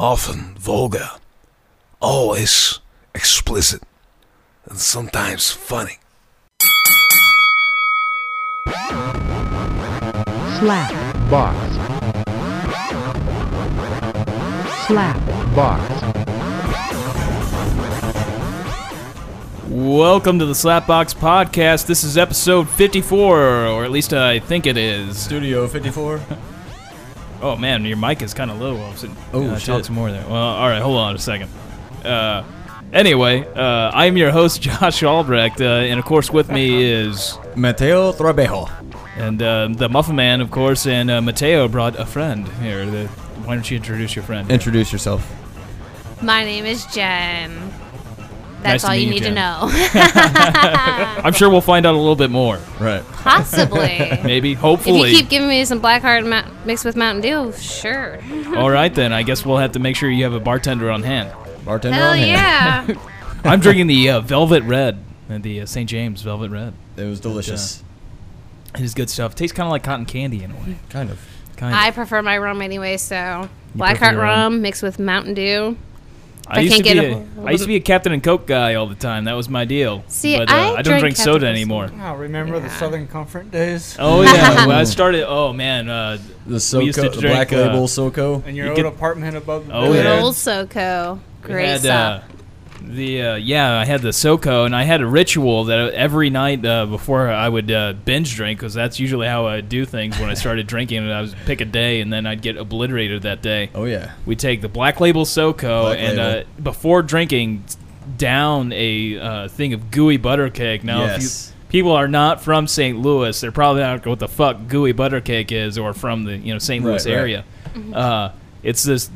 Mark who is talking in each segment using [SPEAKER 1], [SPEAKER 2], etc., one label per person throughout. [SPEAKER 1] often vulgar, always explicit, and sometimes funny.
[SPEAKER 2] slap,
[SPEAKER 3] box,
[SPEAKER 2] slap,
[SPEAKER 3] box.
[SPEAKER 4] Welcome to the Slapbox Podcast. This is episode 54, or at least I think it is.
[SPEAKER 5] Studio 54.
[SPEAKER 4] Oh man, your mic is kind of low. I'm sitting-
[SPEAKER 5] Oh,
[SPEAKER 4] Yeah,
[SPEAKER 5] shit.
[SPEAKER 4] uh, Talk some more there. Well, all right, hold on a second. Uh, anyway, uh, I'm your host Josh Albrecht, uh, and of course with me is
[SPEAKER 5] Mateo Trabejo.
[SPEAKER 4] and uh, the Muffin Man, of course, and uh, Mateo brought a friend here. The, why don't you introduce your friend?
[SPEAKER 5] Introduce yourself.
[SPEAKER 6] My name is Jem.
[SPEAKER 4] Nice
[SPEAKER 6] That's
[SPEAKER 4] to
[SPEAKER 6] all you
[SPEAKER 4] meet
[SPEAKER 6] need
[SPEAKER 4] you, Jem.
[SPEAKER 6] to know.
[SPEAKER 4] I'm sure we'll find out a little bit more.
[SPEAKER 5] Right.
[SPEAKER 6] Possibly.
[SPEAKER 4] Maybe,
[SPEAKER 6] if you
[SPEAKER 4] hopefully.
[SPEAKER 6] keep giving me some black heart ma- mixed with Mountain Dew, sure.
[SPEAKER 4] all right then. I guess we'll have to make sure you have a bartender on hand.
[SPEAKER 5] Bartender
[SPEAKER 6] Hell
[SPEAKER 5] on hand.
[SPEAKER 6] yeah.
[SPEAKER 4] I'm drinking the uh, Velvet Red, uh, the uh, St. James Velvet Red.
[SPEAKER 5] It was delicious.
[SPEAKER 4] It is good stuff. tastes kind of like cotton candy in a way.
[SPEAKER 5] Kind of.
[SPEAKER 4] Kind
[SPEAKER 6] I prefer my rum anyway, so
[SPEAKER 4] You
[SPEAKER 6] black
[SPEAKER 4] prefer
[SPEAKER 6] heart
[SPEAKER 4] your
[SPEAKER 6] rum.
[SPEAKER 4] rum?
[SPEAKER 6] mixed with Mountain Dew.
[SPEAKER 4] I,
[SPEAKER 6] I
[SPEAKER 4] used to
[SPEAKER 6] can't
[SPEAKER 4] be
[SPEAKER 6] get
[SPEAKER 4] a,
[SPEAKER 6] a-
[SPEAKER 4] I used to be a Captain and Coke guy all the time. That was my deal.
[SPEAKER 6] See,
[SPEAKER 4] but uh,
[SPEAKER 6] I
[SPEAKER 4] I don't
[SPEAKER 6] drank
[SPEAKER 4] drink
[SPEAKER 6] Captain
[SPEAKER 4] soda
[SPEAKER 6] Coke.
[SPEAKER 4] anymore.
[SPEAKER 7] Oh, remember the
[SPEAKER 6] Yeah.
[SPEAKER 7] Southern Comfort days?
[SPEAKER 4] Oh yeah, well, I started. Oh man, uh,
[SPEAKER 5] The
[SPEAKER 4] We used to
[SPEAKER 5] SoCo, the
[SPEAKER 4] drink,
[SPEAKER 5] black
[SPEAKER 4] uh,
[SPEAKER 5] label SoCo.
[SPEAKER 7] In your
[SPEAKER 4] You
[SPEAKER 7] old
[SPEAKER 4] get-
[SPEAKER 7] apartment above the
[SPEAKER 4] Oh,
[SPEAKER 7] building?
[SPEAKER 6] Good
[SPEAKER 4] yeah.
[SPEAKER 6] old SoCo.
[SPEAKER 4] we
[SPEAKER 6] Great
[SPEAKER 4] had,
[SPEAKER 6] stuff.
[SPEAKER 4] uh, the uh, yeah, I had the SoCo, and I had a ritual that every night uh, before I would uh, binge drink, because that's usually how I do things when I started drinking. And I was pick a day, and then I'd get obliterated that day.
[SPEAKER 5] Oh yeah.
[SPEAKER 4] We take the black label SoCo
[SPEAKER 5] Black
[SPEAKER 4] and
[SPEAKER 5] Label.
[SPEAKER 4] Uh, before drinking, down a uh, thing of gooey butter cake. Now,
[SPEAKER 5] Yes.
[SPEAKER 4] if you, people are not from St. Louis, they're probably not know what the fuck gooey butter cake is, or from the you know St.
[SPEAKER 5] Right,
[SPEAKER 4] Louis
[SPEAKER 5] right.
[SPEAKER 4] area. Uh, it's this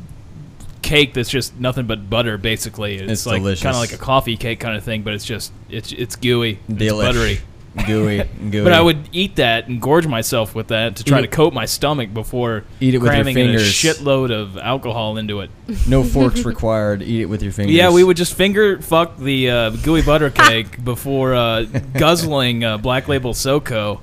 [SPEAKER 4] cake that's just nothing but butter, basically. It's,
[SPEAKER 5] It's
[SPEAKER 4] like
[SPEAKER 5] delicious.
[SPEAKER 4] kind of like a coffee cake kind of thing, but it's just it's it's gooey, and it's
[SPEAKER 5] Delish.
[SPEAKER 4] buttery.
[SPEAKER 5] Gooey. gooey.
[SPEAKER 4] But I would eat that and gorge myself with that to try
[SPEAKER 5] Eat
[SPEAKER 4] to
[SPEAKER 5] it-
[SPEAKER 4] coat my stomach before
[SPEAKER 5] Eat it with your
[SPEAKER 4] cramming
[SPEAKER 5] fingers.
[SPEAKER 4] a shitload of alcohol into it.
[SPEAKER 5] No forks required. Eat it with your fingers.
[SPEAKER 4] Yeah, we would just finger fuck the uh, gooey butter cake before uh, guzzling uh, Black Label SoCo.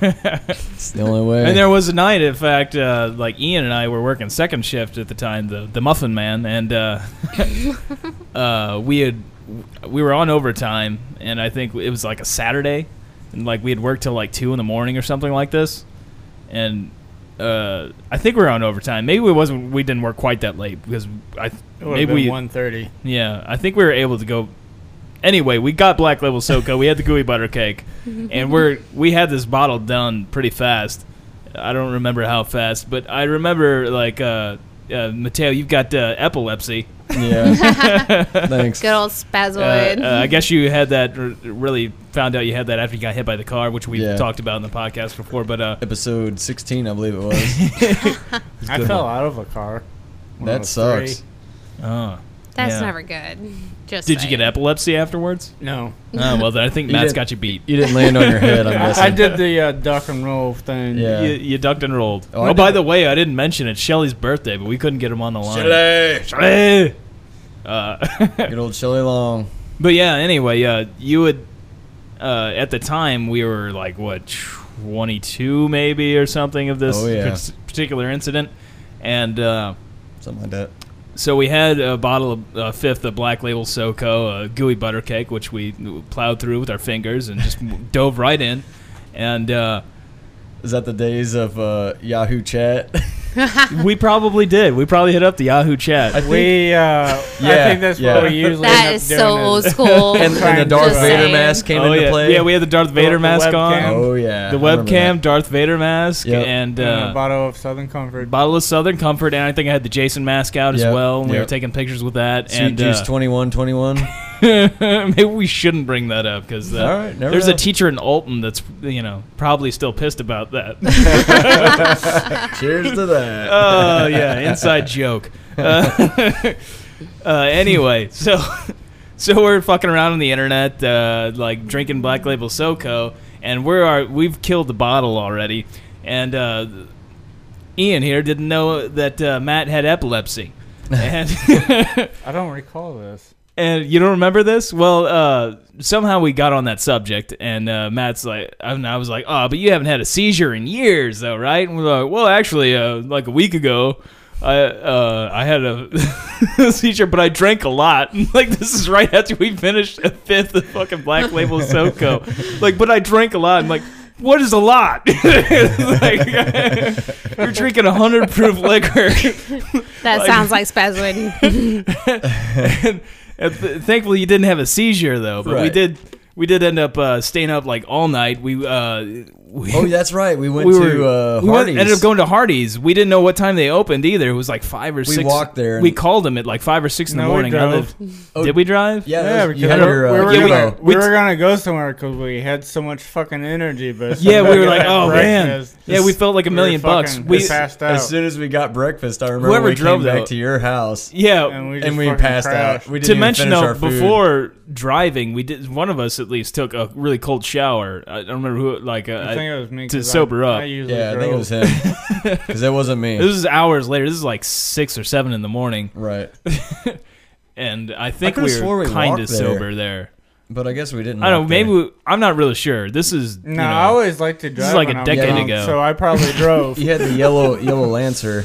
[SPEAKER 5] It's the only way.
[SPEAKER 4] And there was a night, in fact, uh, like Ian and I were working second shift at the time, the the Muffin Man, and uh, uh, we had we were on overtime, and I think it was like a Saturday, and like we had worked till like two in the morning or something like this, and. Uh, I think we were on overtime. Maybe we wasn't. We didn't work quite that late because I
[SPEAKER 7] It would have
[SPEAKER 4] maybe
[SPEAKER 7] been
[SPEAKER 4] we
[SPEAKER 7] 130.
[SPEAKER 4] yeah, I think we were able to go. Anyway, we got Black Label Soco. we had the gooey butter cake, and we're we had this bottle done pretty fast. I don't remember how fast, but I remember like uh, uh, Mateo, you've got uh, epilepsy.
[SPEAKER 5] Yeah. Thanks.
[SPEAKER 6] Good old
[SPEAKER 4] Uh,
[SPEAKER 6] spazoid.
[SPEAKER 4] uh, I guess you had that. r- really found out you had that after you got hit by the car, which we've
[SPEAKER 5] Yeah.
[SPEAKER 4] talked about in the podcast before. But uh,
[SPEAKER 5] Episode 16, I believe it was.
[SPEAKER 7] I fell out of a car. when I
[SPEAKER 5] that
[SPEAKER 7] was
[SPEAKER 5] sucks.
[SPEAKER 7] three.
[SPEAKER 4] uh,
[SPEAKER 6] That's
[SPEAKER 4] yeah.
[SPEAKER 6] never good. Just
[SPEAKER 4] Did you get
[SPEAKER 6] saying.
[SPEAKER 4] epilepsy afterwards?
[SPEAKER 7] No.
[SPEAKER 4] Oh, well, then I think
[SPEAKER 5] You
[SPEAKER 4] Matt's
[SPEAKER 5] didn't-
[SPEAKER 4] got you beat.
[SPEAKER 5] You didn't land on your head. I'm guessing.
[SPEAKER 7] I, I did the uh, duck and roll thing.
[SPEAKER 5] Yeah.
[SPEAKER 4] You, you ducked and rolled.
[SPEAKER 5] Oh,
[SPEAKER 4] Oh,
[SPEAKER 5] I
[SPEAKER 4] by
[SPEAKER 5] did.
[SPEAKER 4] the way, I didn't mention it's Shelly's birthday, but we couldn't get him on the line. Shelly! Uh,
[SPEAKER 5] Good old Shelly Long.
[SPEAKER 4] but yeah, anyway, uh, you would. Uh, at the time, we were like, what, 22 maybe or something of this
[SPEAKER 5] Oh, yeah.
[SPEAKER 4] pers- particular incident. And uh,
[SPEAKER 5] Something like that.
[SPEAKER 4] so we had a bottle of a fifth of Black Label SoCo, a gooey butter cake, which we plowed through with our fingers and just dove right in. And. Uh,
[SPEAKER 5] Is that the days of uh, Yahoo chat?
[SPEAKER 4] we probably did. We probably hit up the Yahoo chat.
[SPEAKER 7] We,
[SPEAKER 5] Yeah,
[SPEAKER 7] uh, I think that's
[SPEAKER 5] yeah.
[SPEAKER 7] what we usually
[SPEAKER 6] That
[SPEAKER 7] end
[SPEAKER 6] is
[SPEAKER 7] up
[SPEAKER 6] so
[SPEAKER 7] doing
[SPEAKER 6] old school.
[SPEAKER 5] and, and the
[SPEAKER 7] Just
[SPEAKER 5] Darth Vader
[SPEAKER 6] saying.
[SPEAKER 5] mask came into
[SPEAKER 4] Oh, yeah.
[SPEAKER 5] play.
[SPEAKER 4] Yeah, we had the Darth Vader
[SPEAKER 7] the
[SPEAKER 4] mask on.
[SPEAKER 7] webcam.
[SPEAKER 5] Oh yeah.
[SPEAKER 4] The
[SPEAKER 5] I remember
[SPEAKER 4] webcam,
[SPEAKER 5] that.
[SPEAKER 4] Darth Vader mask,
[SPEAKER 5] Yep.
[SPEAKER 4] and,
[SPEAKER 7] And a
[SPEAKER 4] uh,
[SPEAKER 7] bottle of Southern Comfort.
[SPEAKER 4] bottle of Southern Comfort, and I think I had the Jason mask out as
[SPEAKER 5] Yep,
[SPEAKER 4] well. And We were
[SPEAKER 5] yep.
[SPEAKER 4] taking pictures with that,
[SPEAKER 5] Sweet
[SPEAKER 4] and
[SPEAKER 5] Juice
[SPEAKER 4] uh,
[SPEAKER 5] twenty one twenty one.
[SPEAKER 4] maybe we shouldn't bring that up because
[SPEAKER 5] All right, never
[SPEAKER 4] there's a
[SPEAKER 5] know.
[SPEAKER 4] teacher in Alton that's you know probably still pissed about that.
[SPEAKER 5] Cheers to that.
[SPEAKER 4] Oh yeah, inside joke. Uh, uh, anyway, so so we're fucking around on the internet, uh, like drinking Black Label SoCo, and we're our, we've killed the bottle already. And uh, Ian here didn't know that uh, Matt had epilepsy. And
[SPEAKER 7] I don't recall this.
[SPEAKER 4] And you don't remember this? Well, uh, somehow we got on that subject, and uh, Matt's like, and I was like, oh, but you haven't had a seizure in years, though, right? And we're like, well, actually, uh, like a week ago, I uh, I had a seizure, but I drank a lot. Like this is right after we finished a fifth of fucking Black Label Soco. Like, but I drank a lot. I'm like, what is a lot? Like, you're drinking a hundred proof liquor.
[SPEAKER 6] That
[SPEAKER 4] Like-
[SPEAKER 6] sounds like Spazwood.
[SPEAKER 4] and, and Uh, th- thankfully you didn't have a seizure though but we
[SPEAKER 5] Right.
[SPEAKER 4] did we did end up uh, staying up like all night we uh we,
[SPEAKER 5] Oh, that's right. We went
[SPEAKER 4] we
[SPEAKER 5] to
[SPEAKER 4] were
[SPEAKER 5] uh,
[SPEAKER 4] we went-
[SPEAKER 5] Hardee's.
[SPEAKER 4] ended up going to Hardee's. We didn't know what time they opened either. It was like five or
[SPEAKER 5] We
[SPEAKER 4] six.
[SPEAKER 5] walked there and-
[SPEAKER 4] We called them at like five or six in the
[SPEAKER 7] No, we
[SPEAKER 4] morning. I
[SPEAKER 7] drove.
[SPEAKER 4] live-
[SPEAKER 5] Oh,
[SPEAKER 4] did we drive?
[SPEAKER 5] yeah, that
[SPEAKER 7] yeah,
[SPEAKER 5] was-
[SPEAKER 7] because
[SPEAKER 5] you had
[SPEAKER 7] we,
[SPEAKER 5] your uh,
[SPEAKER 7] we were
[SPEAKER 4] yeah, we-
[SPEAKER 7] gonna,
[SPEAKER 5] Devo.
[SPEAKER 7] we
[SPEAKER 4] we-
[SPEAKER 7] were gonna go somewhere because we had so much fucking energy, but
[SPEAKER 4] Yeah, we were like,
[SPEAKER 7] had
[SPEAKER 4] oh, man. Yeah, we felt like a
[SPEAKER 7] We were
[SPEAKER 4] million bucks.
[SPEAKER 7] fucking
[SPEAKER 4] We-
[SPEAKER 7] passed out.
[SPEAKER 5] As soon as we got breakfast, I remember
[SPEAKER 4] Whoever
[SPEAKER 5] we
[SPEAKER 4] drove
[SPEAKER 5] came back
[SPEAKER 4] that-
[SPEAKER 5] to your house
[SPEAKER 4] Yeah.
[SPEAKER 7] and we, just
[SPEAKER 5] and we
[SPEAKER 7] fucking
[SPEAKER 5] passed
[SPEAKER 7] crashed.
[SPEAKER 5] out. We didn't
[SPEAKER 4] to
[SPEAKER 5] even
[SPEAKER 4] mention
[SPEAKER 5] finish
[SPEAKER 4] though,
[SPEAKER 5] our food.
[SPEAKER 4] before driving, we did one of us at least took a really cold shower. I don't remember who. Like uh,
[SPEAKER 7] I think it was me.
[SPEAKER 4] to
[SPEAKER 7] 'cause I-
[SPEAKER 4] sober up.
[SPEAKER 7] I usually
[SPEAKER 5] Yeah, I think it
[SPEAKER 7] drove.
[SPEAKER 5] was him because it wasn't me.
[SPEAKER 4] this is hours later. This is like six or seven in the morning,
[SPEAKER 5] right,
[SPEAKER 4] and I think
[SPEAKER 5] could've
[SPEAKER 4] we
[SPEAKER 5] swore
[SPEAKER 4] were
[SPEAKER 5] we
[SPEAKER 4] kind
[SPEAKER 5] walked
[SPEAKER 4] of
[SPEAKER 5] there.
[SPEAKER 4] sober there.
[SPEAKER 5] but I guess we didn't.
[SPEAKER 4] I don't know.
[SPEAKER 5] walk there.
[SPEAKER 4] Maybe we, I'm not really sure. This is
[SPEAKER 7] No,
[SPEAKER 4] you know,
[SPEAKER 7] I always liked to drive.
[SPEAKER 4] this is like
[SPEAKER 7] when
[SPEAKER 4] a
[SPEAKER 7] I'm
[SPEAKER 4] decade
[SPEAKER 7] drunk,
[SPEAKER 4] ago.
[SPEAKER 7] So I probably drove.
[SPEAKER 5] you had the yellow yellow lancer,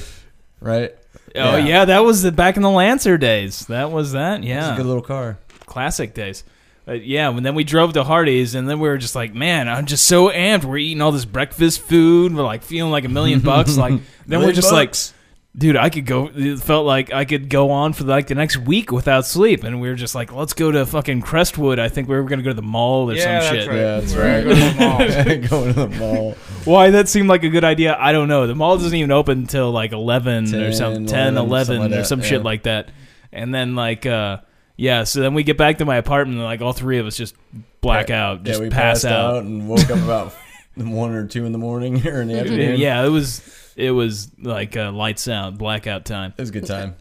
[SPEAKER 5] right?
[SPEAKER 4] oh
[SPEAKER 5] yeah.
[SPEAKER 4] yeah. that was the back in the Lancer days. That was that.
[SPEAKER 5] It's a
[SPEAKER 4] Yeah,
[SPEAKER 5] good little car.
[SPEAKER 4] classic days. But yeah, and then we drove to Hardee's, and then we were just like, man, I'm just so amped. We're eating all this breakfast food. We're like feeling like a million bucks. Like then we're
[SPEAKER 5] Million
[SPEAKER 4] just like,
[SPEAKER 5] bucks.
[SPEAKER 4] dude, I could go. It felt like I could go on for like the next week without sleep. And we were just like, let's go to fucking Crestwood. I think we were gonna go to the mall or
[SPEAKER 7] yeah,
[SPEAKER 4] some
[SPEAKER 7] that's
[SPEAKER 4] shit.
[SPEAKER 7] right.
[SPEAKER 5] Yeah, that's
[SPEAKER 7] We were gonna
[SPEAKER 5] right.
[SPEAKER 7] go
[SPEAKER 5] going
[SPEAKER 7] to the mall.
[SPEAKER 5] to the mall.
[SPEAKER 4] Why that seemed like a good idea, I don't know. The mall doesn't even open until like 11 or
[SPEAKER 5] 10,
[SPEAKER 4] something, 10, 11
[SPEAKER 5] something like
[SPEAKER 4] or
[SPEAKER 5] that,
[SPEAKER 4] some
[SPEAKER 5] yeah.
[SPEAKER 4] shit like that. And then like uh yeah, so then we get back to my apartment and like all three of us just black out, just
[SPEAKER 5] yeah, we
[SPEAKER 4] pass
[SPEAKER 5] passed
[SPEAKER 4] out.
[SPEAKER 5] and woke up about one or two in the morning or in the afternoon.
[SPEAKER 4] Yeah, it was it was like uh, lights out, blackout time.
[SPEAKER 5] it was a good time.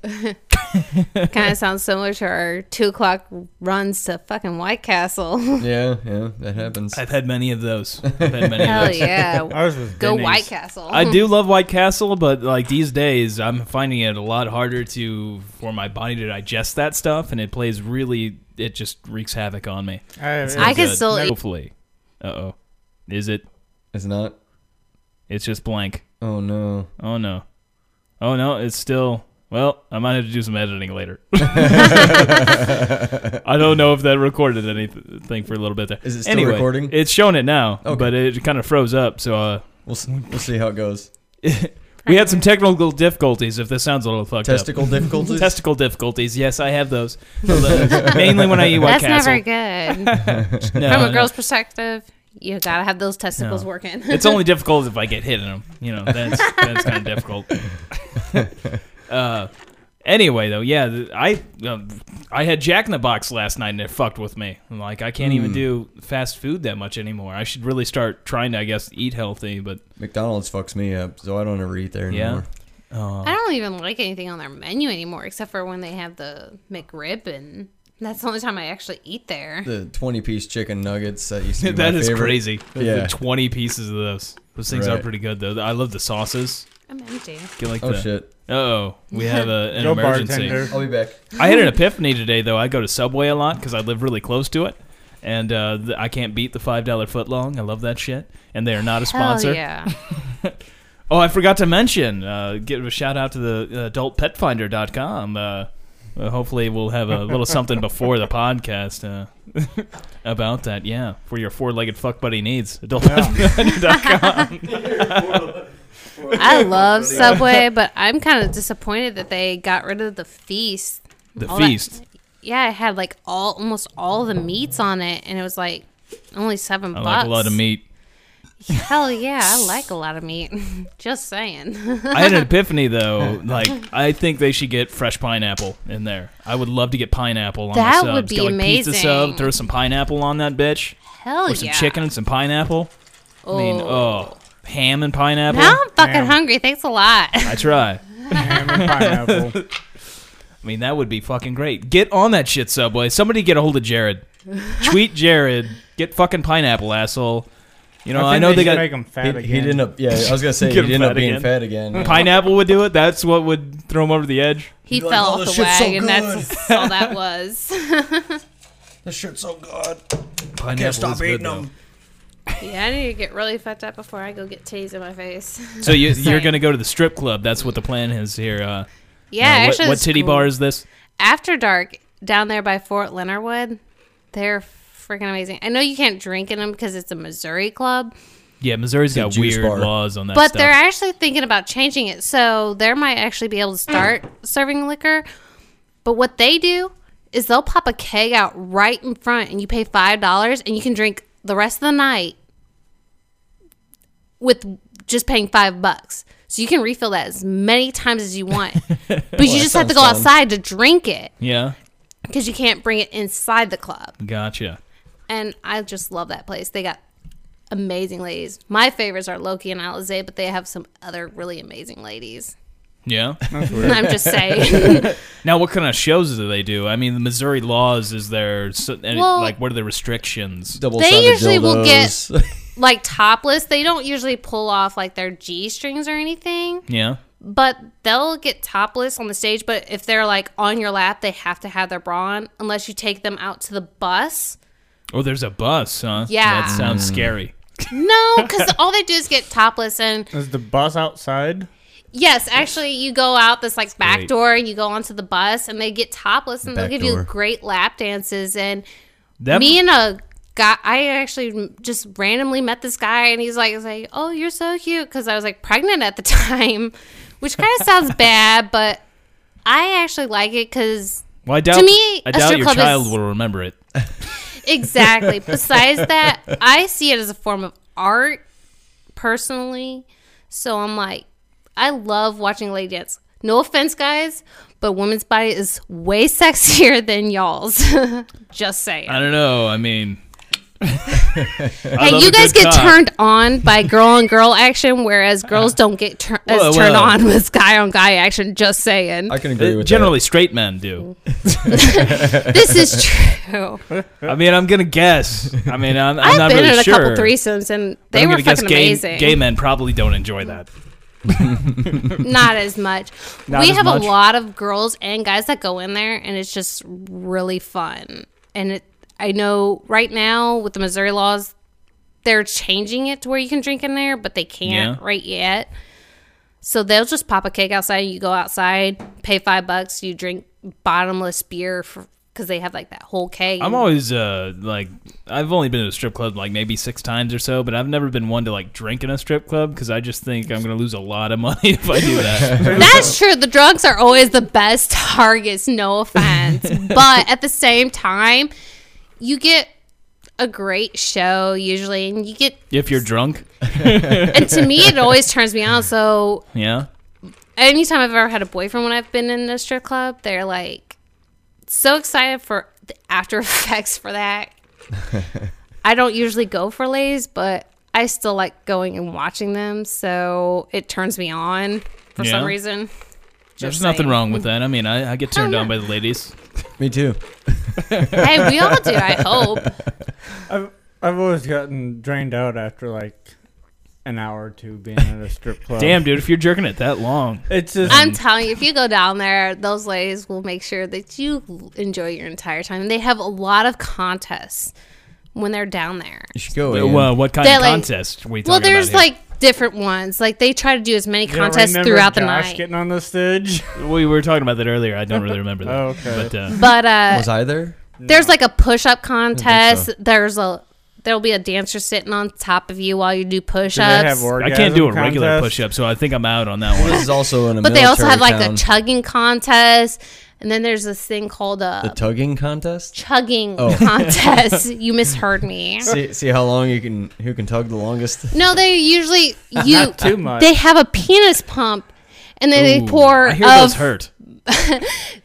[SPEAKER 6] kind of sounds similar to our two o'clock runs to fucking White Castle.
[SPEAKER 5] Yeah, yeah, that happens.
[SPEAKER 4] I've had many of those. I've had many of
[SPEAKER 6] Hell
[SPEAKER 4] those.
[SPEAKER 6] yeah.
[SPEAKER 7] Ours was
[SPEAKER 6] Go
[SPEAKER 4] Denny's.
[SPEAKER 6] White Castle.
[SPEAKER 4] I do love White Castle, but like these days, I'm finding it a lot harder to for my body to digest that stuff, and it plays really. It just wreaks havoc on me.
[SPEAKER 6] I
[SPEAKER 7] I,
[SPEAKER 6] could still eat-
[SPEAKER 4] Hopefully. Uh oh. Is it?
[SPEAKER 5] It's not.
[SPEAKER 4] It's just blank.
[SPEAKER 5] Oh no.
[SPEAKER 4] Oh no. Oh no, it's still. Well, I might have to do some editing later. I don't know if that recorded anything for a little bit there.
[SPEAKER 5] Is it still
[SPEAKER 4] Anyway,
[SPEAKER 5] recording?
[SPEAKER 4] It's showing it now,
[SPEAKER 5] Okay.
[SPEAKER 4] but it kind of froze up. So uh,
[SPEAKER 5] We'll s- we'll see how it goes.
[SPEAKER 4] we had some technical difficulties. If this sounds a little fucked up.
[SPEAKER 5] Testicle difficulties.
[SPEAKER 4] Testicle difficulties. Yes, I have those. uh, Mainly when I eat White
[SPEAKER 6] That's
[SPEAKER 4] Castle.
[SPEAKER 6] never good.
[SPEAKER 4] No,
[SPEAKER 6] From
[SPEAKER 4] no.
[SPEAKER 6] a girl's perspective, you gotta have those testicles
[SPEAKER 4] No.
[SPEAKER 6] working.
[SPEAKER 4] it's only difficult if I get hit in them. You know, that's that's kind of difficult. uh, anyway, though, yeah, th- I um, I had Jack in the Box last night and it fucked with me. I'm like, I can't
[SPEAKER 5] Hmm.
[SPEAKER 4] even do fast food that much anymore. I should really start trying to, I guess, eat healthy. But
[SPEAKER 5] McDonald's fucks me up, so I don't ever eat there
[SPEAKER 4] Yeah.
[SPEAKER 5] anymore.
[SPEAKER 6] I don't even like anything on their menu anymore, except for when they have the McRib, and that's the only time I actually eat there.
[SPEAKER 5] The twenty-piece chicken nuggets that used to be
[SPEAKER 4] that
[SPEAKER 5] my
[SPEAKER 4] is
[SPEAKER 5] favorite.
[SPEAKER 4] crazy. The- the
[SPEAKER 5] Yeah.
[SPEAKER 4] twenty pieces of those. Those things are
[SPEAKER 5] Right.
[SPEAKER 4] pretty good though. I love the sauces.
[SPEAKER 6] I'm empty.
[SPEAKER 4] Get like
[SPEAKER 5] Oh
[SPEAKER 4] the.
[SPEAKER 5] shit!
[SPEAKER 4] Oh, we have a, an
[SPEAKER 7] Go
[SPEAKER 4] emergency.
[SPEAKER 7] bartender.
[SPEAKER 5] I'll be back.
[SPEAKER 4] I had an epiphany today, though. I go to Subway a lot because I live really close to it, and uh, th- I can't beat the five dollar footlong. I love that shit, and they are not a sponsor.
[SPEAKER 6] Hell yeah.
[SPEAKER 4] Oh, I forgot to mention. Uh, give a shout out to the uh, adultpetfinder.com. Uh, uh, hopefully, we'll have a little something before the podcast uh, about that. Yeah, for your four legged fuck buddy needs adultpetfinder.com.
[SPEAKER 6] I love Subway, but I'm kind of disappointed that they got rid of the feast.
[SPEAKER 4] the
[SPEAKER 6] All that-
[SPEAKER 4] feast.
[SPEAKER 6] Yeah, it had like all almost all the meats on it, and it was like only seven
[SPEAKER 4] I
[SPEAKER 6] bucks.
[SPEAKER 4] like a lot of meat.
[SPEAKER 6] Hell yeah, I like a lot of meat. Just saying.
[SPEAKER 4] I had an epiphany though. Like, I think they should get fresh pineapple in there. I would love to get pineapple on my
[SPEAKER 6] That
[SPEAKER 4] subs.
[SPEAKER 6] would be
[SPEAKER 4] get, like, Pizza sub,
[SPEAKER 6] amazing.
[SPEAKER 4] throw some pineapple on that bitch,
[SPEAKER 6] Hell
[SPEAKER 4] or some
[SPEAKER 6] yeah.
[SPEAKER 4] chicken and some pineapple. I mean, oh, ham and pineapple.
[SPEAKER 6] Now I'm fucking
[SPEAKER 7] Damn.
[SPEAKER 6] hungry. Thanks a lot.
[SPEAKER 4] I try.
[SPEAKER 7] ham and pineapple.
[SPEAKER 4] I mean, that would be fucking great. Get on that shit, Subway. Somebody get a hold of Jared. Tweet Jared. Get fucking pineapple, asshole. You know, I,
[SPEAKER 7] think
[SPEAKER 4] know they,
[SPEAKER 7] should
[SPEAKER 4] got
[SPEAKER 7] make them fat
[SPEAKER 5] He,
[SPEAKER 7] again.
[SPEAKER 5] he didn't up. Yeah, I was gonna say he
[SPEAKER 4] Get him
[SPEAKER 5] didn't up
[SPEAKER 4] fat
[SPEAKER 5] being
[SPEAKER 4] again. Mm-hmm.
[SPEAKER 5] fat again. yeah.
[SPEAKER 4] pineapple would do it. That's what would throw him over the edge.
[SPEAKER 6] He
[SPEAKER 5] You're like,
[SPEAKER 6] fell
[SPEAKER 5] "Oh,
[SPEAKER 6] off
[SPEAKER 5] this
[SPEAKER 6] the
[SPEAKER 5] shit's so
[SPEAKER 6] wagon. that's all that was.
[SPEAKER 5] This shit's so good.
[SPEAKER 4] Pineapple
[SPEAKER 5] Can't
[SPEAKER 4] is
[SPEAKER 5] stop
[SPEAKER 4] good,
[SPEAKER 5] eating
[SPEAKER 4] though.
[SPEAKER 5] them.
[SPEAKER 6] Yeah, I need to get really fucked up before I go get teased in my face.
[SPEAKER 4] So you, you're
[SPEAKER 6] Same.
[SPEAKER 4] going to go to the strip club. That's what the plan is here. Uh,
[SPEAKER 6] Yeah,
[SPEAKER 4] uh, what,
[SPEAKER 6] actually,
[SPEAKER 4] what
[SPEAKER 6] it's
[SPEAKER 4] titty
[SPEAKER 6] cool.
[SPEAKER 4] bar is this?
[SPEAKER 6] After Dark down there by Fort Leonard Wood, they're freaking amazing. I know you can't drink in them because it's a Missouri club,
[SPEAKER 4] Yeah, Missouri's got
[SPEAKER 5] a juice
[SPEAKER 4] weird
[SPEAKER 5] bar.
[SPEAKER 4] laws on that
[SPEAKER 6] but
[SPEAKER 4] stuff.
[SPEAKER 6] they're actually thinking about changing it, so there might actually be able to start serving liquor. But what they do is they'll pop a keg out right in front, and you pay five dollars, and you can drink the rest of the night with just paying five bucks. So you can refill that as many times as you want, but you just have
[SPEAKER 5] sounds
[SPEAKER 6] to go
[SPEAKER 5] fun.
[SPEAKER 6] outside to drink it
[SPEAKER 4] yeah,
[SPEAKER 6] because you can't bring it inside the club.
[SPEAKER 4] gotcha.
[SPEAKER 6] And I just love that place. They got amazing ladies. My favorites are Loki and Alize, but they have some other really amazing ladies.
[SPEAKER 4] Yeah.
[SPEAKER 6] I'm just saying.
[SPEAKER 4] now, what kind of shows do they do? I mean, the Missouri laws is there. So, and
[SPEAKER 6] Well-
[SPEAKER 4] like, what are the restrictions?
[SPEAKER 5] Double
[SPEAKER 6] They usually will get- like topless, they don't usually pull off like their G strings or anything,
[SPEAKER 4] yeah.
[SPEAKER 6] but they'll get topless on the stage. But if they're like on your lap, they have to have their bra on unless you take them out to the bus.
[SPEAKER 4] Oh, there's a bus, huh?
[SPEAKER 6] Yeah.
[SPEAKER 4] That sounds
[SPEAKER 5] Mm.
[SPEAKER 4] scary.
[SPEAKER 6] No, because all they do is get topless and
[SPEAKER 7] Is the bus outside?
[SPEAKER 6] Yes, actually, you go out this like back
[SPEAKER 4] great.
[SPEAKER 6] door and you go onto the bus, and they get topless and
[SPEAKER 5] Back
[SPEAKER 6] they'll give
[SPEAKER 5] door.
[SPEAKER 6] you great lap dances. And
[SPEAKER 4] That
[SPEAKER 6] me and a guy, I actually just randomly met this guy, and he's like, he's like "Oh, you're so cute," because I was like pregnant at the time, which kind of sounds bad, but I actually like it because
[SPEAKER 4] well, I doubt,
[SPEAKER 6] me,
[SPEAKER 4] I
[SPEAKER 6] a
[SPEAKER 4] doubt
[SPEAKER 6] strip
[SPEAKER 4] your
[SPEAKER 6] club
[SPEAKER 4] child
[SPEAKER 6] is-
[SPEAKER 4] will remember it.
[SPEAKER 6] Exactly. Besides that, I see it as a form of art personally. So I'm like, I love watching lady dance. No offense, guys, but women's body is way sexier than y'all's. Just saying.
[SPEAKER 4] I don't know. I mean,
[SPEAKER 6] Hey,
[SPEAKER 4] love a
[SPEAKER 6] you guys
[SPEAKER 4] good
[SPEAKER 6] get
[SPEAKER 4] cock.
[SPEAKER 6] turned on by girl on girl action, whereas girls don't get tur- as
[SPEAKER 4] Well,
[SPEAKER 6] turned
[SPEAKER 4] well.
[SPEAKER 6] on with guy on guy action. Just saying.
[SPEAKER 5] I can agree
[SPEAKER 4] Uh,
[SPEAKER 5] with
[SPEAKER 4] generally straight men do.
[SPEAKER 6] This is true.
[SPEAKER 4] I mean, I'm gonna guess. I mean, I'm, I'm
[SPEAKER 6] I've
[SPEAKER 4] not
[SPEAKER 6] been
[SPEAKER 4] really
[SPEAKER 6] in a
[SPEAKER 4] sure.
[SPEAKER 6] couple threesomes and
[SPEAKER 4] but
[SPEAKER 6] they
[SPEAKER 4] I'm
[SPEAKER 6] were
[SPEAKER 4] gonna guess
[SPEAKER 6] fucking
[SPEAKER 4] gay,
[SPEAKER 6] amazing.
[SPEAKER 4] gay men probably don't enjoy that.
[SPEAKER 6] not as much.
[SPEAKER 4] Not
[SPEAKER 6] we
[SPEAKER 4] as
[SPEAKER 6] have
[SPEAKER 4] much?
[SPEAKER 6] a lot of girls and guys that go in there, and it's just really fun. And it, I know right now with the Missouri laws, they're changing it to where you can drink in there, but they can't
[SPEAKER 4] Yeah.
[SPEAKER 6] right yet. So they'll just pop a cake outside. You go outside, pay five bucks, you drink bottomless beer because they have like that whole cake.
[SPEAKER 4] I'm always uh like I've only been to a strip club like maybe six times or so, but I've never been one to like drink in a strip club because I just think I'm gonna lose a lot of money if I do that.
[SPEAKER 6] That's true. The drugs are always the best targets, no offense. but at the same time, you get a great show usually and you get
[SPEAKER 4] if you're drunk,
[SPEAKER 6] and to me it always turns me on. So
[SPEAKER 4] yeah.
[SPEAKER 6] anytime I've ever had a boyfriend when I've been in a strip club, they're like so excited for the after effects for that. I don't usually go for lays, but I still like going and watching them, so it turns me on for
[SPEAKER 4] Yeah.
[SPEAKER 6] some reason.
[SPEAKER 4] There's
[SPEAKER 6] Just
[SPEAKER 4] nothing
[SPEAKER 6] saying.
[SPEAKER 4] wrong with that. I mean, I, I get turned on by the ladies.
[SPEAKER 5] that. Me too.
[SPEAKER 6] Hey, we all do, I hope.
[SPEAKER 7] I've I've always gotten drained out after like an hour or two being at a strip club.
[SPEAKER 4] Damn, dude, if you're jerking it that long,
[SPEAKER 7] It's just
[SPEAKER 6] I'm
[SPEAKER 5] Um,
[SPEAKER 6] telling you, if you go down there, those ladies will make sure that you enjoy your entire time. And they have a lot of contests when they're down there.
[SPEAKER 5] You should go. Ian.
[SPEAKER 4] Uh, well, what kind
[SPEAKER 6] They're
[SPEAKER 4] of
[SPEAKER 6] like-
[SPEAKER 4] contest? are we
[SPEAKER 6] Well,
[SPEAKER 4] talking
[SPEAKER 6] there's
[SPEAKER 4] about here?
[SPEAKER 6] like different ones. Like they try to do as many
[SPEAKER 7] You don't
[SPEAKER 6] contests
[SPEAKER 7] remember
[SPEAKER 6] throughout the
[SPEAKER 7] Josh
[SPEAKER 6] night.
[SPEAKER 7] Getting on the stage.
[SPEAKER 4] we were talking about that earlier. I don't really remember that.
[SPEAKER 7] Oh, Okay.
[SPEAKER 4] But uh,
[SPEAKER 6] But uh,
[SPEAKER 5] was I there?
[SPEAKER 6] there's like a push-up contest.
[SPEAKER 5] so.
[SPEAKER 6] There's a there'll be a dancer sitting on top of you while you do
[SPEAKER 7] Do they have
[SPEAKER 6] push-ups.
[SPEAKER 4] I can't do a
[SPEAKER 7] orgasm
[SPEAKER 4] regular
[SPEAKER 7] contest?
[SPEAKER 4] push-up, so I think I'm out on that one.
[SPEAKER 5] This is also in a.
[SPEAKER 6] but they also have like
[SPEAKER 5] town.
[SPEAKER 6] a chugging contest, and then there's this thing called a
[SPEAKER 5] the tugging contest.
[SPEAKER 6] chugging
[SPEAKER 5] Oh.
[SPEAKER 6] contest. you misheard me.
[SPEAKER 5] See, see how long you can who can tug the longest.
[SPEAKER 6] No, they usually you
[SPEAKER 7] too much.
[SPEAKER 6] They have a penis pump, and then they
[SPEAKER 4] Ooh,
[SPEAKER 6] pour
[SPEAKER 4] I hear
[SPEAKER 6] of,
[SPEAKER 4] those hurt.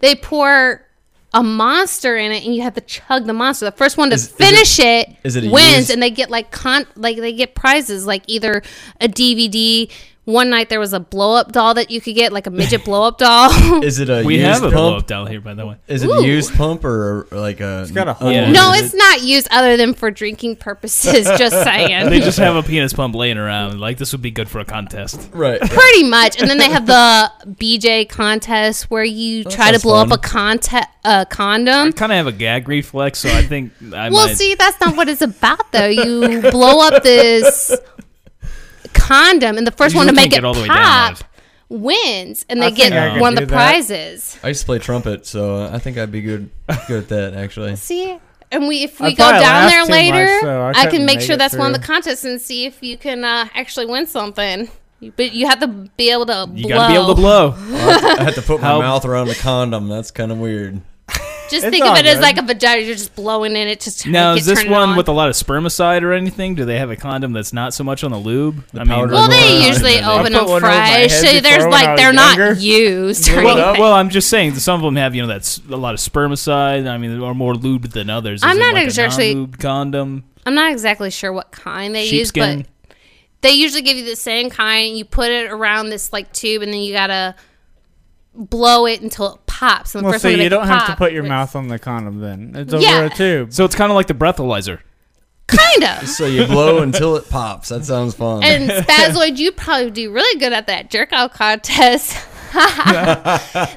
[SPEAKER 6] they pour a monster in it, and you have to chug the monster. The first one to
[SPEAKER 5] Is- is it-
[SPEAKER 6] finish it,
[SPEAKER 5] is it a
[SPEAKER 6] wins,
[SPEAKER 5] used-
[SPEAKER 6] and they get like con like they get prizes like either a DVD. One night there was a blow up doll that you could get, like a midget blow up doll.
[SPEAKER 5] Is it a
[SPEAKER 4] We
[SPEAKER 5] used
[SPEAKER 4] have a
[SPEAKER 5] pump?
[SPEAKER 4] blow up doll here, by the way.
[SPEAKER 5] Is it
[SPEAKER 6] Ooh.
[SPEAKER 5] a used pump or like a? It's
[SPEAKER 7] got a hole
[SPEAKER 4] Yeah.
[SPEAKER 6] no, it's not used other than for drinking purposes. Just saying.
[SPEAKER 4] They just have a penis pump laying around. Like this would be good for a contest.
[SPEAKER 5] right.
[SPEAKER 6] pretty much. And then they have the BJ contest where you try to
[SPEAKER 5] sounds
[SPEAKER 6] blow
[SPEAKER 5] fun.
[SPEAKER 6] up a conte- a condom.
[SPEAKER 4] Kind of have a gag reflex, so I think I
[SPEAKER 6] Well,
[SPEAKER 4] might.
[SPEAKER 6] see, that's not what it's about though. You blow up this condom, and the first
[SPEAKER 4] You
[SPEAKER 6] one to
[SPEAKER 4] can't
[SPEAKER 6] make
[SPEAKER 4] get
[SPEAKER 6] it
[SPEAKER 4] all the way down
[SPEAKER 6] pop
[SPEAKER 4] those.
[SPEAKER 6] wins, and
[SPEAKER 7] I
[SPEAKER 6] they
[SPEAKER 7] think I
[SPEAKER 6] get
[SPEAKER 7] could
[SPEAKER 6] one of
[SPEAKER 7] do
[SPEAKER 6] the
[SPEAKER 7] that.
[SPEAKER 6] prizes.
[SPEAKER 5] I used to play trumpet, so I think I'd be good good at that actually.
[SPEAKER 6] See. And we, if we
[SPEAKER 7] I
[SPEAKER 6] go
[SPEAKER 7] probably
[SPEAKER 6] down
[SPEAKER 7] laughed
[SPEAKER 6] there
[SPEAKER 7] too
[SPEAKER 6] later,
[SPEAKER 7] much, so I
[SPEAKER 6] I, can
[SPEAKER 7] couldn't
[SPEAKER 6] make
[SPEAKER 7] make
[SPEAKER 6] sure
[SPEAKER 7] it
[SPEAKER 6] that's one of the
[SPEAKER 7] through.
[SPEAKER 6] contests and see if you can uh, actually win something. But you have to be able to blow.
[SPEAKER 4] you gotta be able to blow.
[SPEAKER 5] I had to put my
[SPEAKER 4] How-
[SPEAKER 5] mouth around the condom. That's kind of weird.
[SPEAKER 6] Just
[SPEAKER 7] It's
[SPEAKER 6] think of
[SPEAKER 7] all
[SPEAKER 6] it as
[SPEAKER 7] good.
[SPEAKER 6] like a vagina. You're just blowing in it. Just
[SPEAKER 4] Now,
[SPEAKER 6] get
[SPEAKER 4] is this
[SPEAKER 6] turned
[SPEAKER 4] one
[SPEAKER 6] on.
[SPEAKER 4] with a lot of spermicide or anything? Do they have a condom that's not so much on the lube? I mean,
[SPEAKER 5] powder
[SPEAKER 6] Well, they
[SPEAKER 5] Well,
[SPEAKER 6] usually
[SPEAKER 5] I
[SPEAKER 6] open
[SPEAKER 7] put
[SPEAKER 6] them
[SPEAKER 7] one over my
[SPEAKER 6] fresh,
[SPEAKER 7] head
[SPEAKER 6] so
[SPEAKER 7] before
[SPEAKER 6] there's
[SPEAKER 7] when I
[SPEAKER 6] like
[SPEAKER 7] was
[SPEAKER 6] they're
[SPEAKER 7] younger.
[SPEAKER 6] not used. or
[SPEAKER 4] well,
[SPEAKER 6] anything.
[SPEAKER 4] well, I'm just saying that some of them have you know that's a lot of spermicide. I mean, are more lubed than others. Is
[SPEAKER 6] I'm
[SPEAKER 4] it
[SPEAKER 6] not
[SPEAKER 4] like
[SPEAKER 6] exactly-
[SPEAKER 4] a non-lubed condom.
[SPEAKER 6] I'm not exactly sure what kind they
[SPEAKER 4] Sheepskin.
[SPEAKER 6] use, but they usually give you the same kind. You put it around this like tube, and then you gotta blow it until it pops. And the
[SPEAKER 7] Well,
[SPEAKER 6] first
[SPEAKER 7] so
[SPEAKER 6] one to
[SPEAKER 7] you
[SPEAKER 6] make
[SPEAKER 7] don't
[SPEAKER 6] it
[SPEAKER 7] have to
[SPEAKER 6] pop
[SPEAKER 7] put your
[SPEAKER 6] is-
[SPEAKER 7] mouth on the condom then. It's
[SPEAKER 6] Yeah.
[SPEAKER 7] over a tube.
[SPEAKER 4] So it's kind of like the breathalyzer.
[SPEAKER 6] Kind of.
[SPEAKER 5] So you blow until it pops. That sounds fun.
[SPEAKER 6] And Spazoid, you probably do really good at that jerk out contest.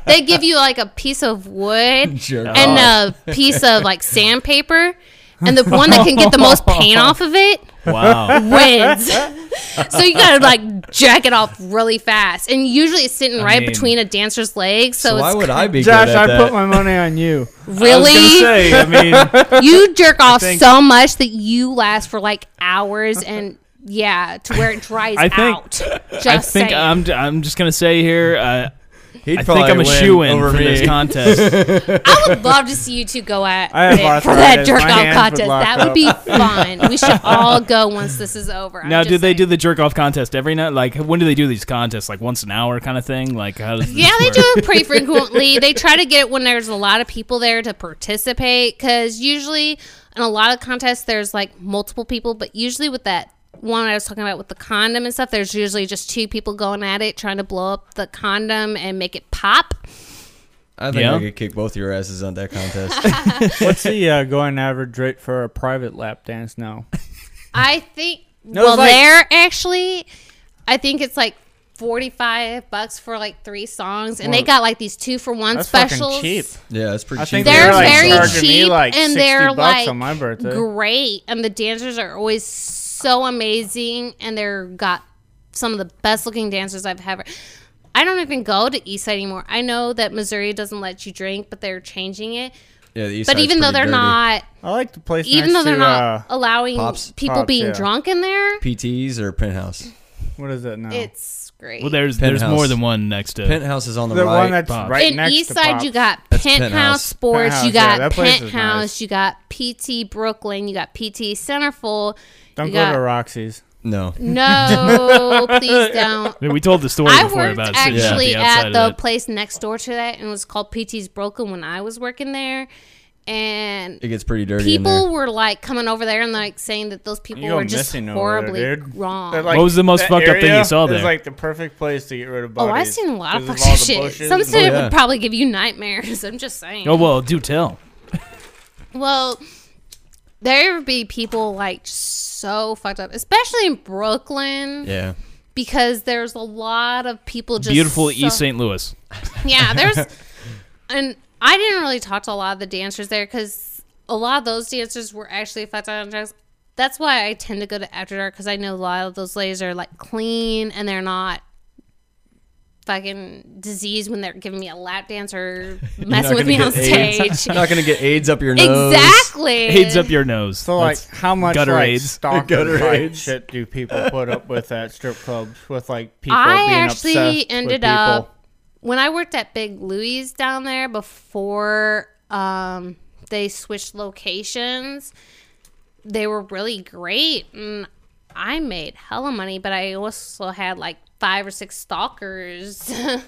[SPEAKER 6] they give you like a piece of wood
[SPEAKER 5] Jerk
[SPEAKER 6] and a piece of like sandpaper, and the one that can get the most paint off of it
[SPEAKER 4] Wow.
[SPEAKER 6] wins. so you gotta like jack it off really fast, and usually it's sitting right
[SPEAKER 4] mean-
[SPEAKER 6] between a dancer's legs. So,
[SPEAKER 5] so why
[SPEAKER 6] it's
[SPEAKER 5] would I be
[SPEAKER 7] Josh,
[SPEAKER 5] good at
[SPEAKER 7] I
[SPEAKER 5] that?
[SPEAKER 7] put my money on you.
[SPEAKER 4] I was gonna
[SPEAKER 6] really
[SPEAKER 4] say. I mean,
[SPEAKER 6] you jerk off
[SPEAKER 4] think-
[SPEAKER 6] so much that you last for like hours, and yeah, to where it dries
[SPEAKER 4] I think-
[SPEAKER 6] out. Just
[SPEAKER 4] I think
[SPEAKER 6] saying.
[SPEAKER 4] I'm. I'm just gonna say here. Uh,
[SPEAKER 5] He'd
[SPEAKER 4] I think
[SPEAKER 5] probably
[SPEAKER 4] I'm a
[SPEAKER 5] win
[SPEAKER 4] shoe in
[SPEAKER 5] over
[SPEAKER 4] for
[SPEAKER 5] me.
[SPEAKER 4] this contest.
[SPEAKER 6] I would love to see you two go at
[SPEAKER 7] I have
[SPEAKER 6] it for that
[SPEAKER 7] arthritis.
[SPEAKER 6] jerk
[SPEAKER 7] My
[SPEAKER 6] off
[SPEAKER 7] hands would
[SPEAKER 6] contest.
[SPEAKER 7] lock
[SPEAKER 6] That would
[SPEAKER 7] up.
[SPEAKER 6] be fun. We should all go once this is over. I'm
[SPEAKER 4] now,
[SPEAKER 6] just
[SPEAKER 4] do they
[SPEAKER 6] saying.
[SPEAKER 4] do the jerk off contest every night? Like, when do they do these contests? Like once an hour, kind of thing. Like, how does
[SPEAKER 6] Yeah,
[SPEAKER 4] this
[SPEAKER 6] they
[SPEAKER 4] work?
[SPEAKER 6] do it pretty frequently. they try to get it when there's a lot of people there to participate because usually in a lot of contests there's like multiple people, but usually with that one I was talking about with the condom and stuff, there's usually just two people going at it trying to blow up the condom and make it pop.
[SPEAKER 5] I think
[SPEAKER 4] Yeah.
[SPEAKER 5] I could kick both your asses on that contest.
[SPEAKER 7] What's the uh, going average rate for a private lap dance now?
[SPEAKER 6] I think
[SPEAKER 7] it's
[SPEAKER 6] well
[SPEAKER 7] like-
[SPEAKER 6] there actually I think it's like 45 bucks for like three songs and they
[SPEAKER 7] Well,
[SPEAKER 6] got like these two for one
[SPEAKER 7] That's
[SPEAKER 6] specials.
[SPEAKER 7] fucking cheap.
[SPEAKER 5] yeah, that's pretty
[SPEAKER 7] I
[SPEAKER 5] cheap.
[SPEAKER 7] think
[SPEAKER 6] They're
[SPEAKER 7] like
[SPEAKER 6] very
[SPEAKER 7] charging me
[SPEAKER 6] cheap
[SPEAKER 7] like
[SPEAKER 6] and
[SPEAKER 7] 60
[SPEAKER 6] they're,
[SPEAKER 7] bucks
[SPEAKER 6] like,
[SPEAKER 7] on my birthday.
[SPEAKER 6] great and the dancers are always so amazing and they're got some of the best looking dancers i've ever i don't even go to east side anymore i know that missouri doesn't let you drink but they're changing it
[SPEAKER 5] yeah, the east
[SPEAKER 6] but
[SPEAKER 5] side's
[SPEAKER 6] even though
[SPEAKER 5] pretty dirty.
[SPEAKER 6] they're not
[SPEAKER 7] I like the place
[SPEAKER 6] even
[SPEAKER 7] next
[SPEAKER 6] though they're
[SPEAKER 7] to,
[SPEAKER 6] not
[SPEAKER 7] uh,
[SPEAKER 6] allowing
[SPEAKER 5] Pops?
[SPEAKER 6] people
[SPEAKER 7] Pops,
[SPEAKER 6] being
[SPEAKER 7] yeah.
[SPEAKER 6] drunk in there
[SPEAKER 5] PTs or penthouse.
[SPEAKER 7] what is it now?
[SPEAKER 6] it's great
[SPEAKER 4] Well, there's there's
[SPEAKER 5] Penthouse.
[SPEAKER 4] more than one next to.
[SPEAKER 5] Penthouse is on the,
[SPEAKER 7] the
[SPEAKER 5] right.
[SPEAKER 7] one that's
[SPEAKER 4] Pops.
[SPEAKER 7] right
[SPEAKER 6] in
[SPEAKER 7] next
[SPEAKER 6] east
[SPEAKER 7] to
[SPEAKER 6] side
[SPEAKER 7] Pops.
[SPEAKER 6] you got
[SPEAKER 5] That's
[SPEAKER 6] penthouse,
[SPEAKER 5] Penthouse.
[SPEAKER 6] sports you
[SPEAKER 7] Penthouse, yeah,
[SPEAKER 6] got
[SPEAKER 7] that place is nice.
[SPEAKER 6] penthouse you got pt brooklyn you got pt centerfold
[SPEAKER 7] Don't
[SPEAKER 6] you
[SPEAKER 7] go
[SPEAKER 6] got-
[SPEAKER 7] to Roxy's.
[SPEAKER 5] no.
[SPEAKER 6] no please don't
[SPEAKER 4] I mean, we told the story
[SPEAKER 6] I
[SPEAKER 4] before
[SPEAKER 6] worked
[SPEAKER 4] about sitting
[SPEAKER 6] actually
[SPEAKER 4] outside
[SPEAKER 6] at
[SPEAKER 4] of
[SPEAKER 6] the
[SPEAKER 4] that.
[SPEAKER 6] place next door to that, and it was called PT's Broken when I was working there,
[SPEAKER 5] It
[SPEAKER 6] and
[SPEAKER 5] gets pretty dirty in
[SPEAKER 6] people were like coming over there and like saying that those people
[SPEAKER 7] You go
[SPEAKER 6] were just
[SPEAKER 7] missing over
[SPEAKER 6] horribly
[SPEAKER 7] there, dude.
[SPEAKER 6] wrong.
[SPEAKER 7] They're, like,
[SPEAKER 4] What was the most
[SPEAKER 7] that
[SPEAKER 4] fucked up thing you
[SPEAKER 7] area
[SPEAKER 4] saw there?
[SPEAKER 7] Is like the perfect place to get rid of
[SPEAKER 6] oh,
[SPEAKER 7] bodies.
[SPEAKER 6] I've seen a lot of
[SPEAKER 7] 'cause
[SPEAKER 6] fucking
[SPEAKER 7] all the
[SPEAKER 6] shit.
[SPEAKER 7] bushes
[SPEAKER 6] Some
[SPEAKER 7] and
[SPEAKER 6] shit
[SPEAKER 5] yeah.
[SPEAKER 6] would probably give you nightmares. I'm just saying.
[SPEAKER 4] Oh well, do tell.
[SPEAKER 6] Well, there would be people like so fucked up, especially in Brooklyn,
[SPEAKER 5] there. Yeah.
[SPEAKER 6] because there's a lot of people just
[SPEAKER 4] Beautiful
[SPEAKER 6] so-
[SPEAKER 4] East St. Louis.
[SPEAKER 6] Yeah, there's, and I didn't really talk to a lot of the dancers there because a lot of those dancers were actually fat dancers. That's why I tend to go to After Dark because I know a lot of those ladies are like clean and they're not fucking diseased when they're giving me a lap dance or messing with me
[SPEAKER 5] gonna
[SPEAKER 6] on
[SPEAKER 5] get AIDS.
[SPEAKER 6] stage.
[SPEAKER 5] You're not gonna get AIDS up your nose.
[SPEAKER 6] exactly.
[SPEAKER 4] Aids up your nose.
[SPEAKER 7] So like,
[SPEAKER 4] That's-
[SPEAKER 7] how much
[SPEAKER 4] gutter
[SPEAKER 7] like
[SPEAKER 4] AIDS.
[SPEAKER 5] Gutter
[SPEAKER 7] stalker type
[SPEAKER 5] AIDS.
[SPEAKER 7] shit do people put up with at strip clubs with like people
[SPEAKER 6] I
[SPEAKER 7] being
[SPEAKER 6] actually
[SPEAKER 7] obsessed with
[SPEAKER 6] ended
[SPEAKER 7] people?
[SPEAKER 6] up when I worked at Big Louie's down there before um, they switched locations. They were really great, and I made hella money. But I also had like five or six stalkers, and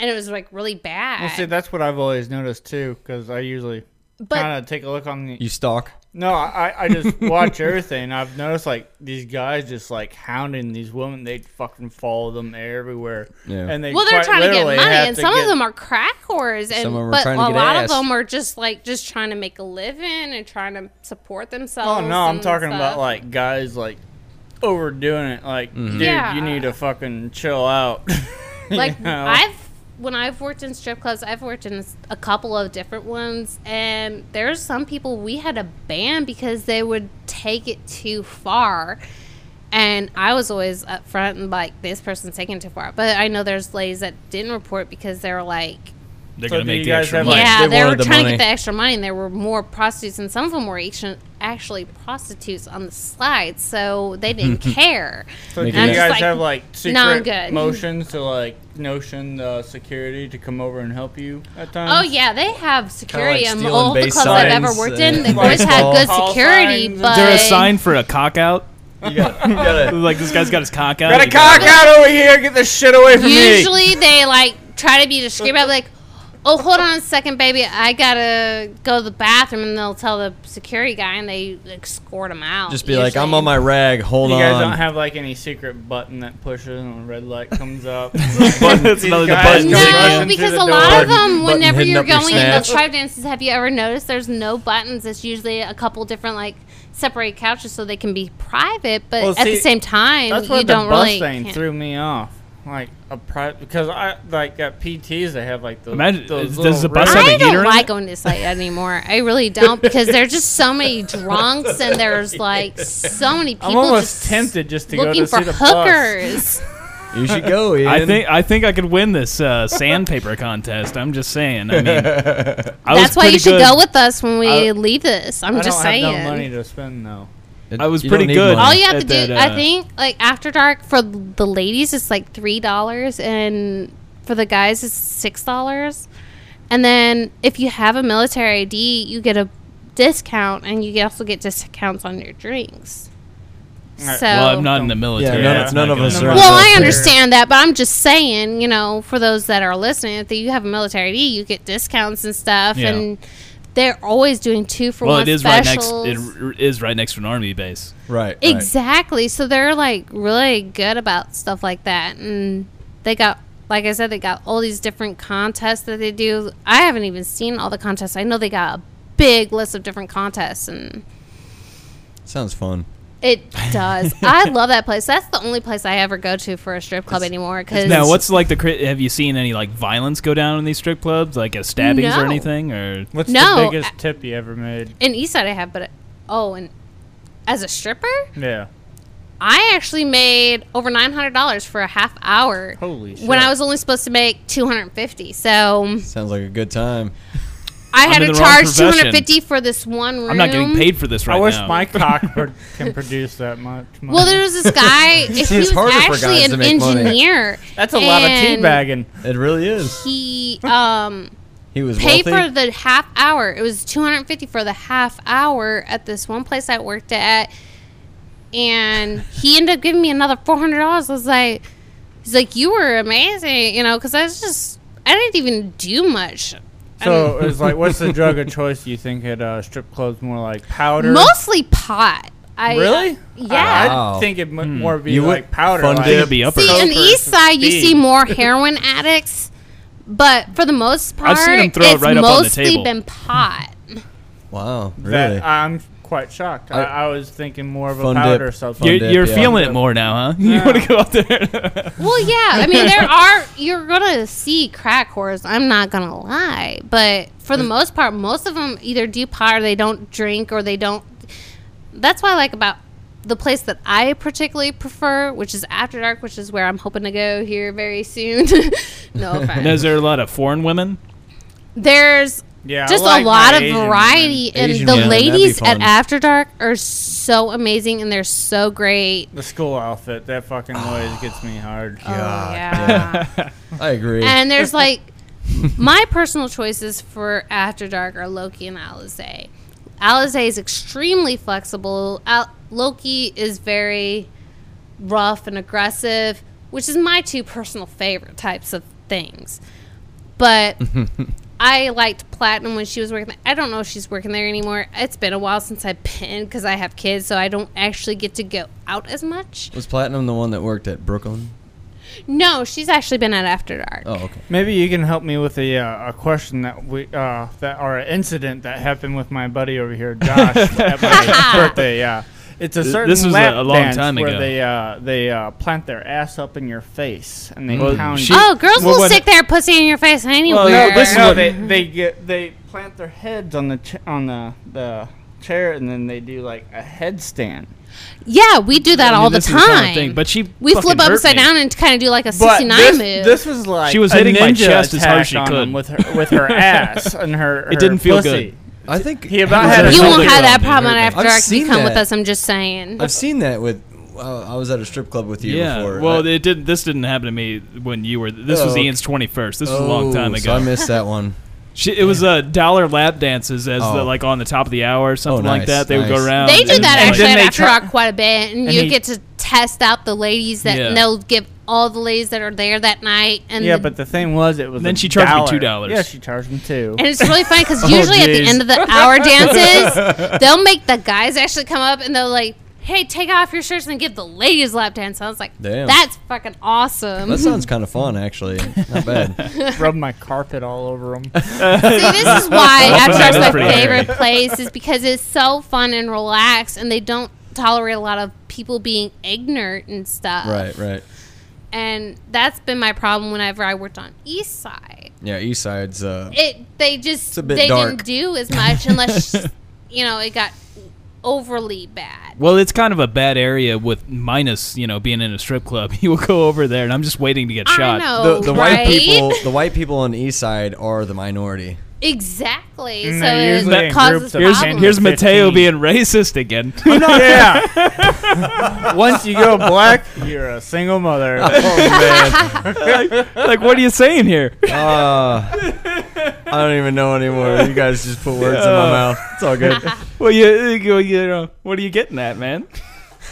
[SPEAKER 6] it was like really bad.
[SPEAKER 7] Well, see, that's what I've always noticed too, because I usually
[SPEAKER 6] But
[SPEAKER 7] kind of take a look on the.
[SPEAKER 5] You stalk.
[SPEAKER 7] No, I, I just watch everything. I've noticed like these guys just like hounding these women. They fucking follow them everywhere.
[SPEAKER 5] Yeah.
[SPEAKER 7] And they
[SPEAKER 6] well, they're
[SPEAKER 7] quite
[SPEAKER 6] trying to get
[SPEAKER 7] literally
[SPEAKER 6] money,
[SPEAKER 7] have
[SPEAKER 6] and
[SPEAKER 7] to
[SPEAKER 6] some
[SPEAKER 7] get-
[SPEAKER 6] of them are crack whores, and
[SPEAKER 5] Some of 'em are
[SPEAKER 6] but a
[SPEAKER 5] trying to get
[SPEAKER 6] lot
[SPEAKER 5] ass.
[SPEAKER 6] of them are just like just trying to make a living and trying to support themselves.
[SPEAKER 7] Oh no, I'm
[SPEAKER 6] and
[SPEAKER 7] talking
[SPEAKER 6] stuff.
[SPEAKER 7] about like guys like overdoing it. Like,
[SPEAKER 5] Mm-hmm.
[SPEAKER 7] dude,
[SPEAKER 6] Yeah.
[SPEAKER 7] you need to fucking chill out. You
[SPEAKER 6] like
[SPEAKER 7] know?
[SPEAKER 6] I've when I've worked in strip clubs, I've worked in a couple of different ones, and there's some people we had to ban because they would take it too far. And I was always up front and like, this person's taking it too far. But I know there's ladies that didn't report because they were like,
[SPEAKER 4] They're
[SPEAKER 7] So
[SPEAKER 4] gonna
[SPEAKER 7] do
[SPEAKER 4] make
[SPEAKER 7] you
[SPEAKER 4] the
[SPEAKER 7] guys
[SPEAKER 4] extra
[SPEAKER 7] have,
[SPEAKER 4] money.
[SPEAKER 7] like-
[SPEAKER 6] yeah,
[SPEAKER 5] they
[SPEAKER 6] they, were
[SPEAKER 5] wanted the
[SPEAKER 6] trying to
[SPEAKER 5] money.
[SPEAKER 6] get the extra money. And there were more prostitutes, and some of them were actu- actually prostitutes on the slide, so they didn't care.
[SPEAKER 7] so do
[SPEAKER 5] Make
[SPEAKER 7] you
[SPEAKER 5] it
[SPEAKER 6] I'm
[SPEAKER 5] up.
[SPEAKER 7] guys
[SPEAKER 6] just like,
[SPEAKER 7] have like secret
[SPEAKER 6] "Nah, I'm good."
[SPEAKER 7] motions to like notion uh, security to come over and help you at times?
[SPEAKER 6] Oh yeah, they have security in
[SPEAKER 5] stealing
[SPEAKER 6] all the
[SPEAKER 5] base
[SPEAKER 6] clubs I've ever
[SPEAKER 5] signs
[SPEAKER 6] worked
[SPEAKER 5] and
[SPEAKER 6] in. They've always had
[SPEAKER 5] baseball.
[SPEAKER 6] good
[SPEAKER 7] Call
[SPEAKER 6] security,
[SPEAKER 7] signs and-
[SPEAKER 6] but
[SPEAKER 4] Is there a sign for a cock out?
[SPEAKER 5] You gotta, you gotta
[SPEAKER 4] Like this guy's got his cock out.
[SPEAKER 7] Got a
[SPEAKER 4] you
[SPEAKER 7] cock out over here. Get this shit away from me.
[SPEAKER 6] Usually they like try to be discreet. But like, oh, hold on a second, baby, I gotta go to the bathroom, and they'll tell the security guy, and they escort him out.
[SPEAKER 5] just be like, I'm
[SPEAKER 6] usually.
[SPEAKER 5] on my rag. Hold
[SPEAKER 7] You
[SPEAKER 5] on.
[SPEAKER 7] guys don't have like any secret button that pushes and a red light comes up.
[SPEAKER 4] That's another the
[SPEAKER 7] These guys
[SPEAKER 4] button.
[SPEAKER 7] don't
[SPEAKER 4] chick.
[SPEAKER 7] rush
[SPEAKER 6] No,
[SPEAKER 7] into
[SPEAKER 6] because
[SPEAKER 7] the
[SPEAKER 6] a lot
[SPEAKER 7] door.
[SPEAKER 6] of them,
[SPEAKER 5] Button-
[SPEAKER 6] whenever
[SPEAKER 5] button
[SPEAKER 6] you're
[SPEAKER 5] hitting up your
[SPEAKER 6] going in those
[SPEAKER 5] snatch.
[SPEAKER 6] tribe dances, have you ever noticed there's no buttons? It's usually a couple different like separate couches so they can be private, but
[SPEAKER 7] Well,
[SPEAKER 6] at the
[SPEAKER 7] see,
[SPEAKER 6] same time,
[SPEAKER 7] That's
[SPEAKER 6] you
[SPEAKER 7] what the
[SPEAKER 6] don't
[SPEAKER 7] bus
[SPEAKER 6] really.
[SPEAKER 7] thing
[SPEAKER 6] can't-
[SPEAKER 7] threw me off. Like a pri- because I like at PTs they have like those.
[SPEAKER 4] Imagine-
[SPEAKER 7] those
[SPEAKER 4] does
[SPEAKER 7] little
[SPEAKER 4] the bus
[SPEAKER 7] red-
[SPEAKER 4] have a
[SPEAKER 6] I
[SPEAKER 4] heater
[SPEAKER 6] don't
[SPEAKER 4] in
[SPEAKER 6] like
[SPEAKER 4] it?
[SPEAKER 6] going to site anymore. I really don't because there's just so many drunks and there's like so many people.
[SPEAKER 7] I'm almost
[SPEAKER 6] just
[SPEAKER 7] tempted just to go
[SPEAKER 6] looking
[SPEAKER 7] to
[SPEAKER 6] for
[SPEAKER 7] see the bus.
[SPEAKER 6] hookers.
[SPEAKER 5] you should go in.
[SPEAKER 4] I think I think I could win this uh, sandpaper contest. I'm just saying. I mean, I was
[SPEAKER 6] That's why you
[SPEAKER 4] pretty
[SPEAKER 6] should
[SPEAKER 4] good-
[SPEAKER 6] go with us when we
[SPEAKER 4] I-
[SPEAKER 6] leave this. I'm
[SPEAKER 7] I
[SPEAKER 6] just
[SPEAKER 7] don't
[SPEAKER 6] saying.
[SPEAKER 7] have no money to spend though.
[SPEAKER 5] It-
[SPEAKER 4] I was
[SPEAKER 5] you don't
[SPEAKER 4] pretty
[SPEAKER 5] need
[SPEAKER 4] good.
[SPEAKER 6] All
[SPEAKER 5] money.
[SPEAKER 6] you have to
[SPEAKER 4] At
[SPEAKER 6] do,
[SPEAKER 4] that, uh,
[SPEAKER 6] I think, like after dark for the ladies, it's like three dollars, and for the guys, it's six dollars. And then if you have a military ID, you get a discount, and you also get discounts on your drinks. So,
[SPEAKER 7] Alright,
[SPEAKER 4] Well, I'm not in the military.
[SPEAKER 5] Yeah, none-
[SPEAKER 4] That's
[SPEAKER 5] none
[SPEAKER 4] not
[SPEAKER 5] of us
[SPEAKER 4] gonna-
[SPEAKER 5] are in
[SPEAKER 6] Well,
[SPEAKER 5] the
[SPEAKER 6] I
[SPEAKER 5] military.
[SPEAKER 6] understand that, but I'm just saying, you know, for those that are listening, if you have a military ID, you get discounts and stuff,
[SPEAKER 4] Yeah.
[SPEAKER 6] and they're always doing two for
[SPEAKER 4] Well,
[SPEAKER 6] one
[SPEAKER 4] it is right next.
[SPEAKER 6] specials.
[SPEAKER 4] It r- is right next to an army base.
[SPEAKER 5] Right. right.
[SPEAKER 6] Exactly. So they're like really good about stuff like that. And they got, like I said, they got all these different contests that they do. I haven't even seen all the contests. I know they got a big list of different contests, and
[SPEAKER 5] Sounds fun.
[SPEAKER 6] it does. I love that place. That's the only place I ever go to for a strip club anymore 'cause anymore. Cause
[SPEAKER 4] Now, what's like the? cri- Have you seen any like violence go down in these strip clubs, like uh, stabbings or
[SPEAKER 6] No.
[SPEAKER 4] anything? Or
[SPEAKER 7] What's
[SPEAKER 6] No,
[SPEAKER 7] the biggest
[SPEAKER 6] I-
[SPEAKER 7] tip you ever made?
[SPEAKER 6] in Eastside I have, but oh, and as a stripper,
[SPEAKER 7] Yeah.
[SPEAKER 6] I actually made over nine hundred dollars for a half hour.
[SPEAKER 7] Holy shit.
[SPEAKER 6] When I was only supposed to make two hundred and fifty, so
[SPEAKER 5] Sounds like a good time.
[SPEAKER 6] I had
[SPEAKER 4] in
[SPEAKER 6] to
[SPEAKER 4] the wrong
[SPEAKER 6] charge two
[SPEAKER 4] profession.
[SPEAKER 6] hundred fifty for this one room.
[SPEAKER 4] I'm not getting paid for this right
[SPEAKER 7] I wish
[SPEAKER 4] now.
[SPEAKER 7] my cock pro- can produce that much money.
[SPEAKER 6] Well, there was this guy. he was
[SPEAKER 5] harder for
[SPEAKER 6] actually
[SPEAKER 5] guys to
[SPEAKER 6] an
[SPEAKER 5] make money.
[SPEAKER 6] engineer.
[SPEAKER 7] That's a lot of
[SPEAKER 6] and
[SPEAKER 7] teabagging.
[SPEAKER 5] It really is.
[SPEAKER 6] He um
[SPEAKER 5] He was
[SPEAKER 6] paid
[SPEAKER 5] wealthy.
[SPEAKER 6] for the half hour. It was two hundred fifty for the half hour at this one place I worked at, and he ended up giving me another four hundred dollars. I was like, he's like, you were amazing, you know, because I was just I didn't even do much.
[SPEAKER 7] So it's like, what's the drug of choice? You think at uh, strip clubs more like powder?
[SPEAKER 6] Mostly pot. I uh,
[SPEAKER 7] Really?
[SPEAKER 4] Uh,
[SPEAKER 6] yeah.
[SPEAKER 5] Wow.
[SPEAKER 7] I think it
[SPEAKER 4] Hmm.
[SPEAKER 7] m- more be
[SPEAKER 5] You would-
[SPEAKER 7] like powder.
[SPEAKER 5] Fun
[SPEAKER 7] like,
[SPEAKER 5] dip.
[SPEAKER 4] It'd be upper.
[SPEAKER 6] See, in the
[SPEAKER 7] Coke
[SPEAKER 6] east
[SPEAKER 7] versus
[SPEAKER 6] side, you
[SPEAKER 7] speed.
[SPEAKER 6] see more heroin addicts, but for the most
[SPEAKER 4] I've
[SPEAKER 6] part,
[SPEAKER 4] seen 'em throw it
[SPEAKER 6] it's
[SPEAKER 4] right up on the
[SPEAKER 6] mostly
[SPEAKER 4] table.
[SPEAKER 6] been pot.
[SPEAKER 5] Wow.
[SPEAKER 7] That
[SPEAKER 5] Really.
[SPEAKER 7] I'm quite shocked. I, I was thinking more of a
[SPEAKER 5] Fun dip.
[SPEAKER 7] powder substance.
[SPEAKER 4] you're
[SPEAKER 5] dip,
[SPEAKER 4] you're
[SPEAKER 5] yeah.
[SPEAKER 4] feeling it more now, huh? You want to go out there?
[SPEAKER 6] well, yeah, I mean, there are you're gonna see crack whores. I'm not gonna lie, but for the most part, most of them either do pot or they don't drink or they don't. That's why I like about the place that I particularly prefer, which is After Dark, which is where I'm hoping to go here very soon. no offense.
[SPEAKER 4] Now, Is there a lot of foreign women?
[SPEAKER 6] There's
[SPEAKER 7] Yeah, I
[SPEAKER 6] just
[SPEAKER 7] like
[SPEAKER 6] a lot
[SPEAKER 7] my
[SPEAKER 6] of
[SPEAKER 7] Asian women.
[SPEAKER 6] variety, and
[SPEAKER 5] Asian
[SPEAKER 6] the
[SPEAKER 5] women, that'd be
[SPEAKER 6] ladies at
[SPEAKER 5] fun.
[SPEAKER 6] After Dark are so amazing, and they're so great.
[SPEAKER 7] The school outfit. That fucking noise gets me hard.
[SPEAKER 6] Oh,
[SPEAKER 5] God,
[SPEAKER 6] yeah.
[SPEAKER 5] I agree.
[SPEAKER 6] and there's like my personal choices for After Dark are Loki and Alizé. Alizé is extremely flexible. Al- Loki is very rough and aggressive, which is my two personal favorite types of things. But I liked Platinum when she was working. I don't know if she's working there anymore. It's been a while since I've been because I have kids, so I don't actually get to go out as much.
[SPEAKER 5] Was Platinum the one that worked at Brooklyn?
[SPEAKER 6] No, she's actually been at After Dark.
[SPEAKER 5] Oh, okay.
[SPEAKER 7] Maybe you can help me with a, uh, a question that we uh, that or an incident that happened with my buddy over here, Josh, at my birthday. Yeah, it's a
[SPEAKER 4] Th-
[SPEAKER 7] certain
[SPEAKER 4] this was a-
[SPEAKER 7] lap
[SPEAKER 4] a long
[SPEAKER 7] dance
[SPEAKER 4] time
[SPEAKER 7] where
[SPEAKER 4] ago.
[SPEAKER 7] they uh, they uh, plant their ass up in your face and they
[SPEAKER 4] Well,
[SPEAKER 7] pound.
[SPEAKER 4] she-
[SPEAKER 7] you.
[SPEAKER 6] Oh, girls
[SPEAKER 4] Well,
[SPEAKER 6] will
[SPEAKER 4] what-
[SPEAKER 6] stick their pussy in your face anywhere.
[SPEAKER 7] no,
[SPEAKER 4] this
[SPEAKER 7] this
[SPEAKER 4] is
[SPEAKER 7] no,
[SPEAKER 4] what-
[SPEAKER 7] they they get they plant their heads on the ch- on the the chair and then they do like a headstand.
[SPEAKER 6] yeah, we do that
[SPEAKER 4] I mean,
[SPEAKER 6] all the
[SPEAKER 4] this is a common
[SPEAKER 6] time.
[SPEAKER 4] Thing, but she
[SPEAKER 6] we
[SPEAKER 4] fucking
[SPEAKER 6] flip
[SPEAKER 4] hurt
[SPEAKER 6] upside
[SPEAKER 4] me.
[SPEAKER 6] down and kind of do like a
[SPEAKER 7] But
[SPEAKER 6] 69
[SPEAKER 7] this,
[SPEAKER 6] move.
[SPEAKER 7] this was like
[SPEAKER 4] She was
[SPEAKER 7] a
[SPEAKER 4] hitting my
[SPEAKER 7] ninja
[SPEAKER 4] chest as hard
[SPEAKER 7] attack
[SPEAKER 4] as she
[SPEAKER 7] on
[SPEAKER 4] could.
[SPEAKER 7] him with her with her ass and her. her
[SPEAKER 4] It didn't feel
[SPEAKER 7] pussy.
[SPEAKER 4] good.
[SPEAKER 5] I think
[SPEAKER 7] He about
[SPEAKER 4] It was
[SPEAKER 7] had
[SPEAKER 4] a
[SPEAKER 7] a
[SPEAKER 6] you
[SPEAKER 4] Totally
[SPEAKER 6] won't have that
[SPEAKER 4] wrong, dude.
[SPEAKER 6] problem
[SPEAKER 4] I've
[SPEAKER 6] after dark if you
[SPEAKER 5] seen
[SPEAKER 6] come with
[SPEAKER 5] that.
[SPEAKER 6] us. I'm just saying.
[SPEAKER 5] I've seen that with. Uh, I was at a strip club with you
[SPEAKER 4] Yeah.
[SPEAKER 5] before.
[SPEAKER 4] well,
[SPEAKER 5] I,
[SPEAKER 4] it did. This didn't happen to me when you were. This was
[SPEAKER 5] Oh,
[SPEAKER 4] Ian's twenty first. This was a long time
[SPEAKER 5] Oh,
[SPEAKER 4] ago.
[SPEAKER 5] So I missed that one.
[SPEAKER 4] She, it was uh, dollar lap dances as the,
[SPEAKER 5] Oh.
[SPEAKER 4] like on the top of the hour or something
[SPEAKER 5] Oh,
[SPEAKER 4] like
[SPEAKER 5] nice,
[SPEAKER 4] that. They would go
[SPEAKER 5] nice.
[SPEAKER 4] around.
[SPEAKER 6] they do
[SPEAKER 4] and,
[SPEAKER 6] that
[SPEAKER 4] like,
[SPEAKER 6] actually
[SPEAKER 7] then
[SPEAKER 6] at
[SPEAKER 7] they
[SPEAKER 6] After
[SPEAKER 7] try-
[SPEAKER 6] Dark quite a bit, and,
[SPEAKER 4] And
[SPEAKER 6] you
[SPEAKER 4] he-
[SPEAKER 6] get to test out the ladies that
[SPEAKER 4] Yeah.
[SPEAKER 6] they'll give all the ladies that are there that night. And
[SPEAKER 7] Yeah,
[SPEAKER 6] the-
[SPEAKER 7] but the thing was, it was.
[SPEAKER 4] Then
[SPEAKER 7] a
[SPEAKER 4] she charged me
[SPEAKER 7] dollar.
[SPEAKER 4] $2.
[SPEAKER 7] Yeah, she charged me two.
[SPEAKER 6] And it's really funny because usually at the
[SPEAKER 7] geez.
[SPEAKER 6] end of the hour dances, they'll make the guys actually come up and they'll like, "Hey, take off your shirts and give the ladies lap dance." I was like,
[SPEAKER 5] Damn.
[SPEAKER 6] "That's fucking awesome."
[SPEAKER 5] That sounds kind of fun, actually. Not bad.
[SPEAKER 7] rubbed my carpet all over him.
[SPEAKER 6] See, this is why
[SPEAKER 4] That
[SPEAKER 6] After
[SPEAKER 4] is
[SPEAKER 6] Dark's my
[SPEAKER 4] pretty
[SPEAKER 6] favorite place is because it's so fun and relaxed, and they don't tolerate a lot of people being ignorant and stuff.
[SPEAKER 5] right, right.
[SPEAKER 6] And that's been my problem whenever I worked on East Side.
[SPEAKER 5] Yeah, East Side's. Uh,
[SPEAKER 6] it they just
[SPEAKER 5] a bit
[SPEAKER 6] they
[SPEAKER 5] dark.
[SPEAKER 6] didn't do as much unless you know it got overly bad.
[SPEAKER 4] Well, it's kind of a bad area with minus, you know, being in a strip club. You will go over there, and I'm just waiting to get
[SPEAKER 6] I
[SPEAKER 4] shot.
[SPEAKER 6] know,
[SPEAKER 5] the the
[SPEAKER 6] Oh, right?
[SPEAKER 5] white people, the white people on the East Side are the minority.
[SPEAKER 6] exactly.
[SPEAKER 7] And
[SPEAKER 6] so
[SPEAKER 7] they're Mm, usually
[SPEAKER 6] it
[SPEAKER 7] in
[SPEAKER 6] causes
[SPEAKER 7] groups of
[SPEAKER 4] Here's,
[SPEAKER 7] ten
[SPEAKER 6] problems.
[SPEAKER 7] to
[SPEAKER 4] here's Mateo
[SPEAKER 7] 15.
[SPEAKER 4] being racist again.
[SPEAKER 7] yeah. Once you go black, you're a single mother.
[SPEAKER 4] like, what are you saying here?
[SPEAKER 5] Uh, I don't even know anymore. You guys just put words in my mouth. It's all good.
[SPEAKER 4] well, you, you, you know, what are you getting at, man?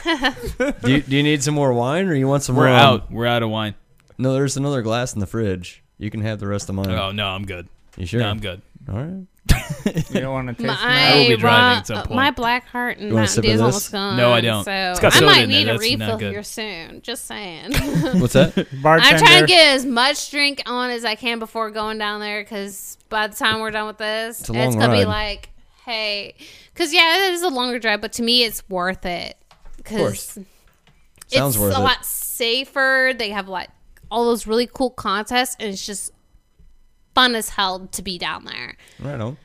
[SPEAKER 5] Do you, do you need some more wine, or you want some?
[SPEAKER 4] We're
[SPEAKER 5] rum?
[SPEAKER 4] out. We're out of wine.
[SPEAKER 5] No, there's another glass in the fridge. You can have the rest of mine.
[SPEAKER 4] Oh no, I'm good.
[SPEAKER 5] you sure?
[SPEAKER 4] No, I'm good.
[SPEAKER 5] All right.
[SPEAKER 7] You don't want to taste
[SPEAKER 6] my,
[SPEAKER 4] will
[SPEAKER 7] my.
[SPEAKER 4] be driving
[SPEAKER 6] ra-
[SPEAKER 4] at some
[SPEAKER 6] uh,
[SPEAKER 4] point.
[SPEAKER 6] my black heart and
[SPEAKER 5] You wanna
[SPEAKER 6] Mountain
[SPEAKER 5] sip
[SPEAKER 6] Dew
[SPEAKER 5] of
[SPEAKER 6] is
[SPEAKER 5] this?
[SPEAKER 6] almost gone.
[SPEAKER 4] No, I don't.
[SPEAKER 6] So
[SPEAKER 4] It's got
[SPEAKER 6] I
[SPEAKER 4] soda
[SPEAKER 6] might
[SPEAKER 4] in there.
[SPEAKER 6] need a
[SPEAKER 4] That's not
[SPEAKER 6] refill
[SPEAKER 4] good.
[SPEAKER 6] here soon. Just saying.
[SPEAKER 5] What's that?
[SPEAKER 7] Bartender.
[SPEAKER 6] I'm trying to get as much drink on as I can before going down there because by the time we're done with this, it's,
[SPEAKER 5] a long
[SPEAKER 6] gonna be
[SPEAKER 5] ride.
[SPEAKER 6] like, hey, because yeah, it is a longer drive, but to me, it's worth it
[SPEAKER 5] course.
[SPEAKER 6] because it's
[SPEAKER 5] Sounds worth
[SPEAKER 6] a
[SPEAKER 5] it.
[SPEAKER 6] lot safer. They have like all those really cool contests, and it's just fun as hell to be down there.
[SPEAKER 5] Right on.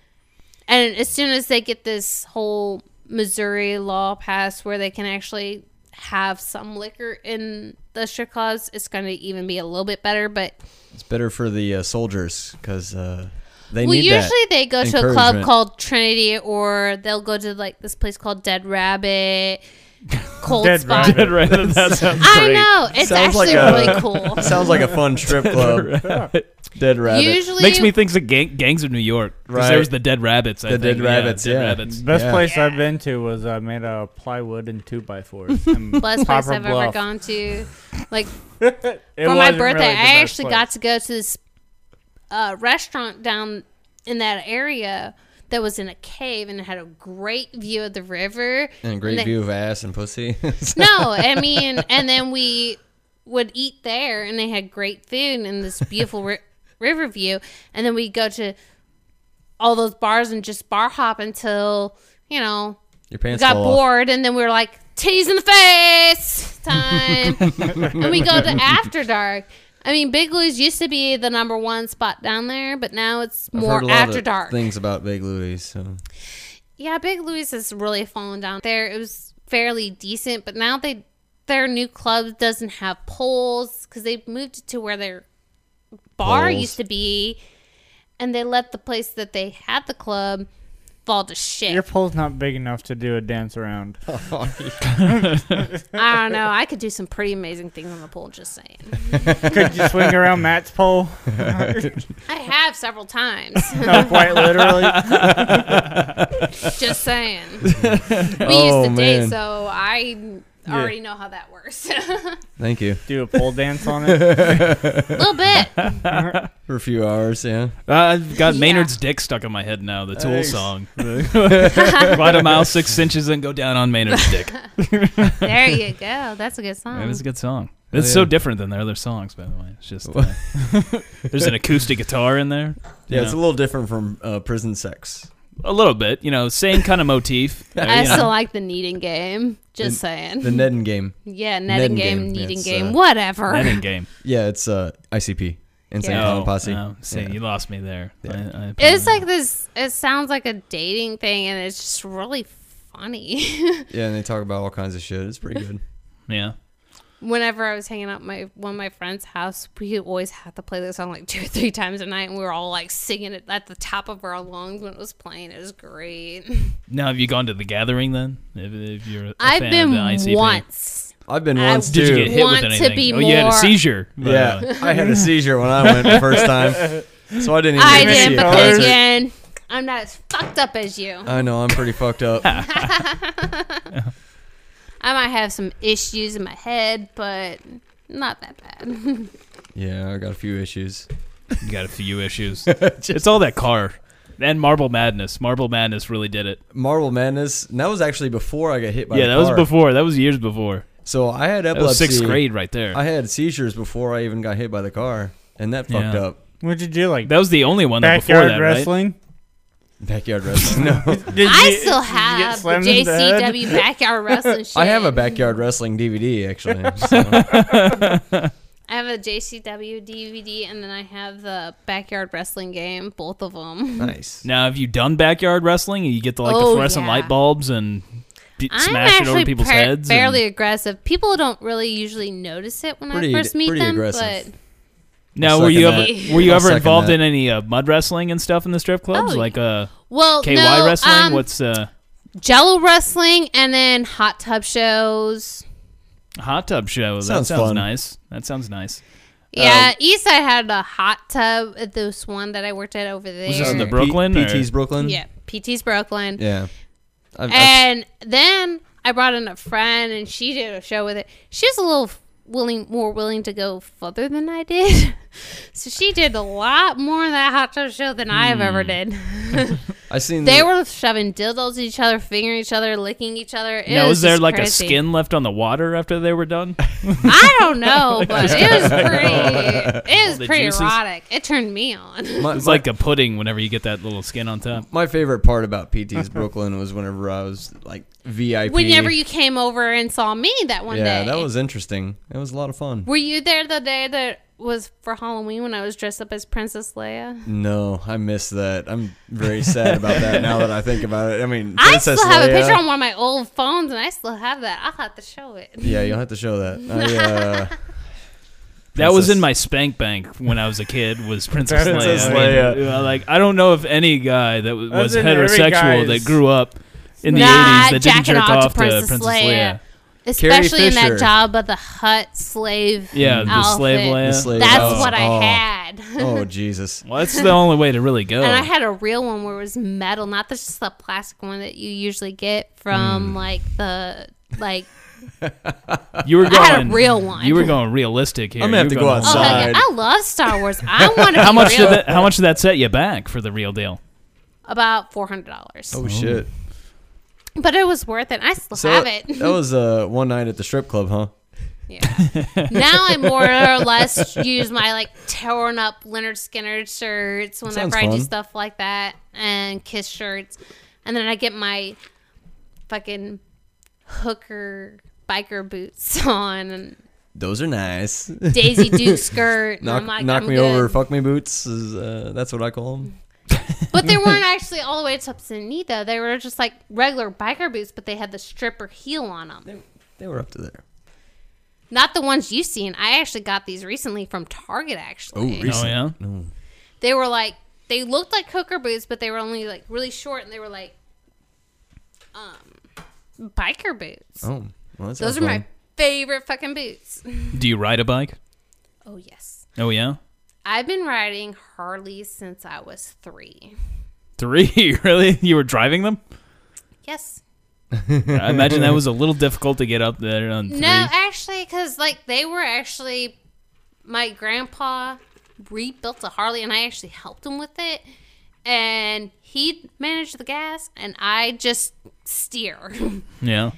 [SPEAKER 6] And as soon as they get this whole Missouri law passed where they can actually have some liquor in the strip clubs, it's going to even be a little bit better. But
[SPEAKER 5] It's better for the uh, soldiers because uh, they
[SPEAKER 6] well,
[SPEAKER 5] need
[SPEAKER 6] usually
[SPEAKER 5] that.
[SPEAKER 6] they go to a club
[SPEAKER 5] encouragement.
[SPEAKER 6] called Trinity or they'll go to like this place called Dead Rabbit, Cold
[SPEAKER 7] Dead
[SPEAKER 6] Spot.
[SPEAKER 7] Rabbit.
[SPEAKER 4] Right, that sounds
[SPEAKER 6] I know. It's
[SPEAKER 5] Sounds like
[SPEAKER 6] actually
[SPEAKER 5] a-
[SPEAKER 6] really cool.
[SPEAKER 5] Sounds like a fun strip club. Dead rabbit.
[SPEAKER 6] Usually,
[SPEAKER 4] Makes me think of gang, gangs of New York. 'cause There
[SPEAKER 5] Right.
[SPEAKER 4] was the Dead Rabbits. I
[SPEAKER 5] The
[SPEAKER 4] think.
[SPEAKER 5] Dead Rabbits,
[SPEAKER 4] Dead
[SPEAKER 5] yeah.
[SPEAKER 4] Rabbits.
[SPEAKER 7] Best
[SPEAKER 5] Yeah.
[SPEAKER 7] place I've been to was I made out of plywood and two by fours. in
[SPEAKER 6] best place
[SPEAKER 7] Popper
[SPEAKER 6] I've ever
[SPEAKER 7] Bluff.
[SPEAKER 6] gone to. Like
[SPEAKER 7] It
[SPEAKER 6] for my
[SPEAKER 7] wasn't
[SPEAKER 6] birthday,
[SPEAKER 7] really the
[SPEAKER 6] I
[SPEAKER 7] best
[SPEAKER 6] actually
[SPEAKER 7] place.
[SPEAKER 6] got to go to this uh, restaurant down in that area that was in a cave and it had a great view of the river.
[SPEAKER 5] and a great
[SPEAKER 6] they-
[SPEAKER 5] view of ass and pussy.
[SPEAKER 6] No, I mean, and then we would eat there and they had great food and this beautiful ri- river view. And then we go to all those bars and just bar hop until, you know,
[SPEAKER 5] Your
[SPEAKER 6] we
[SPEAKER 5] pants
[SPEAKER 6] got
[SPEAKER 5] fall off.
[SPEAKER 6] bored and then we were like titties in the face time and we go to after dark i mean big lou's used to be the number one spot down there but now it's
[SPEAKER 5] I've
[SPEAKER 6] more
[SPEAKER 5] heard a lot
[SPEAKER 6] after
[SPEAKER 5] of
[SPEAKER 6] dark
[SPEAKER 5] Things about Big Louis. So
[SPEAKER 6] yeah big lou's has really fallen down there it was fairly decent but now they their new club doesn't have poles because they moved it to where their bar
[SPEAKER 5] Poles.
[SPEAKER 6] used to be and they let the place that they had the club fall to shit
[SPEAKER 7] Your pole's not big enough to do a dance around.
[SPEAKER 5] Oh,
[SPEAKER 6] i don't know i could do some pretty amazing things on the pole just saying
[SPEAKER 7] Could you swing around Matt's pole?
[SPEAKER 6] I have several times.
[SPEAKER 7] No, quite literally.
[SPEAKER 6] just saying. We
[SPEAKER 5] Oh,
[SPEAKER 6] used to date,
[SPEAKER 5] man.
[SPEAKER 6] so I. already know how that works. A
[SPEAKER 5] Thank you
[SPEAKER 7] Do a pole dance on it.
[SPEAKER 6] little bit.
[SPEAKER 5] for a few hours. Yeah.
[SPEAKER 4] Uh, I've got
[SPEAKER 6] Yeah.
[SPEAKER 4] Maynard's dick stuck in my head now. The Tool
[SPEAKER 5] Thanks.
[SPEAKER 4] song. Ride a mile six inches and go down on Maynard's dick.
[SPEAKER 6] There you go. That's a good
[SPEAKER 4] That
[SPEAKER 6] song.
[SPEAKER 4] is a good song.
[SPEAKER 5] Oh,
[SPEAKER 4] It's so
[SPEAKER 5] yeah.
[SPEAKER 4] different than their other songs, by the way. It's just uh, there's an acoustic guitar in there. you
[SPEAKER 5] Yeah, it's a
[SPEAKER 4] know.
[SPEAKER 5] little different from uh, prison sex.
[SPEAKER 4] a little bit. You know, same kind of motif. uh,
[SPEAKER 6] I
[SPEAKER 4] you know.
[SPEAKER 6] still like the kneading game. Just saying.
[SPEAKER 5] The Nedden game.
[SPEAKER 6] yeah,
[SPEAKER 5] netting
[SPEAKER 6] netting game,
[SPEAKER 5] game.
[SPEAKER 6] kneading
[SPEAKER 5] It's,
[SPEAKER 6] game,
[SPEAKER 5] uh,
[SPEAKER 6] whatever.
[SPEAKER 4] That in game.
[SPEAKER 5] Yeah, it's uh, ICP. Insane
[SPEAKER 6] Yeah.
[SPEAKER 5] Clown
[SPEAKER 4] Oh,
[SPEAKER 5] Posse.
[SPEAKER 4] oh, see,
[SPEAKER 5] Yeah.
[SPEAKER 4] you lost me there. I- I
[SPEAKER 6] It's like this. It sounds like a dating thing, and it's just really funny.
[SPEAKER 5] Yeah, and they talk about all kinds of shit. It's pretty good.
[SPEAKER 4] yeah.
[SPEAKER 6] Whenever I was hanging out at my one of my friend's house, we always had to play this song like two or three times a night, and we were all like singing it at the top of our lungs when it was playing. It was great.
[SPEAKER 4] Now, have you gone to the gathering then? If, if you're a
[SPEAKER 6] I've
[SPEAKER 4] fan
[SPEAKER 6] been
[SPEAKER 4] of the ICP.
[SPEAKER 6] once.
[SPEAKER 5] I've been
[SPEAKER 6] I
[SPEAKER 5] once
[SPEAKER 4] Did
[SPEAKER 5] too.
[SPEAKER 4] you get hit
[SPEAKER 6] Want to
[SPEAKER 4] with anything?
[SPEAKER 6] be
[SPEAKER 4] oh, you had a
[SPEAKER 6] more-
[SPEAKER 4] seizure. by the way.
[SPEAKER 5] yeah, I had a seizure when I went the first time, so I didn't even
[SPEAKER 6] I
[SPEAKER 5] get to see
[SPEAKER 6] did
[SPEAKER 5] it.
[SPEAKER 6] because
[SPEAKER 7] Colours.
[SPEAKER 6] again, I'm not as fucked up as you.
[SPEAKER 5] I know I'm pretty fucked up.
[SPEAKER 6] I might have some issues in my head, but not that bad.
[SPEAKER 5] Yeah, I got a few issues.
[SPEAKER 4] You got a few issues. it's all that car. And Marble Madness. Marble Madness really did it.
[SPEAKER 5] Marble Madness. And that was actually before I got hit by
[SPEAKER 4] yeah,
[SPEAKER 5] the
[SPEAKER 4] that was
[SPEAKER 5] car.
[SPEAKER 4] before. That was years before.
[SPEAKER 5] So I had
[SPEAKER 4] That
[SPEAKER 5] epilepsy.
[SPEAKER 4] was sixth grade right there.
[SPEAKER 5] I had seizures before I even got hit by the car, and that fucked
[SPEAKER 4] Yeah.
[SPEAKER 5] up.
[SPEAKER 7] What'd you do? Like
[SPEAKER 4] that was the only one that before
[SPEAKER 7] backyard
[SPEAKER 4] that, right?
[SPEAKER 7] wrestling?
[SPEAKER 5] Backyard wrestling. no,
[SPEAKER 7] Did
[SPEAKER 6] I
[SPEAKER 7] you- did
[SPEAKER 6] still
[SPEAKER 7] you get
[SPEAKER 6] have the
[SPEAKER 7] slammed in the head?
[SPEAKER 6] JCW backyard wrestling shit.
[SPEAKER 5] I have a backyard wrestling DVD actually. so-
[SPEAKER 6] I have a JCW DVD, and then I have the backyard wrestling game. Both of them.
[SPEAKER 5] nice.
[SPEAKER 4] Now, have you done backyard wrestling? You get the like
[SPEAKER 6] Oh,
[SPEAKER 4] the fluorescent
[SPEAKER 6] yeah.
[SPEAKER 4] light bulbs and be-
[SPEAKER 6] I'm
[SPEAKER 4] smash it over
[SPEAKER 6] actually
[SPEAKER 4] people's
[SPEAKER 6] par-
[SPEAKER 4] heads. and-
[SPEAKER 6] fairly aggressive. People don't really usually notice it when
[SPEAKER 5] Pretty-
[SPEAKER 6] I first meet
[SPEAKER 5] pretty
[SPEAKER 6] them,
[SPEAKER 5] aggressive.
[SPEAKER 6] but
[SPEAKER 4] Now,
[SPEAKER 5] I'll
[SPEAKER 4] were you ever
[SPEAKER 5] second
[SPEAKER 6] that.
[SPEAKER 4] were you
[SPEAKER 5] I'll
[SPEAKER 4] ever
[SPEAKER 5] second
[SPEAKER 4] involved
[SPEAKER 5] that.
[SPEAKER 4] in any uh, mud wrestling and stuff in the strip clubs,
[SPEAKER 6] Oh,
[SPEAKER 4] like uh,
[SPEAKER 6] well,
[SPEAKER 4] KY
[SPEAKER 6] no,
[SPEAKER 4] wrestling?
[SPEAKER 6] um,
[SPEAKER 4] What's uh,
[SPEAKER 6] Jello wrestling, and then hot tub shows.
[SPEAKER 4] a hot tub show?
[SPEAKER 5] Sounds
[SPEAKER 4] that sounds
[SPEAKER 5] fun.
[SPEAKER 4] nice. That sounds nice. Oh.
[SPEAKER 6] Yeah, East Side had a hot tub at this one that I worked at over there.
[SPEAKER 4] Was this in the
[SPEAKER 5] P-
[SPEAKER 4] Brooklyn? or-
[SPEAKER 5] PT's Brooklyn.
[SPEAKER 6] yeah, PT's Brooklyn.
[SPEAKER 5] Yeah. I've, I've,
[SPEAKER 6] And then I brought in a friend, and she did a show with it. She's a little willing, more willing to go further than I did. so she did a lot more in that hot tub show than I've
[SPEAKER 4] Hmm.
[SPEAKER 6] ever did.
[SPEAKER 5] I seen
[SPEAKER 6] they
[SPEAKER 4] Mm.
[SPEAKER 5] the-
[SPEAKER 6] were shoving dildos at each other, fingering each other, licking each other. It
[SPEAKER 4] now,
[SPEAKER 6] was,
[SPEAKER 4] was, there
[SPEAKER 6] just
[SPEAKER 4] like
[SPEAKER 6] crazy.
[SPEAKER 4] a skin left on the water after they were done?
[SPEAKER 6] I don't know, but it was pretty. It was
[SPEAKER 4] the
[SPEAKER 6] pretty
[SPEAKER 4] juices.
[SPEAKER 6] erotic. It turned me on.
[SPEAKER 5] my,
[SPEAKER 4] It's
[SPEAKER 5] my-
[SPEAKER 4] like a pudding whenever you get that little skin on top.
[SPEAKER 5] my favorite part about PT's Brooklyn was whenever I was like VIP.
[SPEAKER 6] Whenever you came over and saw me that one
[SPEAKER 5] yeah,
[SPEAKER 6] day,
[SPEAKER 5] that was interesting. It was a lot of fun.
[SPEAKER 6] Were you there the day that was for Halloween when I was dressed up as Princess Leia?
[SPEAKER 5] No, I miss that. I'm very sad about that now that I think about it. I mean,
[SPEAKER 6] I
[SPEAKER 5] Princess
[SPEAKER 6] still have a
[SPEAKER 5] Leia-
[SPEAKER 6] picture on one of my old phones, and I still have that. I'll have to show it.
[SPEAKER 5] Yeah, you'll have to show that. I, uh,
[SPEAKER 4] That was
[SPEAKER 5] Princess-
[SPEAKER 4] in my spank bank when I was a kid. Was Princess,
[SPEAKER 7] Princess
[SPEAKER 4] Leia? I
[SPEAKER 5] Leia.
[SPEAKER 4] mean, uh, like I don't know if any guy that was, was
[SPEAKER 7] That's in every
[SPEAKER 4] heterosexual that
[SPEAKER 7] guy's-
[SPEAKER 4] grew up in the
[SPEAKER 6] Nah,
[SPEAKER 4] '80s that didn't
[SPEAKER 6] jacking
[SPEAKER 4] jerk
[SPEAKER 6] off to
[SPEAKER 4] off to Princess,
[SPEAKER 6] Princess
[SPEAKER 4] Leia.
[SPEAKER 6] Leia. Especially in
[SPEAKER 5] Fisher.
[SPEAKER 6] that job of the hut slave.
[SPEAKER 4] Yeah, the
[SPEAKER 6] outfit.
[SPEAKER 4] slave Leia.
[SPEAKER 5] The slave-
[SPEAKER 6] That's
[SPEAKER 5] Oh,
[SPEAKER 6] what I
[SPEAKER 5] oh.
[SPEAKER 6] had.
[SPEAKER 5] oh Jesus.
[SPEAKER 4] Well, that's the only way to really go.
[SPEAKER 6] And I had a real one where it was metal, not the, just the plastic one that you usually get
[SPEAKER 4] Mm.
[SPEAKER 6] from like the like.
[SPEAKER 4] you were going
[SPEAKER 6] I had a real one.
[SPEAKER 4] You were going realistic here.
[SPEAKER 5] I'm gonna
[SPEAKER 4] You
[SPEAKER 5] have
[SPEAKER 4] were
[SPEAKER 5] to go
[SPEAKER 4] going-
[SPEAKER 6] Oh, heck yeah.
[SPEAKER 5] outside.
[SPEAKER 6] I love Star Wars. I want to.
[SPEAKER 4] How
[SPEAKER 6] be
[SPEAKER 4] much
[SPEAKER 6] real.
[SPEAKER 4] did that, how much did that set you back for the real deal?
[SPEAKER 6] About four hundred dollars.
[SPEAKER 5] Oh shit.
[SPEAKER 6] But it was worth it. I still
[SPEAKER 5] So
[SPEAKER 6] have
[SPEAKER 5] that-
[SPEAKER 6] it.
[SPEAKER 5] that was uh, one night at the strip club, huh?
[SPEAKER 6] Yeah. now I more or less use my like torn up Leonard Skinner shirts
[SPEAKER 5] sounds
[SPEAKER 6] whenever I do
[SPEAKER 5] fun.
[SPEAKER 6] stuff like that and kiss shirts. And then I get my fucking hooker biker boots on and
[SPEAKER 5] Those are nice.
[SPEAKER 6] Daisy Duke skirt. and
[SPEAKER 5] knock
[SPEAKER 6] I'm like,
[SPEAKER 5] knock
[SPEAKER 6] I'm
[SPEAKER 5] me
[SPEAKER 6] good.
[SPEAKER 5] over, fuck me boots. Is, uh, that's what I call them.
[SPEAKER 6] But they weren't actually all the way up to the knee though. They were just like regular biker boots, but they had the stripper heel on them.
[SPEAKER 5] They were up to there.
[SPEAKER 6] Not the ones you've seen. I actually got these recently from Target. Actually,
[SPEAKER 5] Oh, recent.
[SPEAKER 4] Oh yeah,
[SPEAKER 6] they were like they looked like hooker boots, but they were only like really short, and they were like um biker boots.
[SPEAKER 5] Oh, well, that
[SPEAKER 6] Those
[SPEAKER 5] sounds
[SPEAKER 6] are my
[SPEAKER 5] fun.
[SPEAKER 6] favorite fucking boots.
[SPEAKER 5] Mm-hmm.
[SPEAKER 4] do you ride a bike?
[SPEAKER 6] Oh yes,
[SPEAKER 4] Oh yeah,
[SPEAKER 6] I've been riding Harleys since I was three.
[SPEAKER 4] three really? You were driving them?
[SPEAKER 6] Yes,
[SPEAKER 4] I imagine that was a little difficult to get up there on three.
[SPEAKER 6] No, actually, because like they were actually, my grandpa rebuilt a Harley, and I actually helped him with it, and he managed the gas, and I just steer
[SPEAKER 4] yeah.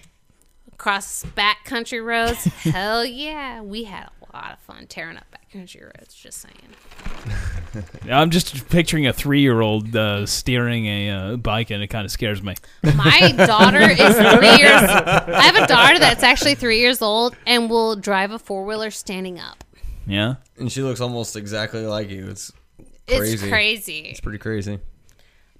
[SPEAKER 6] across back country roads. Hell yeah, we had a lot of fun tearing up back country roads. Just saying.
[SPEAKER 4] I'm just picturing a three-year-old uh, steering a uh, bike, and it kind of scares me.
[SPEAKER 6] My daughter is three years. I have a daughter that's actually three years old and will drive a four wheeler standing up.
[SPEAKER 4] Yeah.
[SPEAKER 5] And she looks almost exactly like you. It's
[SPEAKER 6] It's
[SPEAKER 5] Crazy.
[SPEAKER 6] crazy.
[SPEAKER 5] it's pretty crazy.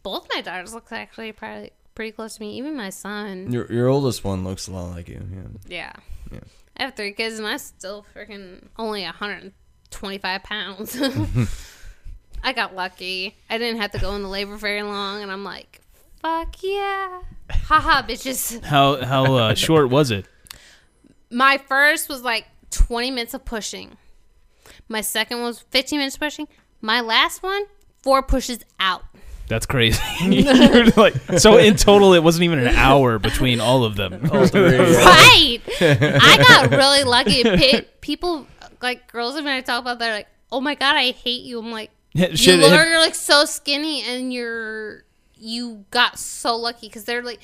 [SPEAKER 6] Both my daughters look actually probably pretty close to me. Even my son.
[SPEAKER 5] Your your oldest one looks a lot like you. Mm. Yeah.
[SPEAKER 6] Yeah. I have three kids and I'm still freaking only 125 pounds. I got lucky. I didn't have to go into labor very long, and I'm like, fuck yeah. Haha, bitches.
[SPEAKER 4] How how uh, short was it?
[SPEAKER 6] My first was like 20 minutes of pushing. My second was 15 minutes pushing. My last one, four pushes out.
[SPEAKER 4] That's crazy. You're like, so in total, it wasn't even an hour between all of them.
[SPEAKER 6] Right. I got really lucky. Pe- People, like girls, when I talk about, they're like, "Oh my god, I hate you." I'm like,
[SPEAKER 4] Shit,
[SPEAKER 6] "You
[SPEAKER 4] have-
[SPEAKER 6] look, you're like so skinny, and you're you got so lucky." Because they're like,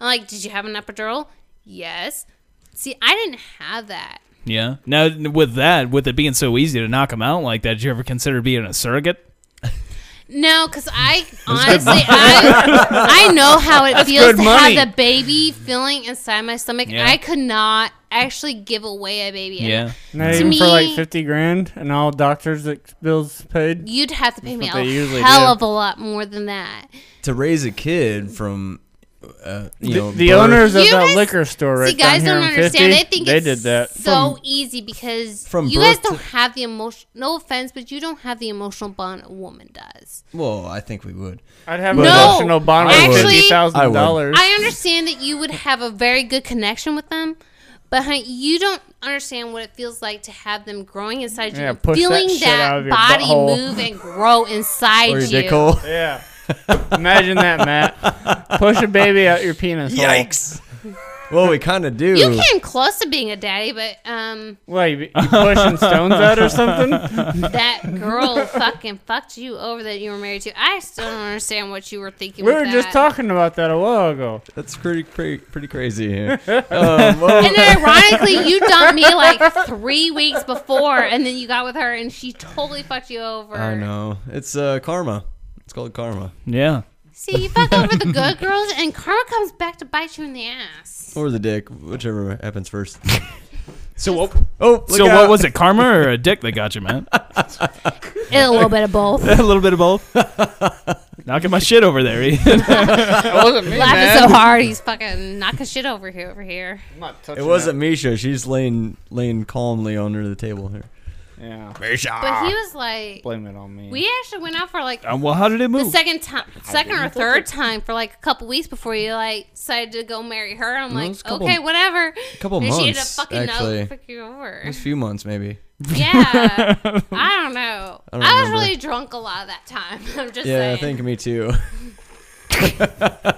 [SPEAKER 6] "I'm like, did you have an epidural?" Yes. See, I didn't have that.
[SPEAKER 4] yeah. Now with that, with it being so easy to knock them out like that, did you ever consider being a surrogate?
[SPEAKER 6] No, because I honestly, I, I know how it feels
[SPEAKER 4] good
[SPEAKER 6] to
[SPEAKER 4] money.
[SPEAKER 6] have the baby feeling inside my stomach.
[SPEAKER 4] Yeah.
[SPEAKER 6] I could not actually give away a baby. And
[SPEAKER 4] Yeah.
[SPEAKER 7] Not
[SPEAKER 6] To
[SPEAKER 7] even for like
[SPEAKER 6] me-
[SPEAKER 7] fifty grand, and all doctors' ex- bills paid.
[SPEAKER 6] You'd have to pay me a
[SPEAKER 7] what they usually
[SPEAKER 6] hell
[SPEAKER 7] do.
[SPEAKER 6] of a lot more than that.
[SPEAKER 5] To raise a kid from, uh, you
[SPEAKER 7] The,
[SPEAKER 5] know,
[SPEAKER 7] the
[SPEAKER 5] birth
[SPEAKER 7] owners of
[SPEAKER 6] You
[SPEAKER 7] that
[SPEAKER 6] guys-
[SPEAKER 7] liquor store, right
[SPEAKER 6] See, guys
[SPEAKER 7] down
[SPEAKER 6] don't
[SPEAKER 7] here in 50,
[SPEAKER 6] understand. They think
[SPEAKER 7] they
[SPEAKER 6] it's
[SPEAKER 7] did that.
[SPEAKER 6] so easy because
[SPEAKER 5] from
[SPEAKER 6] you guys
[SPEAKER 5] birth to-
[SPEAKER 6] don't have the emotion. No offense, but you don't have the emotional bond a woman does.
[SPEAKER 5] Well, I think we would.
[SPEAKER 7] I'd have
[SPEAKER 6] No,
[SPEAKER 7] an emotional bond
[SPEAKER 6] I
[SPEAKER 7] with
[SPEAKER 6] would.
[SPEAKER 7] fifty thousand dollars.
[SPEAKER 6] I understand that you would have a very good connection with them, but honey, you don't understand what it feels like to have them growing inside you,
[SPEAKER 7] Yeah,
[SPEAKER 6] and
[SPEAKER 7] push that
[SPEAKER 6] feeling
[SPEAKER 7] shit
[SPEAKER 6] that,
[SPEAKER 7] out of your
[SPEAKER 6] body
[SPEAKER 7] butthole.
[SPEAKER 6] move and grow inside
[SPEAKER 5] Or your
[SPEAKER 6] you.
[SPEAKER 5] dick hole.
[SPEAKER 7] Yeah. Imagine that, Matt. Push a baby out your penis
[SPEAKER 5] Well, we kind of do.
[SPEAKER 6] You came close to being a daddy, but um,
[SPEAKER 7] hole. What, you, you pushing stones out or something?
[SPEAKER 6] that girl fucking fucked you over that you were married to. I still don't understand what you were thinking.
[SPEAKER 7] We
[SPEAKER 6] with
[SPEAKER 7] were
[SPEAKER 6] that.
[SPEAKER 7] just talking about that a while ago.
[SPEAKER 5] That's pretty pretty, pretty crazy here. Um,
[SPEAKER 6] And then ironically, you dumped me like three weeks before, and then you got with her, and she totally fucked you over.
[SPEAKER 5] I know. It's uh, karma. It's called karma.
[SPEAKER 4] Yeah.
[SPEAKER 6] See, you fuck over the good girls, and karma comes back to bite you in the ass.
[SPEAKER 5] Or the dick, whichever happens first.
[SPEAKER 4] So what?
[SPEAKER 5] Oh,
[SPEAKER 4] So what was it, karma or a dick that got you, man?
[SPEAKER 6] a little bit of both.
[SPEAKER 4] a little bit of both. Knocking my shit over there. Ian.
[SPEAKER 6] Laughing so hard, he's fucking knocking shit over here. Over here,
[SPEAKER 5] It wasn't Misha. She's laying laying calmly under the table here.
[SPEAKER 7] Yeah.
[SPEAKER 6] but he was like,
[SPEAKER 7] Blame it on me.
[SPEAKER 6] we actually went out for like
[SPEAKER 4] Uh, well, how did it
[SPEAKER 6] the
[SPEAKER 4] move?
[SPEAKER 6] second time, second or third time for like a couple weeks before you like decided to go marry her.
[SPEAKER 5] it's
[SPEAKER 6] I'm like,
[SPEAKER 5] a couple-
[SPEAKER 6] okay, whatever.
[SPEAKER 5] couple
[SPEAKER 6] and she ended up
[SPEAKER 5] months,
[SPEAKER 6] fucking up-
[SPEAKER 5] actually.
[SPEAKER 6] fuck you over.
[SPEAKER 5] A few months maybe.
[SPEAKER 6] Yeah, I don't know. I,
[SPEAKER 5] don't
[SPEAKER 6] was
[SPEAKER 5] remember.
[SPEAKER 6] really drunk a lot of that time. I'm just
[SPEAKER 5] Yeah,
[SPEAKER 6] saying.
[SPEAKER 5] I think me too.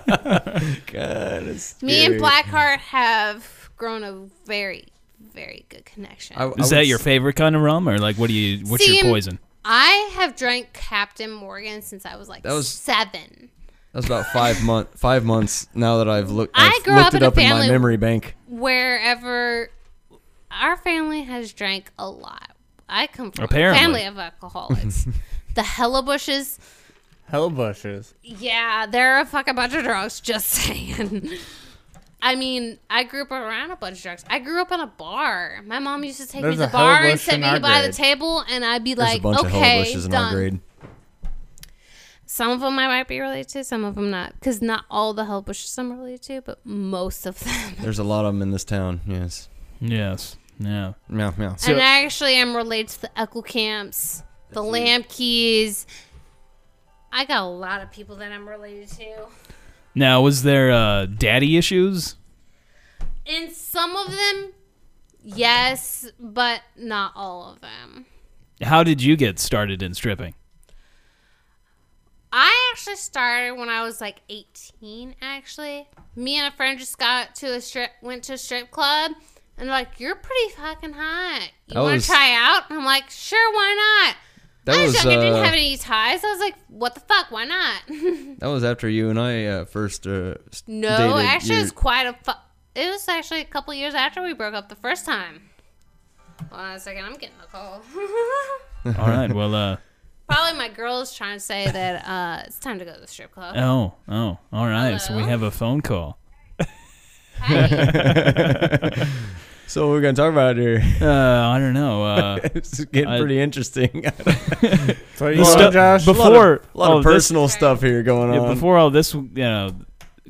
[SPEAKER 5] God, it's
[SPEAKER 6] Me and
[SPEAKER 5] scary.
[SPEAKER 6] Blackheart have grown a very, very good connection.
[SPEAKER 5] I- I
[SPEAKER 6] I,
[SPEAKER 5] would
[SPEAKER 4] Is that your
[SPEAKER 5] s-
[SPEAKER 4] favorite kind of rum, or like what do you? What's
[SPEAKER 6] See,
[SPEAKER 4] your
[SPEAKER 6] in-
[SPEAKER 4] poison?
[SPEAKER 6] have drank Captain Morgan since I was like
[SPEAKER 5] That was-
[SPEAKER 6] seven.
[SPEAKER 5] That was about five month five months now that I've looked.
[SPEAKER 6] I
[SPEAKER 5] I've
[SPEAKER 6] grew
[SPEAKER 5] looked
[SPEAKER 6] up
[SPEAKER 5] it
[SPEAKER 6] in a
[SPEAKER 5] up in my
[SPEAKER 6] family-
[SPEAKER 5] memory bank.
[SPEAKER 6] Wherever our family has drank a lot. I come from
[SPEAKER 4] Apparently.
[SPEAKER 6] a family of alcoholics. the Hella Bushes,
[SPEAKER 7] Hell bushes.
[SPEAKER 6] yeah, they're a fucking bunch of drugs, just saying. I mean, I grew up around a bunch of drugs. I grew up in a bar. My mom used to take
[SPEAKER 7] There's
[SPEAKER 6] me
[SPEAKER 7] a
[SPEAKER 6] to the bar
[SPEAKER 7] Hella
[SPEAKER 6] and
[SPEAKER 7] Bush
[SPEAKER 6] sit
[SPEAKER 7] in
[SPEAKER 6] me
[SPEAKER 7] our
[SPEAKER 6] by the
[SPEAKER 7] grade.
[SPEAKER 6] table, and I'd be
[SPEAKER 5] There's
[SPEAKER 6] like,
[SPEAKER 5] a bunch of
[SPEAKER 6] okay,
[SPEAKER 5] hella bushes in
[SPEAKER 6] done.
[SPEAKER 5] our grade.
[SPEAKER 6] Some of them I might be related to, some of them not. Because not all the hell bushes I'm related to, but most of them.
[SPEAKER 5] There's a lot of them in this town. Yes.
[SPEAKER 4] Yes. Yeah.
[SPEAKER 5] Meow meow.
[SPEAKER 6] and I actually am related to the Echo Camps, the Lampkeys. I got a lot of people that I'm related to.
[SPEAKER 4] Now, was there uh, daddy issues?
[SPEAKER 6] And some of them, yes, but not all of them.
[SPEAKER 4] How did you get started in stripping?
[SPEAKER 6] I actually started when I was like 18. Actually, me and a friend just got to a strip, went to a strip club, and like, you're pretty fucking hot. You
[SPEAKER 3] That
[SPEAKER 6] want
[SPEAKER 3] was-
[SPEAKER 6] to try out? And I'm like, sure, why not?
[SPEAKER 3] That
[SPEAKER 6] I was,
[SPEAKER 3] was
[SPEAKER 6] young and didn't
[SPEAKER 3] uh,
[SPEAKER 6] have any ties. I was like, what the fuck? Why not?
[SPEAKER 3] that was after you and I uh, first uh, s-
[SPEAKER 6] no,
[SPEAKER 3] dated.
[SPEAKER 6] actually,
[SPEAKER 3] You-
[SPEAKER 6] it was quite a. Fu- it was actually a couple years after we broke up the first time. Hold on a second, I'm getting a call.
[SPEAKER 4] All right. Well, uh,
[SPEAKER 6] Probably my girl's trying to say that uh, it's time to go to the strip club.
[SPEAKER 4] oh, oh, all right. So we
[SPEAKER 6] Hello?
[SPEAKER 4] have a phone call.
[SPEAKER 6] Hi.
[SPEAKER 5] So what we're gonna talk about here.
[SPEAKER 4] Uh, I don't know. Uh,
[SPEAKER 5] It's getting
[SPEAKER 4] I-
[SPEAKER 5] pretty interesting.
[SPEAKER 7] So
[SPEAKER 4] the
[SPEAKER 7] you
[SPEAKER 4] stuff-
[SPEAKER 7] know, Josh.
[SPEAKER 4] before
[SPEAKER 5] a lot
[SPEAKER 4] all
[SPEAKER 5] of
[SPEAKER 4] this-
[SPEAKER 5] personal stuff here going
[SPEAKER 4] yeah,
[SPEAKER 5] on.
[SPEAKER 4] before all this, you know,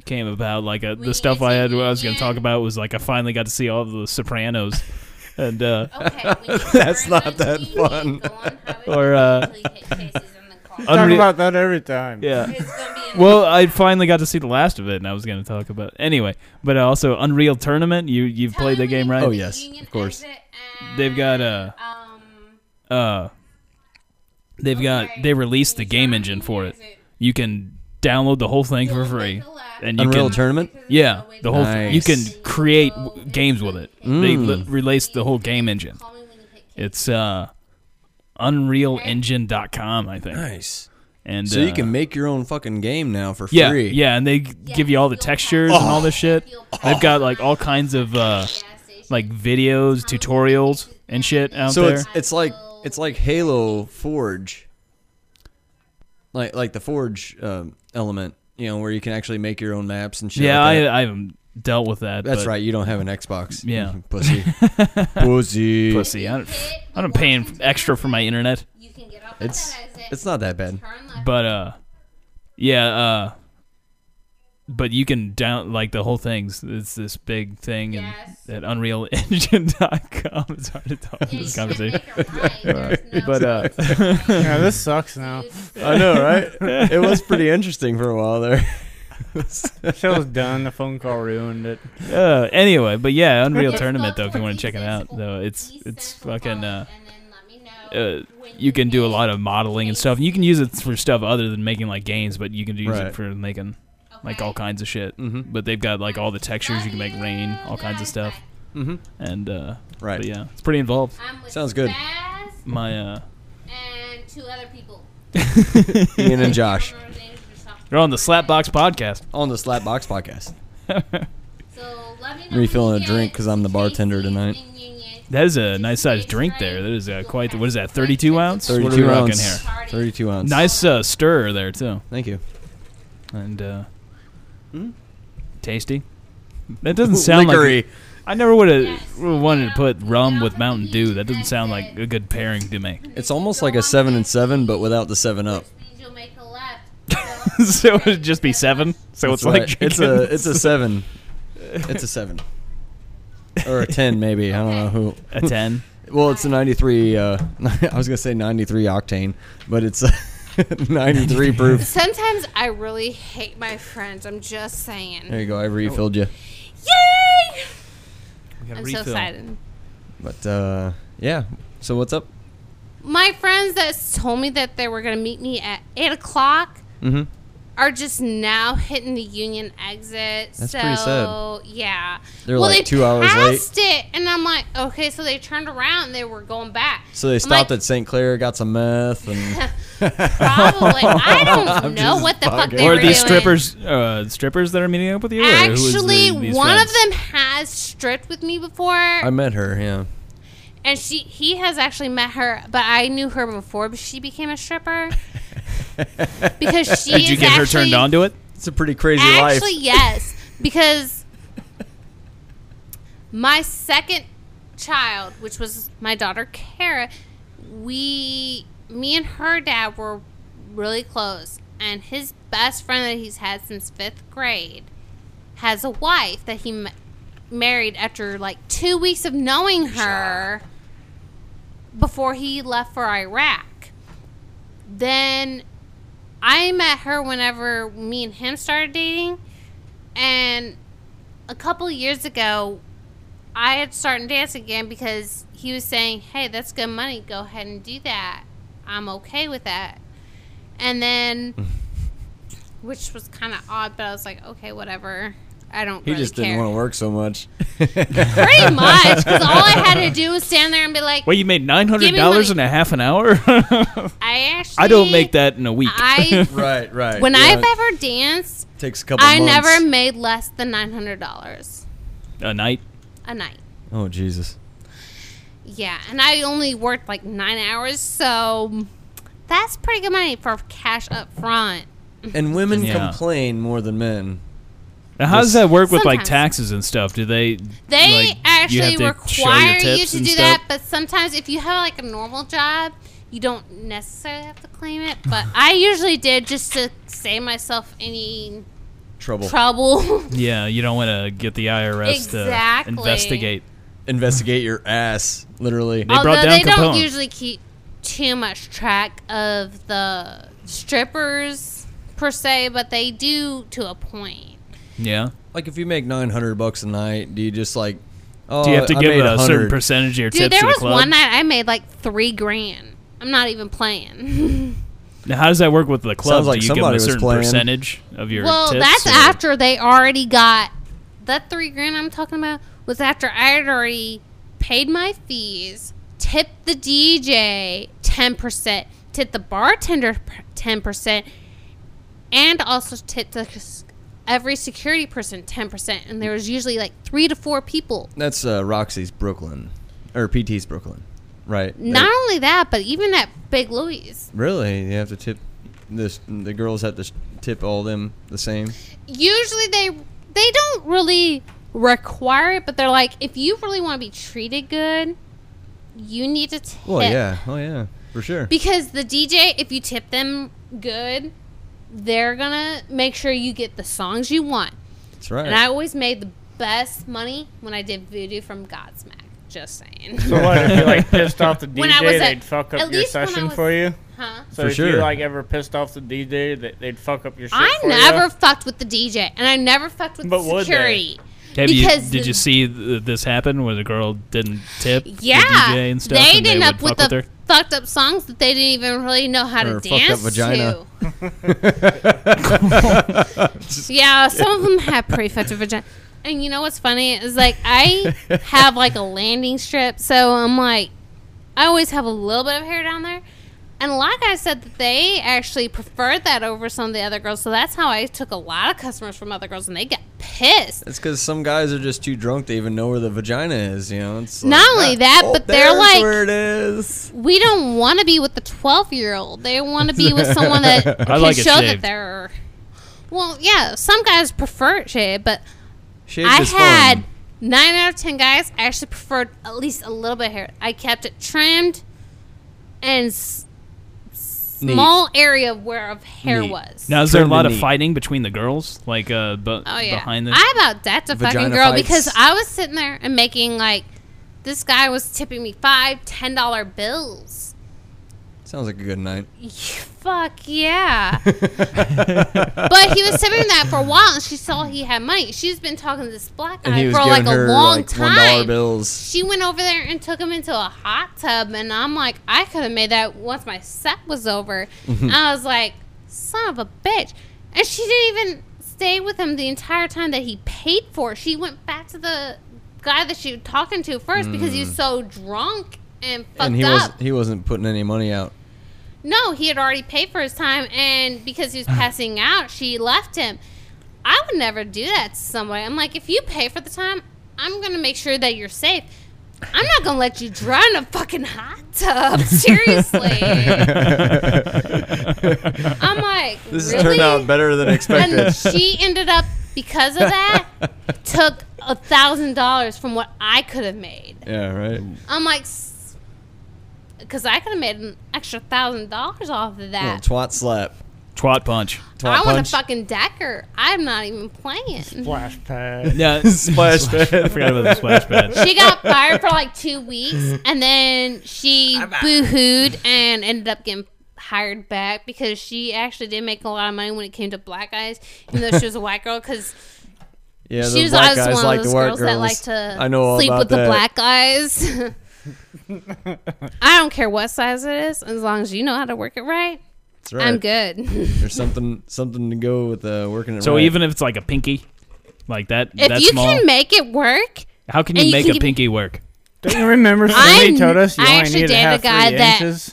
[SPEAKER 4] came about, like uh,
[SPEAKER 6] We
[SPEAKER 4] the stuff I had, what I was going
[SPEAKER 6] need
[SPEAKER 4] to
[SPEAKER 6] to-
[SPEAKER 4] talk about was like I finally got to see all the Sopranos, and uh,
[SPEAKER 6] okay, we need to
[SPEAKER 5] That's
[SPEAKER 6] burn
[SPEAKER 5] not
[SPEAKER 6] the
[SPEAKER 5] that
[SPEAKER 6] TV,
[SPEAKER 5] fun.
[SPEAKER 6] go on highway
[SPEAKER 4] Or, uh,
[SPEAKER 6] until you hit faces in the car.
[SPEAKER 7] Talk
[SPEAKER 4] Unre-
[SPEAKER 7] about that every time.
[SPEAKER 4] yeah.
[SPEAKER 6] It's gonna be in
[SPEAKER 4] Well, uh, I finally got to see the last of it, and I was going to talk about anyway. But also, Unreal Tournament. You you've
[SPEAKER 6] Tell
[SPEAKER 4] played the
[SPEAKER 6] me
[SPEAKER 4] game, right?
[SPEAKER 3] Oh, yes,
[SPEAKER 6] Union
[SPEAKER 3] of course.
[SPEAKER 6] exit and,
[SPEAKER 4] They've got, uh,
[SPEAKER 6] um,
[SPEAKER 4] uh they've got they released the game engine for it you can download the whole thing for free and you
[SPEAKER 3] Unreal
[SPEAKER 4] can
[SPEAKER 3] Tournament.
[SPEAKER 4] yeah the whole
[SPEAKER 3] Nice. Mm.
[SPEAKER 4] you can create w- games with it they li- released the whole game engine
[SPEAKER 6] Call me when you hit kids.
[SPEAKER 4] it's uh unrealengine.com i think
[SPEAKER 3] Nice.
[SPEAKER 4] and
[SPEAKER 3] So
[SPEAKER 4] uh,
[SPEAKER 3] you can make your own fucking game now for
[SPEAKER 4] yeah
[SPEAKER 3] free.
[SPEAKER 4] yeah and they g- give you all the textures and all this shit they've got like all kinds of uh like videos tutorials and shit out
[SPEAKER 3] So
[SPEAKER 4] there
[SPEAKER 3] it's it's like it's like Halo Forge. Like like the Forge um, element, you know, where you can actually make your own maps and shit.
[SPEAKER 4] yeah
[SPEAKER 3] like that.
[SPEAKER 4] I, I haven't dealt with that
[SPEAKER 3] That's
[SPEAKER 4] but-
[SPEAKER 3] right. You don't have an Xbox.
[SPEAKER 4] Yeah.
[SPEAKER 3] pussy. pussy.
[SPEAKER 4] pussy. I don't, I don't pay in- extra for my internet.
[SPEAKER 6] You can get off at
[SPEAKER 3] It's
[SPEAKER 6] that exit.
[SPEAKER 3] it's not that bad.
[SPEAKER 6] turn left.
[SPEAKER 4] But uh, yeah. Uh, but you can down like the whole thing's. It's this big thing and
[SPEAKER 6] Yes.
[SPEAKER 4] at UnrealEngine.com. It's hard to talk in
[SPEAKER 6] Yeah,
[SPEAKER 4] this
[SPEAKER 6] you can't
[SPEAKER 4] conversation.
[SPEAKER 6] make her right. There's no
[SPEAKER 4] But uh,
[SPEAKER 7] Yeah, this sucks now.
[SPEAKER 5] I know, right? it was pretty interesting for a while there.
[SPEAKER 7] The show's done. The phone call ruined it.
[SPEAKER 4] uh, anyway, but yeah, Unreal
[SPEAKER 6] Just
[SPEAKER 4] Tournament
[SPEAKER 6] go
[SPEAKER 4] though. If you want to check it out,
[SPEAKER 6] to
[SPEAKER 4] though, it's
[SPEAKER 6] East
[SPEAKER 4] it's
[SPEAKER 6] Central
[SPEAKER 4] fucking. Uh,
[SPEAKER 6] Park and then let me know
[SPEAKER 4] uh,
[SPEAKER 6] when
[SPEAKER 4] you can do a
[SPEAKER 6] hit-
[SPEAKER 4] lot of modeling and stuff. You can use it for stuff other than making like games, but you can use it
[SPEAKER 3] Right.
[SPEAKER 4] for making like
[SPEAKER 6] Okay.
[SPEAKER 4] all kinds of shit.
[SPEAKER 3] Mhm.
[SPEAKER 4] But they've got like all the textures. You can make rain, all kinds of stuff.
[SPEAKER 3] Mm-hmm.
[SPEAKER 4] And uh,
[SPEAKER 3] Right.
[SPEAKER 4] but yeah, it's pretty involved.
[SPEAKER 6] I'm with
[SPEAKER 3] Sounds good.
[SPEAKER 6] Spaz
[SPEAKER 4] My uh,
[SPEAKER 6] and two other people.
[SPEAKER 3] Ian and Josh
[SPEAKER 6] I don't remember their names, just off the
[SPEAKER 4] they're on the
[SPEAKER 6] top of my
[SPEAKER 4] Slapbox podcast.
[SPEAKER 3] on the Slapbox podcast.
[SPEAKER 6] head. So let me know when
[SPEAKER 3] Refilling
[SPEAKER 6] you
[SPEAKER 3] a
[SPEAKER 6] get
[SPEAKER 3] drink 'cause I'm the
[SPEAKER 6] to
[SPEAKER 3] bartender
[SPEAKER 6] Casey
[SPEAKER 3] tonight.
[SPEAKER 6] in Union.
[SPEAKER 4] That is a nice sized drink there. That is uh, quite. What is that? Thirty two ounce. What are we
[SPEAKER 3] 32
[SPEAKER 4] rocking
[SPEAKER 3] ounce.
[SPEAKER 4] here?
[SPEAKER 6] Party.
[SPEAKER 3] Thirty-two ounce.
[SPEAKER 4] Nice uh, stir there too,
[SPEAKER 3] Thank you.
[SPEAKER 4] and uh, Hmm? tasty. That doesn't sound like.
[SPEAKER 3] Liquory.
[SPEAKER 4] I never would
[SPEAKER 6] Yes.
[SPEAKER 4] have wanted to put rum with Mountain Dew. That doesn't sound like a good pairing to me.
[SPEAKER 3] It's almost like a seven and seven, but without the seven up.
[SPEAKER 6] Please, you'll make a left.
[SPEAKER 4] so it'd just be seven. So it's
[SPEAKER 3] That's
[SPEAKER 4] like
[SPEAKER 3] right.
[SPEAKER 4] drinking.
[SPEAKER 3] it's a it's a seven. It's a seven. or a ten maybe. I don't know who.
[SPEAKER 4] a ten.
[SPEAKER 3] Well, it's a 93. Uh, I was gonna say 93 octane, but it's a 93 proof.
[SPEAKER 6] Sometimes I really hate my friends. I'm just saying.
[SPEAKER 3] There you go. I refilled you.
[SPEAKER 6] Yay!
[SPEAKER 4] We gotta
[SPEAKER 6] I'm
[SPEAKER 4] refill.
[SPEAKER 6] so excited.
[SPEAKER 3] But uh, yeah. So what's up?
[SPEAKER 6] My friends that s- told me that they were going to meet me at 8 o'clock
[SPEAKER 3] Mm-hmm.
[SPEAKER 6] are just now hitting the union exit.
[SPEAKER 3] That's
[SPEAKER 6] so,
[SPEAKER 3] pretty
[SPEAKER 6] yeah.
[SPEAKER 3] They're
[SPEAKER 6] well,
[SPEAKER 3] like
[SPEAKER 6] they
[SPEAKER 3] two hours late.
[SPEAKER 6] passed it, and I'm like, okay, so they turned around and they were going back.
[SPEAKER 3] So they
[SPEAKER 6] I'm
[SPEAKER 3] stopped
[SPEAKER 6] like,
[SPEAKER 3] at St. Clair, got some meth, and
[SPEAKER 6] Probably. I don't know what the fuck they
[SPEAKER 4] Or
[SPEAKER 6] were
[SPEAKER 4] are these
[SPEAKER 6] doing.
[SPEAKER 4] strippers, uh, strippers that are meeting up with you? or who is the-
[SPEAKER 6] Actually,
[SPEAKER 4] these
[SPEAKER 6] one
[SPEAKER 4] friends?
[SPEAKER 6] of them has stripped with me before,
[SPEAKER 3] I met her. Yeah.
[SPEAKER 6] and she he has actually met her, but I knew her before, but she became a stripper because she.
[SPEAKER 4] Did you
[SPEAKER 6] is
[SPEAKER 4] get her
[SPEAKER 6] actually-
[SPEAKER 4] turned on to it?
[SPEAKER 3] It's a pretty crazy
[SPEAKER 6] Actually,
[SPEAKER 3] life.
[SPEAKER 6] yes, because my second child, which was my daughter Kara, we, me and her dad were really close, and his best friend that he's had since fifth grade has a wife that he m- married after like two weeks of knowing her before he left for Iraq. Then I met her whenever me and him started dating, and a couple years ago, I had started dancing again because he was saying, "Hey, that's good money. Go ahead and do that. I'm okay with that." And then which was kind of odd, but I was like, okay, whatever. I don't.
[SPEAKER 5] He
[SPEAKER 6] really
[SPEAKER 5] just
[SPEAKER 6] care.
[SPEAKER 5] didn't want to work so much.
[SPEAKER 6] Pretty much, because all I had to do was stand there and be like,
[SPEAKER 4] Well, you made nine hundred dollars in a half an hour.
[SPEAKER 6] I actually.
[SPEAKER 4] I don't make that in a week.
[SPEAKER 6] I
[SPEAKER 5] Right, right.
[SPEAKER 6] when
[SPEAKER 5] yeah,
[SPEAKER 6] I've
[SPEAKER 5] it
[SPEAKER 6] ever danced,
[SPEAKER 5] takes a couple.
[SPEAKER 6] I
[SPEAKER 5] months.
[SPEAKER 6] never made less than nine hundred dollars
[SPEAKER 4] a night.
[SPEAKER 6] a night.
[SPEAKER 3] Oh Jesus.
[SPEAKER 6] Yeah, and I only worked like nine hours, so that's pretty good money for cash up front.
[SPEAKER 3] And women
[SPEAKER 4] Yeah.
[SPEAKER 3] complain more than men.
[SPEAKER 4] Now, how does that work with like
[SPEAKER 6] Sometimes.
[SPEAKER 4] taxes and stuff? Do they?
[SPEAKER 6] They
[SPEAKER 4] like, you have
[SPEAKER 6] actually
[SPEAKER 4] to show your
[SPEAKER 6] require you
[SPEAKER 4] tips
[SPEAKER 6] to
[SPEAKER 4] and
[SPEAKER 6] do
[SPEAKER 4] stuff?
[SPEAKER 6] that, but sometimes if you have like a normal job, you don't necessarily have to claim it. But I usually did just to save myself any
[SPEAKER 5] trouble.
[SPEAKER 6] trouble.
[SPEAKER 4] Yeah, you don't want to get the IRS
[SPEAKER 6] Exactly.
[SPEAKER 4] to investigate.
[SPEAKER 5] Investigate your ass, literally.
[SPEAKER 4] They brought
[SPEAKER 6] Although
[SPEAKER 4] down
[SPEAKER 6] they don't
[SPEAKER 4] Capone.
[SPEAKER 6] usually keep too much track of the strippers per se, but they do to a point.
[SPEAKER 4] Yeah.
[SPEAKER 3] Like if you make nine hundred bucks a night, do you just like? Oh,
[SPEAKER 4] Do you have to
[SPEAKER 3] I
[SPEAKER 4] give
[SPEAKER 3] made
[SPEAKER 4] a certain
[SPEAKER 3] 100.
[SPEAKER 4] percentage of your
[SPEAKER 6] Dude,
[SPEAKER 4] tips
[SPEAKER 6] there
[SPEAKER 4] to the
[SPEAKER 6] was
[SPEAKER 4] club?
[SPEAKER 6] one night I made like three grand. I'm not even playing.
[SPEAKER 4] Now, how does that work with the club?
[SPEAKER 5] Sounds like
[SPEAKER 4] Do you give them a
[SPEAKER 5] somebody was
[SPEAKER 4] certain
[SPEAKER 5] playing.
[SPEAKER 4] percentage of your
[SPEAKER 6] well,
[SPEAKER 4] tips?
[SPEAKER 6] that's
[SPEAKER 4] or-
[SPEAKER 6] after they already got that three grand I'm talking about was after I had already paid my fees, tipped the DJ ten percent, tipped the bartender ten percent, and also tipped the, s- every security person ten percent. And there was usually like three to four people.
[SPEAKER 3] That's uh, Roxy's Brooklyn, or PT's Brooklyn, right? They-
[SPEAKER 6] Not only that, but even at Big Louie's,
[SPEAKER 3] really. You have to tip. This the girls have to sh- tip all them the same.
[SPEAKER 6] usually they they don't really require it, but they're like, if you really want to be treated good, you need to tip.
[SPEAKER 3] Well, yeah. Oh, yeah. For sure.
[SPEAKER 6] Because the DJ, if you tip them good, they're gonna make sure you get the songs you want.
[SPEAKER 3] That's right.
[SPEAKER 6] And I always made the best money when I did Voodoo from Godsmack. Just saying.
[SPEAKER 7] So what if you like pissed off the
[SPEAKER 6] When I
[SPEAKER 7] DJ,
[SPEAKER 6] was at-
[SPEAKER 7] they'd fuck
[SPEAKER 6] at
[SPEAKER 7] up your
[SPEAKER 6] least when I
[SPEAKER 7] session
[SPEAKER 6] was-
[SPEAKER 7] for you.
[SPEAKER 6] huh?
[SPEAKER 7] So
[SPEAKER 3] For
[SPEAKER 7] if you
[SPEAKER 3] sure.
[SPEAKER 7] like ever pissed off the DJ, that they'd fuck up your shit
[SPEAKER 6] I
[SPEAKER 7] for
[SPEAKER 6] never
[SPEAKER 7] you.
[SPEAKER 6] fucked with the DJ, and I never fucked with
[SPEAKER 7] But would they?
[SPEAKER 6] security.
[SPEAKER 4] Have you,
[SPEAKER 6] because
[SPEAKER 4] did
[SPEAKER 6] the-
[SPEAKER 4] you see th- this happen where the girl didn't tip
[SPEAKER 6] Yeah,
[SPEAKER 4] the DJ and stuff?
[SPEAKER 6] they
[SPEAKER 4] and
[SPEAKER 6] didn't
[SPEAKER 4] would
[SPEAKER 6] up with
[SPEAKER 4] fuck
[SPEAKER 6] the
[SPEAKER 4] with her?
[SPEAKER 6] fucked up songs that they didn't even really know how
[SPEAKER 3] Or
[SPEAKER 6] to
[SPEAKER 3] fucked up
[SPEAKER 6] dance
[SPEAKER 3] vagina.
[SPEAKER 6] to. yeah, some of them have pretty fucked up vagina. And you know what's funny is like I have like a landing strip, so I'm like, I always have a little bit of hair down there. And a lot of guys said that they actually preferred that over some of the other girls, so that's how I took a lot of customers from other girls, and they got pissed.
[SPEAKER 3] It's because some guys are just too drunk to even know where the vagina is. You know. It's
[SPEAKER 6] Not only that,
[SPEAKER 3] "Oh,
[SPEAKER 6] but they're
[SPEAKER 3] there's
[SPEAKER 6] like-
[SPEAKER 3] where it is.
[SPEAKER 6] we don't want to be with the 12 year old. They want to be with someone that can
[SPEAKER 4] like it
[SPEAKER 6] show that
[SPEAKER 4] shaved.
[SPEAKER 6] they're. Well, yeah, some guys prefer it shaved, but
[SPEAKER 3] Shaved
[SPEAKER 6] I
[SPEAKER 3] is
[SPEAKER 6] had
[SPEAKER 3] fun.
[SPEAKER 6] nine out of 10 guys actually preferred at least a little bit of hair. I kept it trimmed and s-
[SPEAKER 3] Neat.
[SPEAKER 6] small area where of hair
[SPEAKER 3] Neat.
[SPEAKER 6] was.
[SPEAKER 4] Now, is there a
[SPEAKER 3] Trimmed
[SPEAKER 4] lot
[SPEAKER 3] and
[SPEAKER 4] of
[SPEAKER 3] neat.
[SPEAKER 4] fighting between the girls? Like, uh, bu-
[SPEAKER 6] Oh yeah,
[SPEAKER 4] behind the.
[SPEAKER 6] I about that's a fucking
[SPEAKER 3] Vagina
[SPEAKER 6] girl
[SPEAKER 3] fights.
[SPEAKER 6] because I was sitting there and making like this guy was tipping me five, ten dollar bills.
[SPEAKER 3] Sounds like a good night.
[SPEAKER 6] Fuck yeah. but he was tipping that for a while and she saw he had money. She's been talking to this black
[SPEAKER 3] And he
[SPEAKER 6] guy
[SPEAKER 3] was
[SPEAKER 6] for
[SPEAKER 3] giving
[SPEAKER 6] like a
[SPEAKER 3] her
[SPEAKER 6] long
[SPEAKER 3] like one dollar
[SPEAKER 6] time.
[SPEAKER 3] bills.
[SPEAKER 6] She went over there and took him into a hot tub and I'm like, I could have made that once my set was over.
[SPEAKER 3] Mm-hmm.
[SPEAKER 6] And I was like, son of a bitch. And she didn't even stay with him the entire time that he paid for. it. She went back to the guy that she was talking to first because he was so drunk and fucked
[SPEAKER 3] Mm. And he
[SPEAKER 6] up.
[SPEAKER 3] was he wasn't putting any money out.
[SPEAKER 6] No, he had already paid for his time, and because he was passing out, she left him. I would never do that to somebody. I'm like, if you pay for the time, I'm gonna make sure that you're safe. I'm not gonna let you drown in a fucking hot tub. Seriously, I'm like,
[SPEAKER 5] This
[SPEAKER 6] really?
[SPEAKER 5] has turned out better than expected.
[SPEAKER 6] And she ended up because of that took a thousand dollars from what I could have made.
[SPEAKER 3] Yeah, right.
[SPEAKER 6] I'm like, because I could have made an extra thousand dollars off of
[SPEAKER 3] Little
[SPEAKER 6] that.
[SPEAKER 3] twat slap.
[SPEAKER 4] twat punch.
[SPEAKER 6] I
[SPEAKER 3] Twat
[SPEAKER 6] want
[SPEAKER 3] punch.
[SPEAKER 6] a fucking decker. I'm not even playing. she
[SPEAKER 7] Flash pad.
[SPEAKER 4] Yeah,
[SPEAKER 5] Splash
[SPEAKER 4] I forgot about the splash pad.
[SPEAKER 6] got fired for like two weeks, and then she boo-hooed and ended up getting hired back because she actually did make a lot of money when it came to black guys, even though she was a white girl. Because
[SPEAKER 3] yeah, those
[SPEAKER 6] she was
[SPEAKER 3] black
[SPEAKER 6] always
[SPEAKER 3] guys
[SPEAKER 6] one
[SPEAKER 3] like
[SPEAKER 6] of
[SPEAKER 3] to
[SPEAKER 6] those
[SPEAKER 3] work
[SPEAKER 6] girls, that like to
[SPEAKER 3] I know all
[SPEAKER 6] sleep
[SPEAKER 3] about
[SPEAKER 6] with
[SPEAKER 3] that.
[SPEAKER 6] the black guys. I don't care what size it is, as long as you know how to work it right.
[SPEAKER 3] That's right.
[SPEAKER 6] I'm good.
[SPEAKER 3] There's something something to go with uh, working it.
[SPEAKER 4] So
[SPEAKER 3] right.
[SPEAKER 4] even if it's like a pinky, like that,
[SPEAKER 6] if
[SPEAKER 4] that's
[SPEAKER 6] you
[SPEAKER 4] small.
[SPEAKER 6] can make it work,
[SPEAKER 4] how can
[SPEAKER 6] and
[SPEAKER 4] you
[SPEAKER 6] you
[SPEAKER 4] make
[SPEAKER 6] can
[SPEAKER 4] a
[SPEAKER 6] get-
[SPEAKER 4] pinky work?
[SPEAKER 7] Don't you remember somebody
[SPEAKER 6] I-
[SPEAKER 7] told us you
[SPEAKER 6] I
[SPEAKER 7] only
[SPEAKER 6] actually
[SPEAKER 7] need to
[SPEAKER 6] dated a
[SPEAKER 7] have
[SPEAKER 6] guy
[SPEAKER 7] three
[SPEAKER 6] that-
[SPEAKER 7] inches?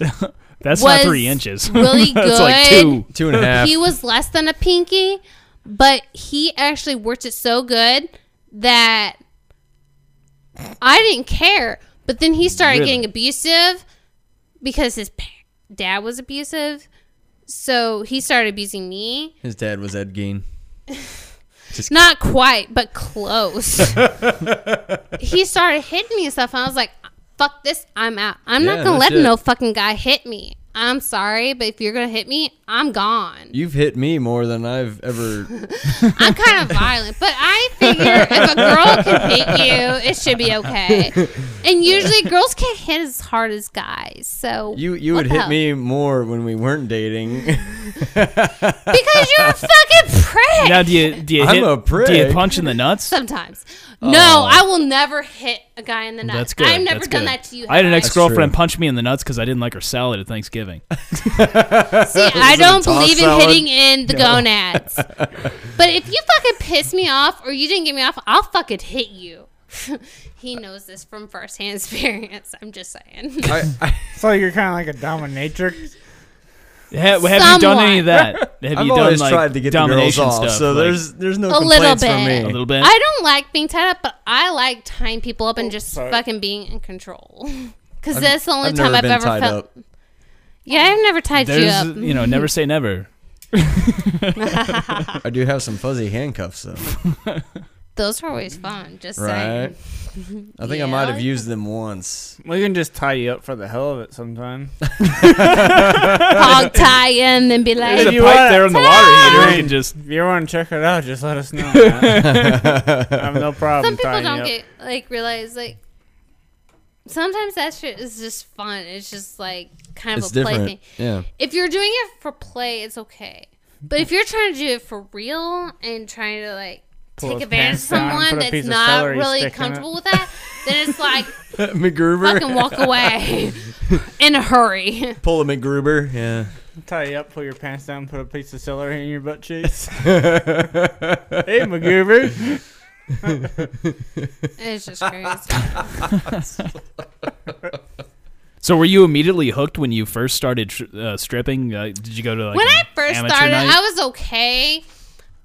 [SPEAKER 4] That's not
[SPEAKER 6] Was
[SPEAKER 4] three inches.
[SPEAKER 6] really
[SPEAKER 4] that's like
[SPEAKER 6] good.
[SPEAKER 4] two.
[SPEAKER 5] Two and a half.
[SPEAKER 6] he was less than a pinky, but he actually worked it so good that I didn't care. But then he started
[SPEAKER 4] Really?
[SPEAKER 6] getting abusive because his pa- dad was abusive. So he started abusing me.
[SPEAKER 3] his dad was Ed Gein.
[SPEAKER 6] Not quite, but close. he started hitting me and stuff. And I was like, fuck this. I'm out. I'm
[SPEAKER 3] Yeah,
[SPEAKER 6] not going
[SPEAKER 3] no
[SPEAKER 6] to let
[SPEAKER 3] shit.
[SPEAKER 6] no fucking guy hit me. I'm sorry, but if you're going to hit me, I'm gone.
[SPEAKER 3] You've hit me more than I've ever.
[SPEAKER 6] I'm kind of violent, but I figure if a girl can hit you, it should be okay. And usually, girls can't hit as hard as guys. So
[SPEAKER 3] You you
[SPEAKER 6] what
[SPEAKER 3] would
[SPEAKER 6] the
[SPEAKER 3] hit
[SPEAKER 6] hell?
[SPEAKER 3] me more when we weren't dating.
[SPEAKER 6] because you're a fucking prick.
[SPEAKER 4] Now do you do you
[SPEAKER 3] I'm
[SPEAKER 4] hit?
[SPEAKER 3] a
[SPEAKER 4] Do you
[SPEAKER 3] prick.
[SPEAKER 4] punch in the nuts?
[SPEAKER 6] Sometimes, no, I will never hit a guy in the nuts.
[SPEAKER 4] Oh. That's good.
[SPEAKER 6] I've never
[SPEAKER 4] that's
[SPEAKER 6] done
[SPEAKER 4] good.
[SPEAKER 6] that to you.
[SPEAKER 4] I had an
[SPEAKER 6] have
[SPEAKER 4] ex
[SPEAKER 3] true.
[SPEAKER 4] girlfriend punch me in the nuts because I didn't like her salad at Thanksgiving.
[SPEAKER 6] See, I don't
[SPEAKER 5] toss
[SPEAKER 6] believe in
[SPEAKER 5] salad?
[SPEAKER 6] hitting in the gonads. but if you fucking piss me off or you didn't get me off, I'll fucking hit you. he knows this from firsthand experience. I'm just saying.
[SPEAKER 5] I, I,
[SPEAKER 7] so you're kind of like a dominatrix.
[SPEAKER 4] Ha- have you done any
[SPEAKER 6] Somewhat.
[SPEAKER 4] of that? Have
[SPEAKER 5] I've
[SPEAKER 4] you done
[SPEAKER 5] always
[SPEAKER 4] like
[SPEAKER 5] tried to get the girls
[SPEAKER 4] domination
[SPEAKER 5] off,
[SPEAKER 4] stuff?
[SPEAKER 5] so
[SPEAKER 4] like-
[SPEAKER 5] there's there's no
[SPEAKER 6] a little
[SPEAKER 5] complaints
[SPEAKER 6] bit.
[SPEAKER 5] from me.
[SPEAKER 4] A little bit.
[SPEAKER 6] I don't like being tied up, but I like tying people up and just
[SPEAKER 7] sorry.
[SPEAKER 6] fucking being in control. Because that's the only
[SPEAKER 5] I've
[SPEAKER 6] time
[SPEAKER 5] never
[SPEAKER 6] I've
[SPEAKER 5] been
[SPEAKER 6] ever
[SPEAKER 5] tied
[SPEAKER 6] felt.
[SPEAKER 5] up.
[SPEAKER 6] Yeah, I've never tied you
[SPEAKER 4] there's
[SPEAKER 6] up.
[SPEAKER 4] you know never say never.
[SPEAKER 3] I do have some fuzzy handcuffs though.
[SPEAKER 6] Those are always fun. Just
[SPEAKER 3] Right.
[SPEAKER 6] saying.
[SPEAKER 3] I think I
[SPEAKER 6] Yeah.
[SPEAKER 3] might have used them once.
[SPEAKER 7] We can just tie you up for the hell of it sometime.
[SPEAKER 6] Hog tie him and be like,
[SPEAKER 4] There's a
[SPEAKER 7] you
[SPEAKER 4] pipe
[SPEAKER 7] want-
[SPEAKER 4] there in the water heater. You can just
[SPEAKER 7] If you want to check it out, just let us know. man. I have no problem.
[SPEAKER 6] some people
[SPEAKER 7] tying
[SPEAKER 6] don't
[SPEAKER 7] you up.
[SPEAKER 6] get like realize like sometimes that shit is just fun. It's just like kind of
[SPEAKER 3] It's
[SPEAKER 6] a play
[SPEAKER 3] different.
[SPEAKER 6] thing.
[SPEAKER 3] Yeah.
[SPEAKER 6] If you're doing it for play, it's okay. But if you're trying to do it for real and trying to like
[SPEAKER 7] Pull
[SPEAKER 6] take
[SPEAKER 7] his
[SPEAKER 6] advantage of
[SPEAKER 7] pants down and put
[SPEAKER 6] someone
[SPEAKER 7] a piece
[SPEAKER 6] that's
[SPEAKER 7] of
[SPEAKER 6] not
[SPEAKER 7] celery
[SPEAKER 6] really
[SPEAKER 7] stick in it.
[SPEAKER 6] comfortable with that, then it's like
[SPEAKER 3] McGruber.
[SPEAKER 6] fucking walk away in a hurry.
[SPEAKER 3] Pull a McGruber. Yeah.
[SPEAKER 7] Tie you up, pull your pants down, put a piece of celery in your butt cheeks. hey, McGoober.
[SPEAKER 6] It's just crazy.
[SPEAKER 4] So were you immediately hooked when you first started tr- uh, stripping? Uh, did you go to like
[SPEAKER 6] when
[SPEAKER 4] an
[SPEAKER 6] I first
[SPEAKER 4] amateur
[SPEAKER 6] started,
[SPEAKER 4] night?
[SPEAKER 6] I was okay.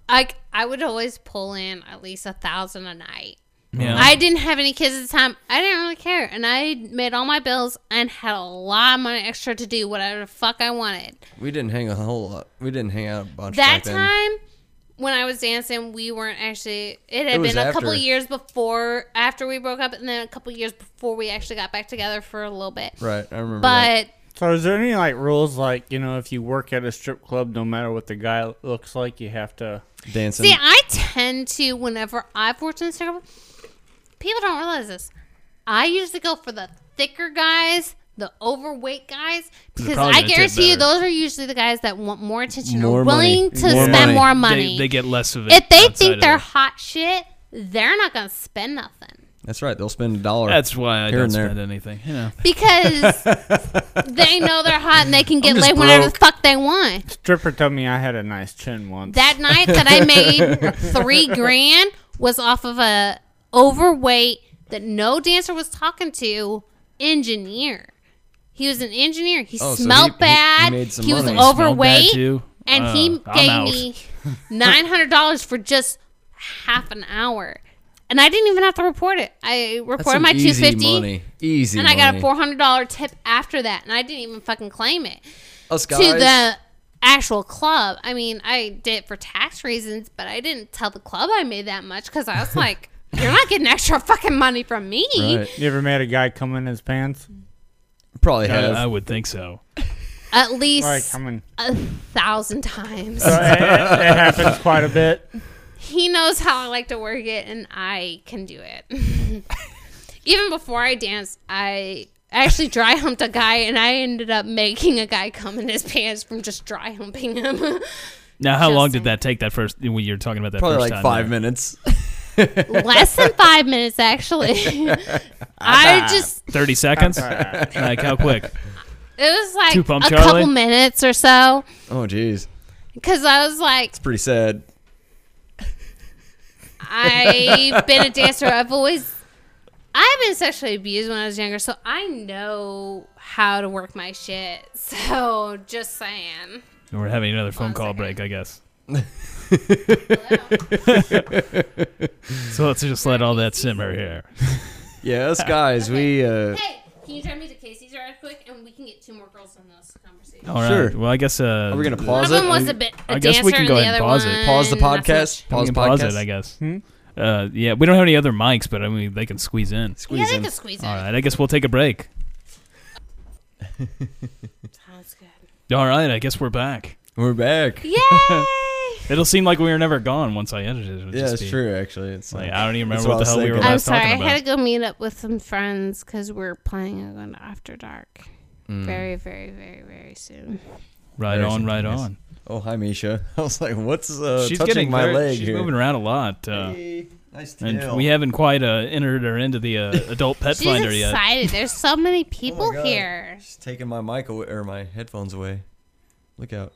[SPEAKER 6] Like I would always pull in at least a thousand a night.
[SPEAKER 7] Oh.
[SPEAKER 4] Yeah.
[SPEAKER 6] I didn't have any kids at the time. I didn't really care, and I made all my bills and had a lot of money extra to do whatever the fuck I wanted.
[SPEAKER 3] We didn't hang a whole lot. We didn't hang out a bunch back
[SPEAKER 6] that
[SPEAKER 3] then.
[SPEAKER 6] time when I was dancing, we weren't actually. It
[SPEAKER 3] It
[SPEAKER 6] had
[SPEAKER 3] was
[SPEAKER 6] been a couple
[SPEAKER 3] after.
[SPEAKER 6] years before after we broke up, and then a couple years before we actually got back together for a little bit.
[SPEAKER 3] Right. I remember. that.
[SPEAKER 6] But
[SPEAKER 7] So, is there any like rules like you know if you work at a strip club, no matter what the guy looks like, you have to
[SPEAKER 3] dancing.
[SPEAKER 6] see, I tend to whenever I've worked in a strip club, people don't realize this. I usually go for the thicker guys. The overweight guys, because
[SPEAKER 4] probably
[SPEAKER 6] I
[SPEAKER 4] gonna tip
[SPEAKER 6] guarantee you,
[SPEAKER 4] better.
[SPEAKER 6] those are usually the guys that want more attention,
[SPEAKER 3] More
[SPEAKER 6] are
[SPEAKER 3] money.
[SPEAKER 6] willing to
[SPEAKER 3] More
[SPEAKER 6] spend
[SPEAKER 3] money.
[SPEAKER 6] more
[SPEAKER 4] they,
[SPEAKER 6] money.
[SPEAKER 4] they get less of it.
[SPEAKER 6] if they
[SPEAKER 4] outside
[SPEAKER 6] think
[SPEAKER 4] of
[SPEAKER 6] they're
[SPEAKER 4] it.
[SPEAKER 6] hot shit, they're not gonna spend nothing.
[SPEAKER 3] That's right. They'll spend a dollar.
[SPEAKER 4] that's why I
[SPEAKER 3] Here
[SPEAKER 4] don't
[SPEAKER 3] and there.
[SPEAKER 4] spend anything. You know,
[SPEAKER 6] because they know they're hot and they can get
[SPEAKER 4] I'm just
[SPEAKER 6] laid whenever the
[SPEAKER 4] broke.
[SPEAKER 6] fuck they want.
[SPEAKER 7] Stripper told me I had a nice chin once.
[SPEAKER 6] That night that I made three grand was off of a overweight that no dancer was talking to engineer. He was an engineer. He
[SPEAKER 3] Oh, so
[SPEAKER 6] smelled
[SPEAKER 3] he- he- he
[SPEAKER 6] bad. He,
[SPEAKER 3] made some
[SPEAKER 6] was
[SPEAKER 3] money.
[SPEAKER 4] Smelled bad
[SPEAKER 6] overweight,
[SPEAKER 4] too?
[SPEAKER 6] and
[SPEAKER 4] Uh,
[SPEAKER 6] he
[SPEAKER 3] Oh,
[SPEAKER 4] I'm
[SPEAKER 6] gave
[SPEAKER 4] out.
[SPEAKER 6] me nine hundred dollars for just half an hour, and I didn't even have to report it. I
[SPEAKER 3] That's
[SPEAKER 6] reported
[SPEAKER 3] some
[SPEAKER 6] my two
[SPEAKER 3] easy
[SPEAKER 6] fifty.
[SPEAKER 3] money. Easy.
[SPEAKER 6] and I got a
[SPEAKER 3] money.
[SPEAKER 6] four hundred dollar tip after that, and I didn't even fucking claim it
[SPEAKER 3] Us
[SPEAKER 6] to
[SPEAKER 3] guys.
[SPEAKER 6] the actual club. I mean, I did it for tax reasons, but I didn't tell the club I made that much because I was like, "You're not getting extra fucking money from me."
[SPEAKER 3] Right.
[SPEAKER 7] you ever made a guy come in his pants?
[SPEAKER 3] Probably
[SPEAKER 4] I,
[SPEAKER 3] have.
[SPEAKER 4] I would think so.
[SPEAKER 6] At least
[SPEAKER 7] Like, I mean,
[SPEAKER 6] a thousand times.
[SPEAKER 7] so it, it, it happens quite a bit.
[SPEAKER 6] he knows how I like to work it, and I can do it. Even before I danced, I actually dry humped a guy, and I ended up making a guy come in his pants from just dry humping him.
[SPEAKER 4] Now, how
[SPEAKER 6] Just
[SPEAKER 4] long did
[SPEAKER 6] saying.
[SPEAKER 4] that take? That first when you were talking about that
[SPEAKER 3] Probably
[SPEAKER 4] first
[SPEAKER 3] like
[SPEAKER 4] time
[SPEAKER 3] five
[SPEAKER 4] there?
[SPEAKER 3] minutes.
[SPEAKER 6] less than five minutes actually i just
[SPEAKER 4] thirty seconds. like how quick?
[SPEAKER 6] it was like
[SPEAKER 4] Two Pump
[SPEAKER 6] a
[SPEAKER 4] Charlie?
[SPEAKER 6] couple minutes or so
[SPEAKER 3] Oh, jeez.
[SPEAKER 6] because I was like,
[SPEAKER 3] Pretty sad.
[SPEAKER 6] I've been a dancer. I've always, I've been sexually abused when I was younger, so I know how to work my shit. So just saying.
[SPEAKER 4] We're having another phone
[SPEAKER 6] One
[SPEAKER 4] call
[SPEAKER 6] second.
[SPEAKER 4] break, I guess. so let's just let all that simmer here.
[SPEAKER 3] Yeah, us guys, we. Uh,
[SPEAKER 6] Hey, can you turn me to Casey's right quick, and we can get two more girls in this conversation.
[SPEAKER 4] All right.
[SPEAKER 3] Sure.
[SPEAKER 4] Well, I guess uh,
[SPEAKER 3] are we gonna
[SPEAKER 6] One of
[SPEAKER 3] pause
[SPEAKER 6] them was
[SPEAKER 3] it?
[SPEAKER 6] a bit. A
[SPEAKER 4] I guess we
[SPEAKER 6] dancer
[SPEAKER 4] can go
[SPEAKER 6] and the
[SPEAKER 4] ahead and
[SPEAKER 6] other
[SPEAKER 4] pause it.
[SPEAKER 3] Pause the
[SPEAKER 6] one- not so
[SPEAKER 3] podcast.
[SPEAKER 4] we
[SPEAKER 3] Pause the
[SPEAKER 4] can pause
[SPEAKER 3] podcast.
[SPEAKER 4] it, I guess. Uh, yeah, we don't have any other mics, but I mean they can squeeze in.
[SPEAKER 6] much-
[SPEAKER 3] Squeeze
[SPEAKER 6] Yeah, they
[SPEAKER 3] in.
[SPEAKER 6] can squeeze it.
[SPEAKER 4] All right. I guess we'll take a break.
[SPEAKER 6] Sounds good.
[SPEAKER 4] All right. I guess we're back.
[SPEAKER 3] We're back.
[SPEAKER 6] Yay!
[SPEAKER 4] It'll seem like we were never gone once I edited it. It'll
[SPEAKER 3] Yeah,
[SPEAKER 4] just
[SPEAKER 3] it's
[SPEAKER 4] be-
[SPEAKER 3] true. Actually, it's
[SPEAKER 4] Like
[SPEAKER 3] like
[SPEAKER 4] I don't even
[SPEAKER 3] That's
[SPEAKER 4] remember what the
[SPEAKER 3] what I was
[SPEAKER 4] hell we were
[SPEAKER 3] thinking.
[SPEAKER 6] I'm
[SPEAKER 4] last
[SPEAKER 6] sorry. I
[SPEAKER 4] talking about.
[SPEAKER 6] had to go meet up with some friends because we're playing a going after dark
[SPEAKER 4] Mm.
[SPEAKER 6] very, very, very, very soon.
[SPEAKER 4] right
[SPEAKER 3] Very
[SPEAKER 4] on. Right
[SPEAKER 3] simple, yes.
[SPEAKER 4] on.
[SPEAKER 3] oh hi Misha. I was like, what's uh,
[SPEAKER 4] she's
[SPEAKER 3] touching
[SPEAKER 4] getting
[SPEAKER 3] my
[SPEAKER 4] very-
[SPEAKER 3] leg
[SPEAKER 4] She's
[SPEAKER 3] here?
[SPEAKER 4] moving around a lot. Uh,
[SPEAKER 5] Hey, nice
[SPEAKER 4] And
[SPEAKER 5] tail.
[SPEAKER 4] we haven't quite uh, entered her into the uh, adult pet
[SPEAKER 6] She's
[SPEAKER 4] finder yet.
[SPEAKER 6] excited. There's so many people
[SPEAKER 5] God.
[SPEAKER 6] here.
[SPEAKER 5] She's taking my mic away, or my headphones away. Look out!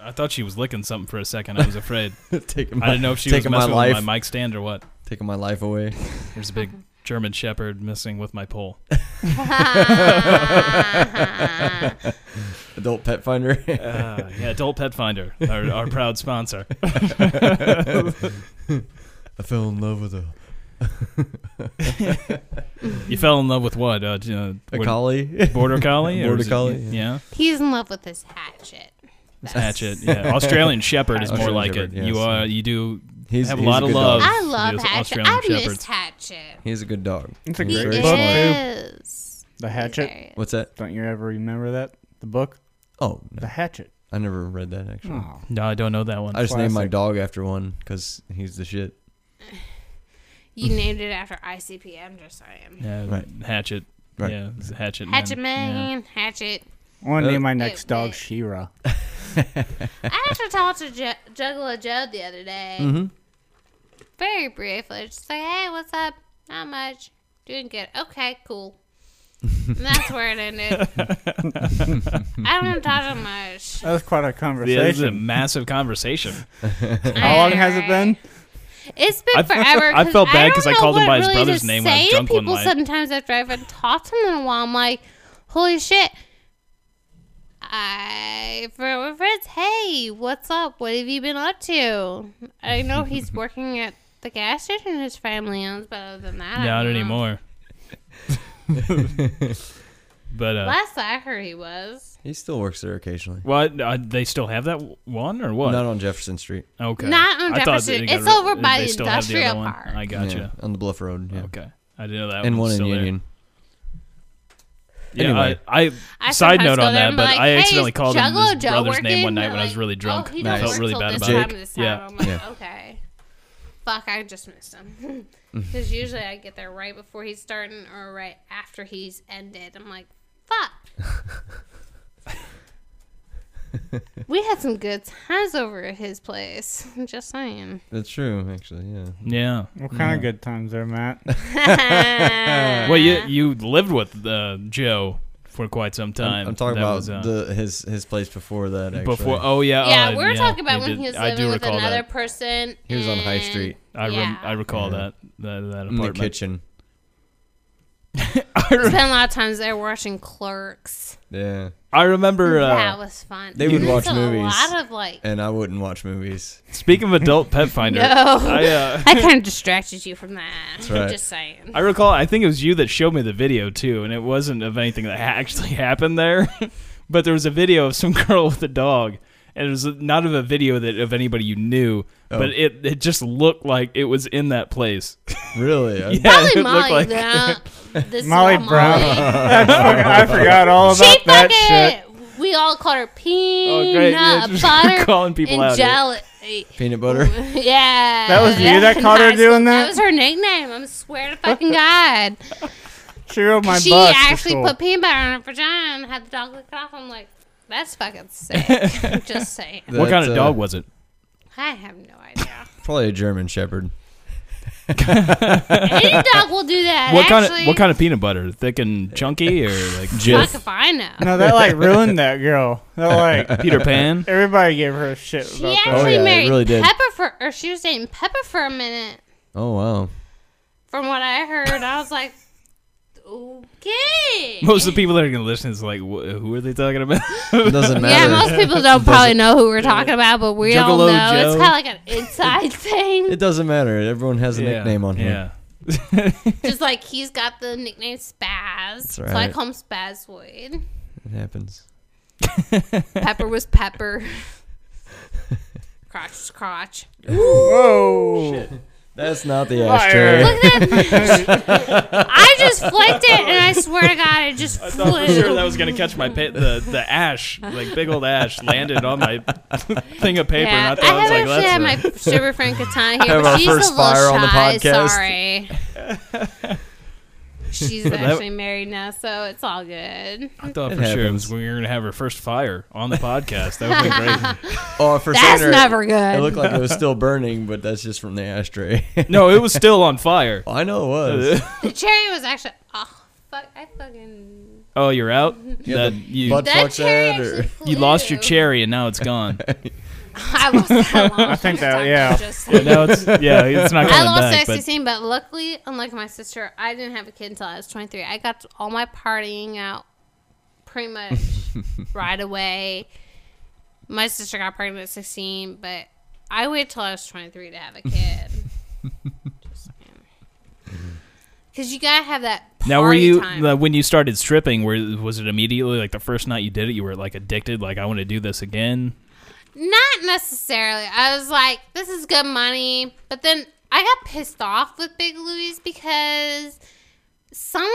[SPEAKER 4] I thought she was licking something for a second. I was afraid.
[SPEAKER 5] taking my,
[SPEAKER 4] I didn't know if she was
[SPEAKER 5] taking
[SPEAKER 4] messing
[SPEAKER 5] my
[SPEAKER 4] with
[SPEAKER 5] life,
[SPEAKER 4] my mic stand or what.
[SPEAKER 5] taking my life away.
[SPEAKER 4] There's a big German Shepherd messing with my pole.
[SPEAKER 5] Adult Pet Finder.
[SPEAKER 4] Uh, yeah, Adult Pet Finder, our, our proud sponsor.
[SPEAKER 5] I fell in love with a,
[SPEAKER 4] You fell in love with what? Uh, d- uh,
[SPEAKER 5] a
[SPEAKER 4] what-
[SPEAKER 5] collie.
[SPEAKER 4] Border collie. or
[SPEAKER 5] Border
[SPEAKER 4] is it-
[SPEAKER 5] collie,
[SPEAKER 4] Yeah.
[SPEAKER 6] He's in love with his hatchet. That's-
[SPEAKER 4] Hatchet. Yeah. Australian Shepherd is more
[SPEAKER 5] Australian
[SPEAKER 4] like
[SPEAKER 5] Shepherd,
[SPEAKER 4] it. you
[SPEAKER 5] yes,
[SPEAKER 4] are.
[SPEAKER 5] yeah.
[SPEAKER 4] You do
[SPEAKER 5] He's
[SPEAKER 4] have a
[SPEAKER 5] he's
[SPEAKER 4] lot of
[SPEAKER 5] good
[SPEAKER 4] love.
[SPEAKER 5] Dog.
[SPEAKER 6] I love
[SPEAKER 4] Yes,
[SPEAKER 6] Hatchet.
[SPEAKER 4] Australian
[SPEAKER 6] I missed
[SPEAKER 4] Shepherds.
[SPEAKER 6] Hatchet.
[SPEAKER 5] He's a good dog.
[SPEAKER 7] It's a
[SPEAKER 5] He's
[SPEAKER 6] He
[SPEAKER 7] great
[SPEAKER 5] very
[SPEAKER 7] book, too.
[SPEAKER 6] is.
[SPEAKER 7] The Hatchet.
[SPEAKER 6] Hilarious.
[SPEAKER 5] What's that?
[SPEAKER 7] Don't you ever remember that? The book?
[SPEAKER 5] Oh,
[SPEAKER 7] The
[SPEAKER 5] no.
[SPEAKER 7] Hatchet.
[SPEAKER 5] I never read that actually.
[SPEAKER 7] Oh.
[SPEAKER 4] No, I don't know that one.
[SPEAKER 5] I just named my
[SPEAKER 7] Classic.
[SPEAKER 5] dog after one because he's the shit.
[SPEAKER 6] You named it after ICP. I'm just saying.
[SPEAKER 4] yeah,
[SPEAKER 5] Right.
[SPEAKER 4] Hatchet.
[SPEAKER 5] Right.
[SPEAKER 4] Yeah, it's Hatchet. Man.
[SPEAKER 6] Hatchet
[SPEAKER 4] Yeah.
[SPEAKER 6] man, hatchet.
[SPEAKER 7] I want to
[SPEAKER 5] Uh,
[SPEAKER 7] name my next
[SPEAKER 6] It-
[SPEAKER 7] dog
[SPEAKER 6] it-
[SPEAKER 7] Shira.
[SPEAKER 6] I actually talked to Ju- Juggler Joe the other day,
[SPEAKER 5] Mhm.
[SPEAKER 6] very briefly. Just say, hey, what's up? Not much. Doing good. Okay, cool. And that's where it ended. I don't talk too much.
[SPEAKER 7] That was quite a
[SPEAKER 4] Yeah, this is a
[SPEAKER 7] conversation.
[SPEAKER 4] massive conversation.
[SPEAKER 7] How long has it been?
[SPEAKER 6] It's been
[SPEAKER 4] I-
[SPEAKER 6] forever.
[SPEAKER 4] I felt bad 'cause
[SPEAKER 6] because
[SPEAKER 4] I called him by his
[SPEAKER 6] really
[SPEAKER 4] brother's
[SPEAKER 6] to
[SPEAKER 4] name when I was
[SPEAKER 6] Say to
[SPEAKER 4] drunk one
[SPEAKER 6] people
[SPEAKER 4] night.
[SPEAKER 6] sometimes after I haven't talked to them in a while, I'm like, "Holy shit!" I for my friends, hey, what's up? What have you been up to? I know he's working at the gas station his family owns, but other than that, I
[SPEAKER 4] Not
[SPEAKER 6] don't know.
[SPEAKER 4] anymore. but uh,
[SPEAKER 6] Last I heard, he was
[SPEAKER 5] He still works there occasionally.
[SPEAKER 4] what? Uh, they still have that w- one or what?
[SPEAKER 5] Not on Jefferson Street.
[SPEAKER 4] okay.
[SPEAKER 6] Not on
[SPEAKER 4] I thought
[SPEAKER 6] Jefferson.
[SPEAKER 4] they got
[SPEAKER 6] It's
[SPEAKER 4] rid-
[SPEAKER 6] over by
[SPEAKER 4] they
[SPEAKER 6] the
[SPEAKER 4] still have the other
[SPEAKER 6] industrial
[SPEAKER 4] one.
[SPEAKER 6] park.
[SPEAKER 4] I
[SPEAKER 5] Yeah,
[SPEAKER 4] gotcha.
[SPEAKER 5] on the Bluff Road. Yeah.
[SPEAKER 4] Okay. I didn't know that.
[SPEAKER 5] And one
[SPEAKER 4] was
[SPEAKER 5] in
[SPEAKER 4] still there.
[SPEAKER 5] Union.
[SPEAKER 4] Yeah,
[SPEAKER 5] Anyway.
[SPEAKER 4] I, I
[SPEAKER 6] I
[SPEAKER 4] side
[SPEAKER 6] sometimes
[SPEAKER 4] note
[SPEAKER 6] go
[SPEAKER 4] on
[SPEAKER 6] there
[SPEAKER 4] that,
[SPEAKER 6] and
[SPEAKER 4] but
[SPEAKER 6] be like,
[SPEAKER 4] I
[SPEAKER 6] "Hey,
[SPEAKER 4] accidentally
[SPEAKER 6] is
[SPEAKER 4] called him
[SPEAKER 6] Juggalo
[SPEAKER 4] his
[SPEAKER 6] Joe
[SPEAKER 4] brother's name
[SPEAKER 6] working?"
[SPEAKER 4] one night
[SPEAKER 6] They're
[SPEAKER 4] when I was
[SPEAKER 6] like,
[SPEAKER 4] really drunk.
[SPEAKER 6] Oh, he
[SPEAKER 4] I
[SPEAKER 6] don't
[SPEAKER 5] Nice.
[SPEAKER 4] felt
[SPEAKER 6] work
[SPEAKER 4] really
[SPEAKER 6] till
[SPEAKER 4] bad
[SPEAKER 6] this
[SPEAKER 4] about
[SPEAKER 6] time
[SPEAKER 4] it.
[SPEAKER 6] this time.
[SPEAKER 4] Yeah.
[SPEAKER 6] I'm like,
[SPEAKER 5] Yeah.
[SPEAKER 6] okay, fuck, I just missed him. Because usually I get there right before he's starting or right after he's ended. I'm like, fuck. we had some good times over at his place. I'm just saying.
[SPEAKER 5] That's true, actually. Yeah.
[SPEAKER 4] Yeah.
[SPEAKER 7] What kind of good times there, Matt?
[SPEAKER 4] Well, you you lived with uh, Joe for quite some
[SPEAKER 5] I'm-
[SPEAKER 4] time.
[SPEAKER 5] I'm, talking
[SPEAKER 4] That
[SPEAKER 5] about
[SPEAKER 4] was, uh,
[SPEAKER 5] the his his place before that. Actually.
[SPEAKER 4] before. Oh yeah.
[SPEAKER 6] yeah,
[SPEAKER 4] uh,
[SPEAKER 6] we were talking about
[SPEAKER 4] you
[SPEAKER 6] when
[SPEAKER 4] did-
[SPEAKER 6] he was
[SPEAKER 4] I do
[SPEAKER 6] living with
[SPEAKER 4] recall
[SPEAKER 6] another
[SPEAKER 4] that.
[SPEAKER 6] person.
[SPEAKER 5] He was on High
[SPEAKER 6] and-
[SPEAKER 5] Street.
[SPEAKER 4] I, rem-
[SPEAKER 6] yeah.
[SPEAKER 4] I recall
[SPEAKER 5] Yeah.
[SPEAKER 4] that that, that
[SPEAKER 5] in the
[SPEAKER 4] apartment.
[SPEAKER 5] kitchen.
[SPEAKER 6] spent a lot of times there watching Clerks.
[SPEAKER 5] Yeah.
[SPEAKER 4] I remember. Uh,
[SPEAKER 6] That was fun.
[SPEAKER 5] They would
[SPEAKER 6] There's
[SPEAKER 5] watch
[SPEAKER 6] a
[SPEAKER 5] movies.
[SPEAKER 6] lot of like.
[SPEAKER 5] And I wouldn't watch movies.
[SPEAKER 4] speaking of adult pet finder,
[SPEAKER 6] No,
[SPEAKER 4] I uh,
[SPEAKER 6] I kind of distracted you from that.
[SPEAKER 5] right.
[SPEAKER 6] I'm just saying.
[SPEAKER 4] I recall. I think it was you that showed me the video too, and it wasn't of anything that ha- actually happened there, but there was a video of some girl with a dog, and it was not of a video that of anybody you knew,
[SPEAKER 3] Oh.
[SPEAKER 4] but it it just looked like it was in that place.
[SPEAKER 5] Really?
[SPEAKER 3] Uh,
[SPEAKER 5] I-
[SPEAKER 4] Yeah,
[SPEAKER 6] Probably
[SPEAKER 4] it
[SPEAKER 6] Molly.
[SPEAKER 4] looked like-
[SPEAKER 6] though. This is
[SPEAKER 7] Molly
[SPEAKER 6] all
[SPEAKER 7] Brown.
[SPEAKER 6] Molly.
[SPEAKER 7] I forgot all about
[SPEAKER 6] she
[SPEAKER 7] that
[SPEAKER 6] fucking. We all called her
[SPEAKER 4] Oh,
[SPEAKER 6] peanut
[SPEAKER 4] great. Yeah, just
[SPEAKER 6] butter
[SPEAKER 4] calling people
[SPEAKER 6] and
[SPEAKER 4] out here.
[SPEAKER 6] jelly.
[SPEAKER 5] Peanut butter.
[SPEAKER 6] Yeah,
[SPEAKER 7] That was you that
[SPEAKER 6] in
[SPEAKER 7] called her
[SPEAKER 6] high school.
[SPEAKER 7] doing that?
[SPEAKER 6] That was her nickname. I'm swear to fucking god.
[SPEAKER 7] shit. She rode my
[SPEAKER 6] she
[SPEAKER 7] bus. to
[SPEAKER 6] actually
[SPEAKER 7] school.
[SPEAKER 6] put peanut butter on her vagina and had the dog lick it off. I'm like, that's fucking sick. Just saying.
[SPEAKER 4] what kind
[SPEAKER 5] That's,
[SPEAKER 4] of
[SPEAKER 5] uh,
[SPEAKER 4] dog was it?
[SPEAKER 6] I have no idea.
[SPEAKER 5] Probably a German Shepherd.
[SPEAKER 6] Any dog will do that.
[SPEAKER 4] What kind
[SPEAKER 6] actually.
[SPEAKER 4] of what kind of peanut butter? Thick and chunky, or like
[SPEAKER 6] Fuck if I know.
[SPEAKER 7] No, that like ruined that girl. That like
[SPEAKER 4] Peter Pan?
[SPEAKER 7] everybody gave her shit
[SPEAKER 6] She
[SPEAKER 7] about that.
[SPEAKER 6] actually
[SPEAKER 3] yeah, it
[SPEAKER 6] married
[SPEAKER 3] really did.
[SPEAKER 6] Pepper for, or she was dating Pepper for a minute.
[SPEAKER 3] Oh wow.
[SPEAKER 6] From what I heard, I was like, okay.
[SPEAKER 4] Most of the people that are gonna listen is like, wh- who are they talking about?
[SPEAKER 3] It doesn't
[SPEAKER 6] yeah,
[SPEAKER 3] matter.
[SPEAKER 6] most people don't probably know who we're talking about, but we all know.
[SPEAKER 3] Juggalo
[SPEAKER 6] It's
[SPEAKER 3] Joe.
[SPEAKER 6] kind of like an inside thing.
[SPEAKER 3] it doesn't matter. Everyone has a nickname on here.
[SPEAKER 4] Yeah.
[SPEAKER 6] Just like he's got the nickname Spaz. So I
[SPEAKER 3] right.
[SPEAKER 6] call him Spazwoid.
[SPEAKER 3] It happens.
[SPEAKER 6] Pepper was Pepper. crotch was crotch.
[SPEAKER 7] Whoa!
[SPEAKER 3] That's not the ashtray.
[SPEAKER 6] Look at that. I just flicked it, and I swear to God, I just
[SPEAKER 4] I
[SPEAKER 6] flew.
[SPEAKER 4] thought for sure that was gonna catch my pa- the the ash, like big old ash, landed on my thing of paper.
[SPEAKER 6] yeah,
[SPEAKER 4] and I thought
[SPEAKER 6] I have
[SPEAKER 4] it was like,
[SPEAKER 6] actually had my
[SPEAKER 4] that's
[SPEAKER 6] sugar friend Katana here,
[SPEAKER 5] Have
[SPEAKER 6] but
[SPEAKER 5] our
[SPEAKER 6] she's a
[SPEAKER 5] first
[SPEAKER 6] little
[SPEAKER 5] fire on the
[SPEAKER 6] shy.
[SPEAKER 5] podcast.
[SPEAKER 6] Sorry. She's actually married now, so it's all good.
[SPEAKER 4] I thought
[SPEAKER 3] It
[SPEAKER 4] for sure it
[SPEAKER 3] happens.
[SPEAKER 4] was we were gonna have her first fire on the podcast. That would be great.
[SPEAKER 3] Oh, for
[SPEAKER 6] That's
[SPEAKER 3] sooner,
[SPEAKER 6] never
[SPEAKER 3] It
[SPEAKER 6] good.
[SPEAKER 3] looked like it was still burning, but that's just from the ashtray.
[SPEAKER 4] No, it was still on fire.
[SPEAKER 3] I know it was.
[SPEAKER 6] The cherry was actually. Oh, fuck. I fucking.
[SPEAKER 4] Oh, you're out.
[SPEAKER 3] You had
[SPEAKER 4] that
[SPEAKER 3] the
[SPEAKER 4] you
[SPEAKER 3] butt
[SPEAKER 6] That
[SPEAKER 3] fuck
[SPEAKER 6] cherry
[SPEAKER 3] that, or-
[SPEAKER 6] actually
[SPEAKER 4] you lost your
[SPEAKER 6] flew.
[SPEAKER 4] cherry and now it's gone.
[SPEAKER 6] I lost that long. I
[SPEAKER 7] think that- yeah.
[SPEAKER 6] Just
[SPEAKER 4] now it's yeah, it's not
[SPEAKER 6] I
[SPEAKER 4] coming
[SPEAKER 6] lost
[SPEAKER 4] back.
[SPEAKER 6] at
[SPEAKER 4] But
[SPEAKER 6] 16, but luckily, unlike my sister, I didn't have a kid until I was 23. I got all my partying out pretty much right away. My sister got pregnant at 16, but I waited till I was 23 to have a kid. Because you gotta have that. Party
[SPEAKER 4] now, were you
[SPEAKER 6] Time.
[SPEAKER 4] like, when you started stripping? Were was it immediately like the first night you did it? You were like addicted. Like I want to do this again.
[SPEAKER 6] Not necessarily. I was like, this is good money. But then I got pissed off with Big Louie's because someone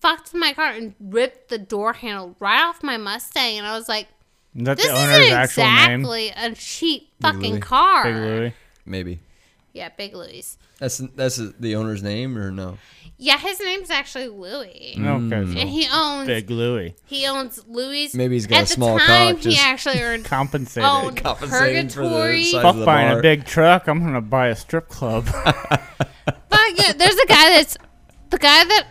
[SPEAKER 6] fucked my car and ripped the door handle right off my Mustang. And I was like,
[SPEAKER 7] Is that
[SPEAKER 6] this
[SPEAKER 7] the owner's
[SPEAKER 6] isn't
[SPEAKER 7] actual name?
[SPEAKER 6] exactly a cheap
[SPEAKER 3] Louie.
[SPEAKER 6] fucking car.
[SPEAKER 7] Big Louie.
[SPEAKER 3] Maybe
[SPEAKER 6] Yeah, Big Louie's.
[SPEAKER 3] that's that's the owner's name or no?
[SPEAKER 6] Yeah, his name's actually Louie.
[SPEAKER 5] Mm.
[SPEAKER 7] Okay.
[SPEAKER 6] And
[SPEAKER 7] So.
[SPEAKER 6] he owns
[SPEAKER 7] Big Louie.
[SPEAKER 6] he owns Louis.
[SPEAKER 3] Maybe he's got
[SPEAKER 6] At
[SPEAKER 3] a small
[SPEAKER 6] the time,
[SPEAKER 3] cock,
[SPEAKER 6] he
[SPEAKER 3] just-
[SPEAKER 6] actually earned
[SPEAKER 7] Compensated.
[SPEAKER 6] owned
[SPEAKER 3] Compensating for the
[SPEAKER 6] Purgatory.
[SPEAKER 3] size
[SPEAKER 7] Fuck
[SPEAKER 3] of the
[SPEAKER 7] buying
[SPEAKER 3] bar.
[SPEAKER 7] a big truck. I'm gonna buy a strip club.
[SPEAKER 6] Fuck yeah. There's a guy that's the guy that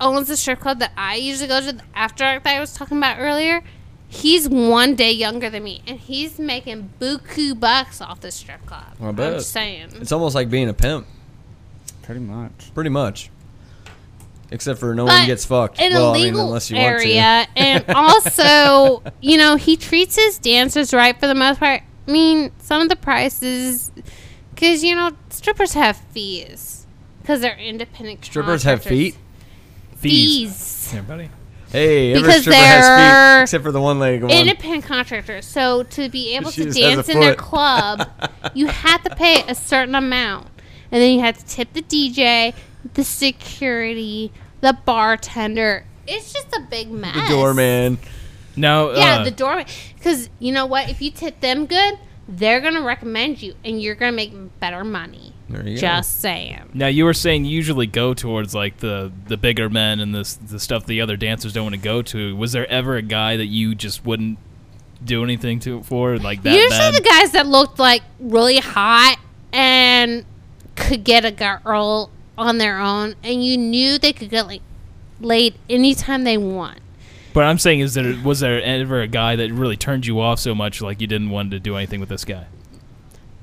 [SPEAKER 6] owns the strip club that I usually go to the after dark that I was talking about earlier. He's one day younger than me, and he's making buku bucks off this strip club.
[SPEAKER 3] I bet.
[SPEAKER 6] am just saying.
[SPEAKER 3] It's almost like being a pimp,
[SPEAKER 7] Pretty much.
[SPEAKER 3] pretty much. Except for no
[SPEAKER 6] But
[SPEAKER 3] one gets fucked.
[SPEAKER 6] In
[SPEAKER 3] well,
[SPEAKER 6] a
[SPEAKER 3] I mean,
[SPEAKER 6] legal
[SPEAKER 3] unless you want
[SPEAKER 6] area, and also, you know, he treats his dancers right for the most part. I mean, some of the prices, because you know, strippers have fees because they're independent.
[SPEAKER 3] to. Strippers have
[SPEAKER 6] contractors.
[SPEAKER 3] feet.
[SPEAKER 6] Fees.
[SPEAKER 4] Yeah, buddy.
[SPEAKER 3] Hey, every
[SPEAKER 6] Because
[SPEAKER 3] stripper has
[SPEAKER 6] they're
[SPEAKER 3] feet except for the one legged one.
[SPEAKER 6] independent contractor. So to be able
[SPEAKER 5] She
[SPEAKER 6] to
[SPEAKER 5] just has a
[SPEAKER 6] dance in their
[SPEAKER 5] foot.
[SPEAKER 6] club, you had to pay a certain amount, and then you had to tip the DJ, the security, the bartender. It's just a big mess.
[SPEAKER 5] The doorman.
[SPEAKER 4] Now,
[SPEAKER 6] Yeah,
[SPEAKER 4] uh,
[SPEAKER 6] the doorman. Because you know what? If you tip them good, they're gonna recommend you, and you're gonna make better money.
[SPEAKER 3] There you go.
[SPEAKER 6] Just saying.
[SPEAKER 4] Now you were saying you usually go towards like the the bigger men and this the stuff the other dancers don't want to go to. Was there ever a guy that you just wouldn't do anything to for like that?
[SPEAKER 6] Usually
[SPEAKER 4] bad?
[SPEAKER 6] the guys that looked like really hot and could get a girl on their own, and you knew they could get like laid anytime they want.
[SPEAKER 4] But I'm saying, is there was there ever a guy that really turned you off so much like you didn't want to do anything with this guy?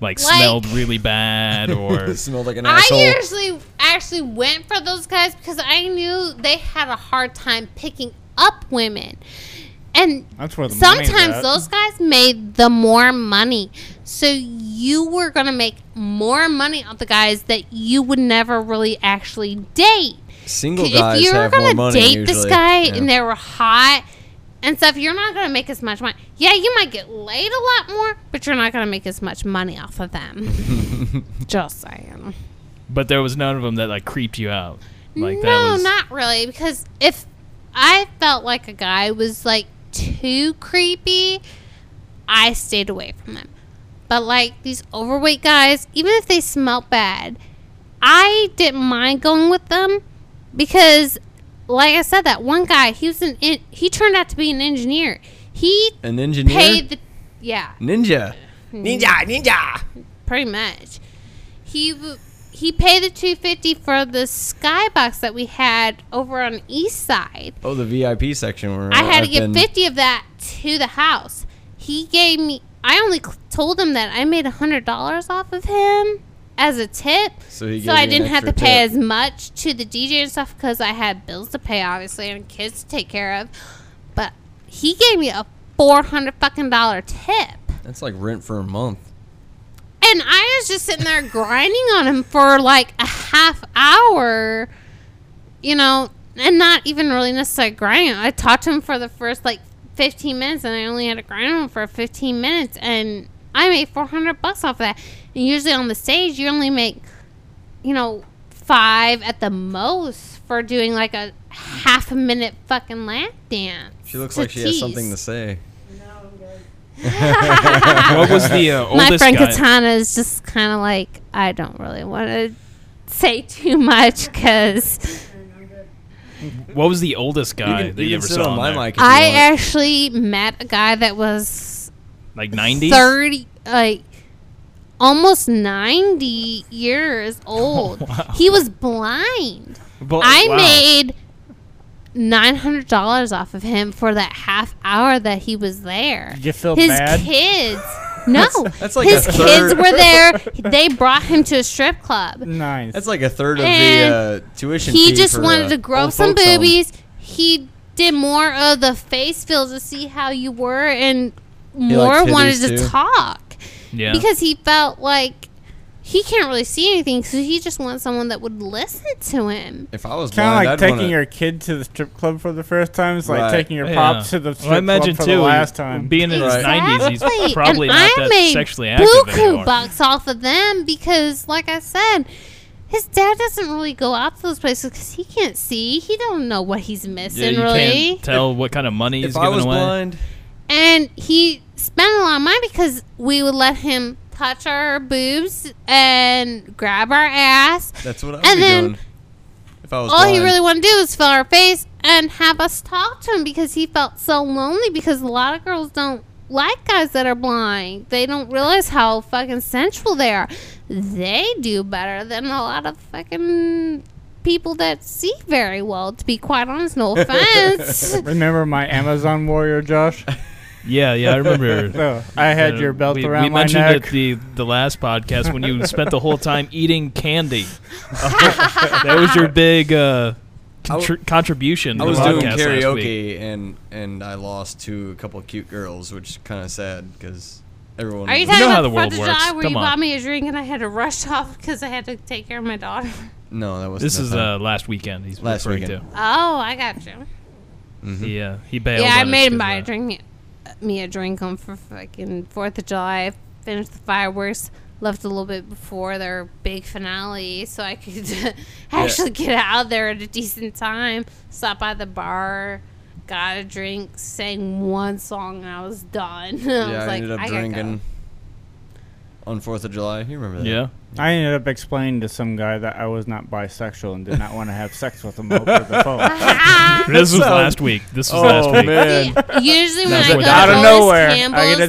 [SPEAKER 4] Like, smelled really bad or
[SPEAKER 3] It smelled like an asshole.
[SPEAKER 6] I usually actually went for those guys because I knew they had a hard time picking up women, and
[SPEAKER 7] That's where the money's
[SPEAKER 6] sometimes
[SPEAKER 7] at.
[SPEAKER 6] those guys made the more money so you were going to make more money off the guys that you would never really actually date
[SPEAKER 3] Single
[SPEAKER 6] if
[SPEAKER 3] guys
[SPEAKER 6] you were
[SPEAKER 3] have more
[SPEAKER 6] gonna
[SPEAKER 3] money
[SPEAKER 6] date this
[SPEAKER 3] usually.
[SPEAKER 6] guy
[SPEAKER 3] Yeah.
[SPEAKER 6] and they were hot and stuff you're not gonna make as much money yeah you might get laid a lot more but you're not gonna make as much money off of them just saying
[SPEAKER 4] but there was none of them that like creeped you out. Like that
[SPEAKER 6] no
[SPEAKER 4] was
[SPEAKER 6] not really because if i felt like a guy was like too creepy i stayed away from them but like these overweight guys even if they smelt bad i didn't mind going with them because like i said that one guy he was an en- he turned out to be an engineer he
[SPEAKER 3] An engineer.
[SPEAKER 6] paid the yeah
[SPEAKER 3] Ninja.
[SPEAKER 6] pretty much. He w- he paid the 250 for the skybox that we had over on the east side.
[SPEAKER 5] Oh, the VIP section. Where
[SPEAKER 6] I had to
[SPEAKER 5] I've
[SPEAKER 6] get
[SPEAKER 5] been-
[SPEAKER 6] 50 of that to the house. He gave me I only cl- told him that I made $100 off of him as a tip.
[SPEAKER 5] So he
[SPEAKER 6] so
[SPEAKER 5] gave
[SPEAKER 6] I
[SPEAKER 5] you an
[SPEAKER 6] didn't have to
[SPEAKER 5] extra
[SPEAKER 6] pay
[SPEAKER 5] tip.
[SPEAKER 6] as much to the DJ and stuff because I had bills to pay, obviously, and kids to take care of. But he gave me a 400 fucking dollar tip.
[SPEAKER 5] That's like rent for a month.
[SPEAKER 6] And I was just sitting there grinding on him for like a half hour, you know, and not even really necessarily grinding. I talked to him for the first like 15 minutes, and I only had to grind on him for 15 minutes, and I made 400 bucks off that. And usually on the stage, you only make, you know, five at the most for doing like a half a minute fucking lap dance.
[SPEAKER 5] She looks like she has something to say.
[SPEAKER 4] what was the uh, oldest
[SPEAKER 6] my friend
[SPEAKER 4] guy?
[SPEAKER 6] Katana is just kind of like I don't really want to say too much because
[SPEAKER 4] What was the oldest guy
[SPEAKER 5] you can,
[SPEAKER 4] that
[SPEAKER 5] you
[SPEAKER 4] you
[SPEAKER 5] can
[SPEAKER 4] ever
[SPEAKER 5] sit
[SPEAKER 4] saw
[SPEAKER 5] on
[SPEAKER 4] on
[SPEAKER 5] my
[SPEAKER 4] there?
[SPEAKER 5] mic. If you
[SPEAKER 6] I
[SPEAKER 5] want.
[SPEAKER 6] actually met a guy that was
[SPEAKER 4] Like 90s?
[SPEAKER 6] thirty, like almost ninety years old. He was blind.
[SPEAKER 4] Bo-
[SPEAKER 6] I
[SPEAKER 4] Oh, wow.
[SPEAKER 6] made nine hundred dollars off of him for that half hour that he was there.
[SPEAKER 7] you feel
[SPEAKER 6] his
[SPEAKER 7] bad?
[SPEAKER 6] kids. No,
[SPEAKER 5] that's like a
[SPEAKER 6] his kids
[SPEAKER 5] third-
[SPEAKER 6] were there. They brought him to a strip club.
[SPEAKER 7] Nice.
[SPEAKER 5] That's like a third of
[SPEAKER 6] And
[SPEAKER 5] the uh, tuition.
[SPEAKER 6] he
[SPEAKER 5] fee
[SPEAKER 6] just
[SPEAKER 5] for,
[SPEAKER 6] wanted
[SPEAKER 5] uh,
[SPEAKER 6] to grow
[SPEAKER 5] old
[SPEAKER 6] some
[SPEAKER 5] folks home.
[SPEAKER 6] boobies. He did more of the face fills to see how you were, and more
[SPEAKER 5] liked
[SPEAKER 6] wanted
[SPEAKER 5] titties,
[SPEAKER 6] to
[SPEAKER 5] too.
[SPEAKER 6] talk
[SPEAKER 4] Yeah.
[SPEAKER 6] because he felt like he can't really see anything, so he just wants someone that would listen to him.
[SPEAKER 5] If I was
[SPEAKER 7] Kind of
[SPEAKER 5] blind,
[SPEAKER 7] like
[SPEAKER 5] I'd
[SPEAKER 7] taking
[SPEAKER 5] wanna,
[SPEAKER 7] your kid to the strip club for the first time. It's like
[SPEAKER 5] Right.
[SPEAKER 7] taking your
[SPEAKER 4] Yeah.
[SPEAKER 7] pops to the
[SPEAKER 4] Well,
[SPEAKER 7] strip
[SPEAKER 4] I imagine
[SPEAKER 7] club for
[SPEAKER 4] too,
[SPEAKER 7] the last time.
[SPEAKER 4] Being in his
[SPEAKER 5] Right.
[SPEAKER 4] 90s, he's
[SPEAKER 6] Exactly.
[SPEAKER 4] probably
[SPEAKER 6] and
[SPEAKER 4] not
[SPEAKER 6] I
[SPEAKER 4] that
[SPEAKER 6] made
[SPEAKER 4] sexually active
[SPEAKER 6] buku
[SPEAKER 4] anymore.
[SPEAKER 6] bucks off of them because, like I said, his dad doesn't really go out to those places because he can't see. He don't know what he's
[SPEAKER 4] Yeah,
[SPEAKER 6] missing
[SPEAKER 4] you
[SPEAKER 6] really.
[SPEAKER 4] can't tell what kind of money he's
[SPEAKER 5] if I
[SPEAKER 4] giving
[SPEAKER 5] was
[SPEAKER 4] away.
[SPEAKER 5] blind,
[SPEAKER 6] and he spent a lot of money because we would let him touch our boobs and grab our ass.
[SPEAKER 5] that's what I would
[SPEAKER 6] And
[SPEAKER 5] be
[SPEAKER 6] then
[SPEAKER 5] doing. If I was
[SPEAKER 6] All
[SPEAKER 5] blind,
[SPEAKER 6] he really wanted to do was fill our face and have us talk to him because he felt so lonely because a lot of girls don't like guys that are blind. They don't realize how fucking sensual they are. They do better than a lot of fucking people that see very well, to be quite honest, no offense.
[SPEAKER 7] Remember my Amazon warrior, Josh?
[SPEAKER 4] Yeah, yeah, I remember.
[SPEAKER 7] So I had
[SPEAKER 4] Uh,
[SPEAKER 7] your belt
[SPEAKER 4] we,
[SPEAKER 7] around
[SPEAKER 4] we
[SPEAKER 7] my
[SPEAKER 4] mentioned
[SPEAKER 7] neck.
[SPEAKER 4] it the the last podcast when you spent the whole time eating candy. that was your big uh,
[SPEAKER 5] w-
[SPEAKER 4] contri- contribution.
[SPEAKER 5] I
[SPEAKER 4] to
[SPEAKER 5] was
[SPEAKER 4] the
[SPEAKER 5] doing
[SPEAKER 4] podcast last week.
[SPEAKER 5] karaoke and and I lost to a couple of cute girls, which is kind of sad because everyone.
[SPEAKER 6] Are you
[SPEAKER 5] was-
[SPEAKER 6] talking
[SPEAKER 4] know how
[SPEAKER 6] about
[SPEAKER 4] the
[SPEAKER 6] the
[SPEAKER 4] world
[SPEAKER 6] Fourth of
[SPEAKER 4] works.
[SPEAKER 6] July where
[SPEAKER 4] Come
[SPEAKER 6] you
[SPEAKER 4] on.
[SPEAKER 6] bought me a drink and I had to rush off because I had to take care of my daughter?
[SPEAKER 5] no, that was
[SPEAKER 4] This is
[SPEAKER 5] uh,
[SPEAKER 4] uh, last weekend. He's
[SPEAKER 5] Last
[SPEAKER 4] referring
[SPEAKER 5] weekend. Mm-hmm.
[SPEAKER 6] Oh, I got you.
[SPEAKER 4] to. He uh, he bailed.
[SPEAKER 6] yeah, I
[SPEAKER 4] on us
[SPEAKER 6] made him
[SPEAKER 4] 'cause,
[SPEAKER 6] buy
[SPEAKER 4] uh,
[SPEAKER 6] a drink, me a drink on for fucking Fourth of July. Finished the fireworks, left a little bit before their big finale, so I could actually get out there at a decent time. Stopped by the bar, got a drink, sang one song, and I was done. I
[SPEAKER 5] Yeah,
[SPEAKER 6] was
[SPEAKER 5] I
[SPEAKER 6] like,
[SPEAKER 5] ended up
[SPEAKER 6] I gotta go.
[SPEAKER 5] drinking on Fourth of July. You remember that?
[SPEAKER 4] Yeah,
[SPEAKER 7] I ended up explaining to some guy that I was not bisexual and did not want to have sex with him over the phone.
[SPEAKER 6] Ah!
[SPEAKER 4] this was
[SPEAKER 5] sounds-
[SPEAKER 4] last week. This was
[SPEAKER 5] Oh,
[SPEAKER 4] last week.
[SPEAKER 5] man.
[SPEAKER 6] usually when
[SPEAKER 4] That's
[SPEAKER 6] I go
[SPEAKER 4] what
[SPEAKER 6] to
[SPEAKER 4] that-
[SPEAKER 7] Out of
[SPEAKER 6] Lois
[SPEAKER 7] nowhere, I get a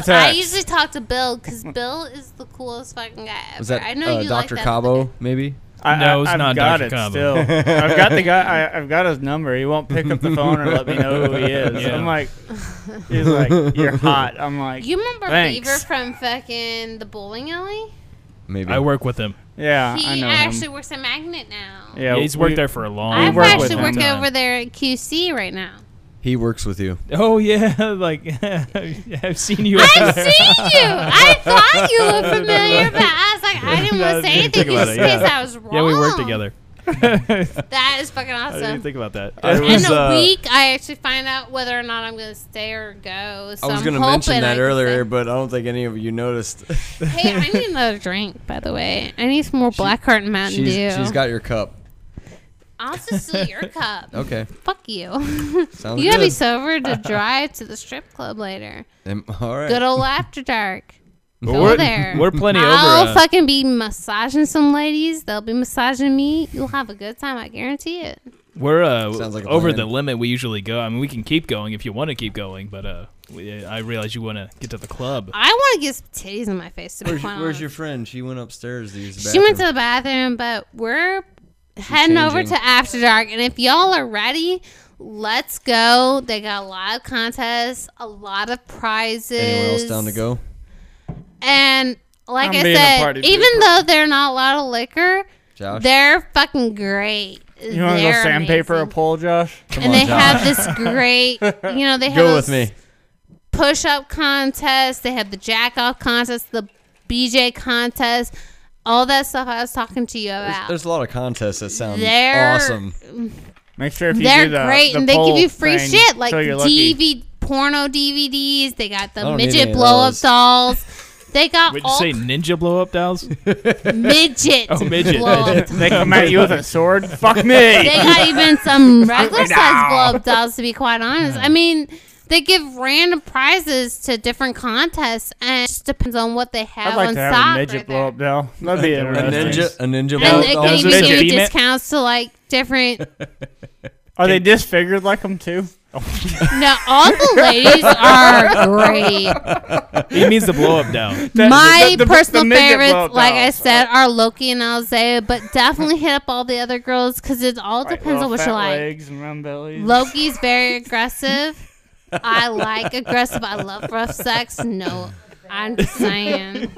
[SPEAKER 6] Campbell's, I,
[SPEAKER 7] text.
[SPEAKER 6] usually talk to Bill because Bill is the coolest fucking guy ever.
[SPEAKER 5] Was that
[SPEAKER 6] I know
[SPEAKER 5] uh,
[SPEAKER 6] you
[SPEAKER 5] Dr.
[SPEAKER 6] like that
[SPEAKER 5] Cabo, maybe?
[SPEAKER 7] I,
[SPEAKER 4] No, it's
[SPEAKER 7] I, I've
[SPEAKER 4] not
[SPEAKER 7] got
[SPEAKER 4] Dr.
[SPEAKER 7] it
[SPEAKER 4] Cabo.
[SPEAKER 7] still. I've got the guy. I, I've got his number. He won't pick up the phone or let me know who he is.
[SPEAKER 4] Yeah.
[SPEAKER 7] I'm like, he's like, you're hot. I'm like,
[SPEAKER 6] You remember
[SPEAKER 7] Thanks.
[SPEAKER 6] Beaver from fucking the bowling alley?
[SPEAKER 5] Maybe.
[SPEAKER 4] I work with him.
[SPEAKER 7] yeah, I
[SPEAKER 6] He
[SPEAKER 7] know
[SPEAKER 6] actually
[SPEAKER 7] him.
[SPEAKER 6] works at Magnet now.
[SPEAKER 7] Yeah,
[SPEAKER 4] he's worked
[SPEAKER 7] we-
[SPEAKER 4] there for a long.
[SPEAKER 6] I'm
[SPEAKER 7] work with
[SPEAKER 6] actually
[SPEAKER 7] him.
[SPEAKER 6] working
[SPEAKER 4] time.
[SPEAKER 6] over there at QC right now.
[SPEAKER 5] He works with you.
[SPEAKER 4] Oh yeah, like I've seen you. over
[SPEAKER 6] I've
[SPEAKER 4] there.
[SPEAKER 6] seen you. I thought you were familiar, but I was like, I didn't want to say anything
[SPEAKER 4] about
[SPEAKER 6] just in
[SPEAKER 4] it, yeah.
[SPEAKER 6] case I was wrong.
[SPEAKER 4] Yeah, we work together.
[SPEAKER 6] That is fucking
[SPEAKER 4] I didn't
[SPEAKER 6] awesome.
[SPEAKER 4] think about that.
[SPEAKER 5] I was,
[SPEAKER 6] in a
[SPEAKER 5] uh,
[SPEAKER 6] week, I actually find out whether or not I'm going to stay or go. So
[SPEAKER 5] I was
[SPEAKER 6] going
[SPEAKER 5] gonna
[SPEAKER 6] to
[SPEAKER 5] mention that earlier, but I don't think any of you noticed.
[SPEAKER 6] hey, I need another drink, by the way. I need some more Blackheart and Mountain Dew.
[SPEAKER 5] she's got your cup.
[SPEAKER 6] I'll just steal your cup.
[SPEAKER 5] Okay.
[SPEAKER 6] Fuck you.
[SPEAKER 5] Sounds
[SPEAKER 6] you
[SPEAKER 5] Oh. good.
[SPEAKER 6] gotta be sober to drive to the strip club later.
[SPEAKER 5] Am- all right.
[SPEAKER 6] Good old after dark. Go
[SPEAKER 4] we're,
[SPEAKER 6] there.
[SPEAKER 4] We're plenty
[SPEAKER 6] I'll
[SPEAKER 4] over. uh,
[SPEAKER 6] fucking be massaging some ladies. They'll be massaging me. You'll have a good time. I guarantee it.
[SPEAKER 4] We're uh,
[SPEAKER 3] Sounds like a
[SPEAKER 4] over
[SPEAKER 3] plan.
[SPEAKER 4] the limit we usually go. I mean, we can keep going if you want to keep going, but uh, we, I realize you want to get to the club.
[SPEAKER 6] I want to get some titties in my face. To be
[SPEAKER 3] Where's,
[SPEAKER 6] quite
[SPEAKER 3] where's your
[SPEAKER 6] honest.
[SPEAKER 3] friend? She went upstairs to use the
[SPEAKER 6] She
[SPEAKER 3] bathroom.
[SPEAKER 6] went to the bathroom, but we're heading over
[SPEAKER 3] changing.
[SPEAKER 6] to After Dark. And if y'all are ready, let's go. They got a lot of contests, a lot of prizes.
[SPEAKER 3] Anyone else down to go?
[SPEAKER 6] And like
[SPEAKER 7] I'm
[SPEAKER 6] i
[SPEAKER 7] being a
[SPEAKER 6] said,
[SPEAKER 7] party
[SPEAKER 6] even
[SPEAKER 7] pooper.
[SPEAKER 6] though they're not a lot of liquor,
[SPEAKER 3] Josh?
[SPEAKER 6] they're fucking great.
[SPEAKER 7] You want to go
[SPEAKER 6] They're
[SPEAKER 7] sandpaper
[SPEAKER 6] amazing.
[SPEAKER 7] a pole, Josh?
[SPEAKER 6] and they have this great, you know, they have
[SPEAKER 5] Go with
[SPEAKER 6] those
[SPEAKER 5] me.
[SPEAKER 6] push-up contest. They have the jack-off contest, the BJ contest, all that stuff I was talking to you
[SPEAKER 3] There's,
[SPEAKER 6] about.
[SPEAKER 3] there's a lot of contests that sound
[SPEAKER 6] They're-
[SPEAKER 3] Um, awesome.
[SPEAKER 7] Make sure if you
[SPEAKER 6] They're
[SPEAKER 7] do the,
[SPEAKER 6] great,
[SPEAKER 7] the
[SPEAKER 6] and they give
[SPEAKER 7] pole
[SPEAKER 6] you free
[SPEAKER 7] thing,
[SPEAKER 6] shit like
[SPEAKER 7] so you're lucky.
[SPEAKER 6] DVD porno DVDs. They got
[SPEAKER 3] I
[SPEAKER 6] the
[SPEAKER 3] don't need any
[SPEAKER 6] midget
[SPEAKER 3] of
[SPEAKER 6] blow-up
[SPEAKER 3] those.
[SPEAKER 6] dolls. They got
[SPEAKER 4] Would you
[SPEAKER 6] all
[SPEAKER 4] say ninja blow up dolls?
[SPEAKER 6] midget,
[SPEAKER 4] Oh, midget.
[SPEAKER 6] blow-up
[SPEAKER 7] They come at you with a sword. Fuck me.
[SPEAKER 6] they got even some regular size blow up dolls to be quite honest. I mean, they give random prizes to different contests and it just depends on what they have
[SPEAKER 7] I'd like
[SPEAKER 6] on
[SPEAKER 7] to
[SPEAKER 6] stock.
[SPEAKER 7] have a midget
[SPEAKER 6] right
[SPEAKER 7] blow up doll. That'd be
[SPEAKER 4] That'd be
[SPEAKER 3] A
[SPEAKER 4] Those
[SPEAKER 7] interesting.
[SPEAKER 3] ninja,
[SPEAKER 4] things.
[SPEAKER 3] a ninja. Oh,
[SPEAKER 6] there. And they
[SPEAKER 3] blow-up
[SPEAKER 6] can
[SPEAKER 4] dolls.
[SPEAKER 6] even
[SPEAKER 4] Those
[SPEAKER 6] give you
[SPEAKER 4] are-
[SPEAKER 6] discounts to like different
[SPEAKER 7] Are they disfigured like them too?
[SPEAKER 6] No, all the ladies are great.
[SPEAKER 4] he means the blow up doll.
[SPEAKER 7] The-
[SPEAKER 6] My
[SPEAKER 7] the- the- the
[SPEAKER 6] personal
[SPEAKER 7] midget blow-up
[SPEAKER 6] favorites, like I
[SPEAKER 7] dolls.
[SPEAKER 6] said, are Loki and Alzea, but definitely hit up all the other girls because it all
[SPEAKER 7] Like
[SPEAKER 6] depends
[SPEAKER 7] little
[SPEAKER 6] on what
[SPEAKER 7] fat
[SPEAKER 6] you like.
[SPEAKER 7] Legs and round bellies.
[SPEAKER 6] Loki's very aggressive. I like aggressive. I love rough sex. No, I'm just saying.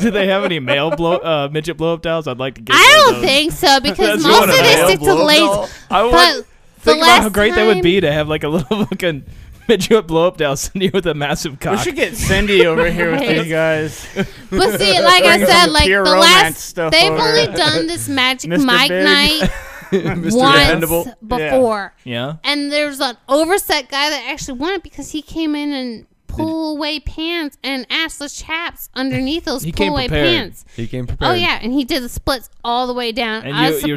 [SPEAKER 4] Do they have any male blow uh, midget blow up dolls? I'd like to get.
[SPEAKER 6] I
[SPEAKER 4] one of
[SPEAKER 6] don't
[SPEAKER 4] those.
[SPEAKER 6] think so
[SPEAKER 4] That's
[SPEAKER 6] because most
[SPEAKER 4] one
[SPEAKER 6] of
[SPEAKER 4] of
[SPEAKER 6] they
[SPEAKER 4] them.
[SPEAKER 6] stick to the ladies.
[SPEAKER 4] I
[SPEAKER 6] But
[SPEAKER 4] would
[SPEAKER 6] the
[SPEAKER 4] think about
[SPEAKER 6] last
[SPEAKER 4] how great that would
[SPEAKER 6] time-
[SPEAKER 4] be to have like a little fucking midget blow up doll sitting here with a massive
[SPEAKER 7] We
[SPEAKER 4] cock.
[SPEAKER 7] should get Cindy over here with these guys.
[SPEAKER 6] But see, like I
[SPEAKER 7] Bring
[SPEAKER 6] said,
[SPEAKER 7] some
[SPEAKER 6] like the
[SPEAKER 7] pure romance
[SPEAKER 6] last
[SPEAKER 7] stuff
[SPEAKER 6] they've
[SPEAKER 7] over.
[SPEAKER 6] only done this Magic
[SPEAKER 7] Mr.
[SPEAKER 6] Mike
[SPEAKER 7] Big.
[SPEAKER 6] night
[SPEAKER 5] Dependable.
[SPEAKER 6] once before,
[SPEAKER 4] yeah.
[SPEAKER 6] and there's an overset guy that actually won it because he came in and pulled away pants and assless chaps underneath those
[SPEAKER 4] He
[SPEAKER 6] pull
[SPEAKER 4] came
[SPEAKER 6] away
[SPEAKER 4] prepared.
[SPEAKER 6] pants.
[SPEAKER 3] He came prepared.
[SPEAKER 6] Oh yeah, and he did the splits all the way down. I was
[SPEAKER 4] And you, you're saying you,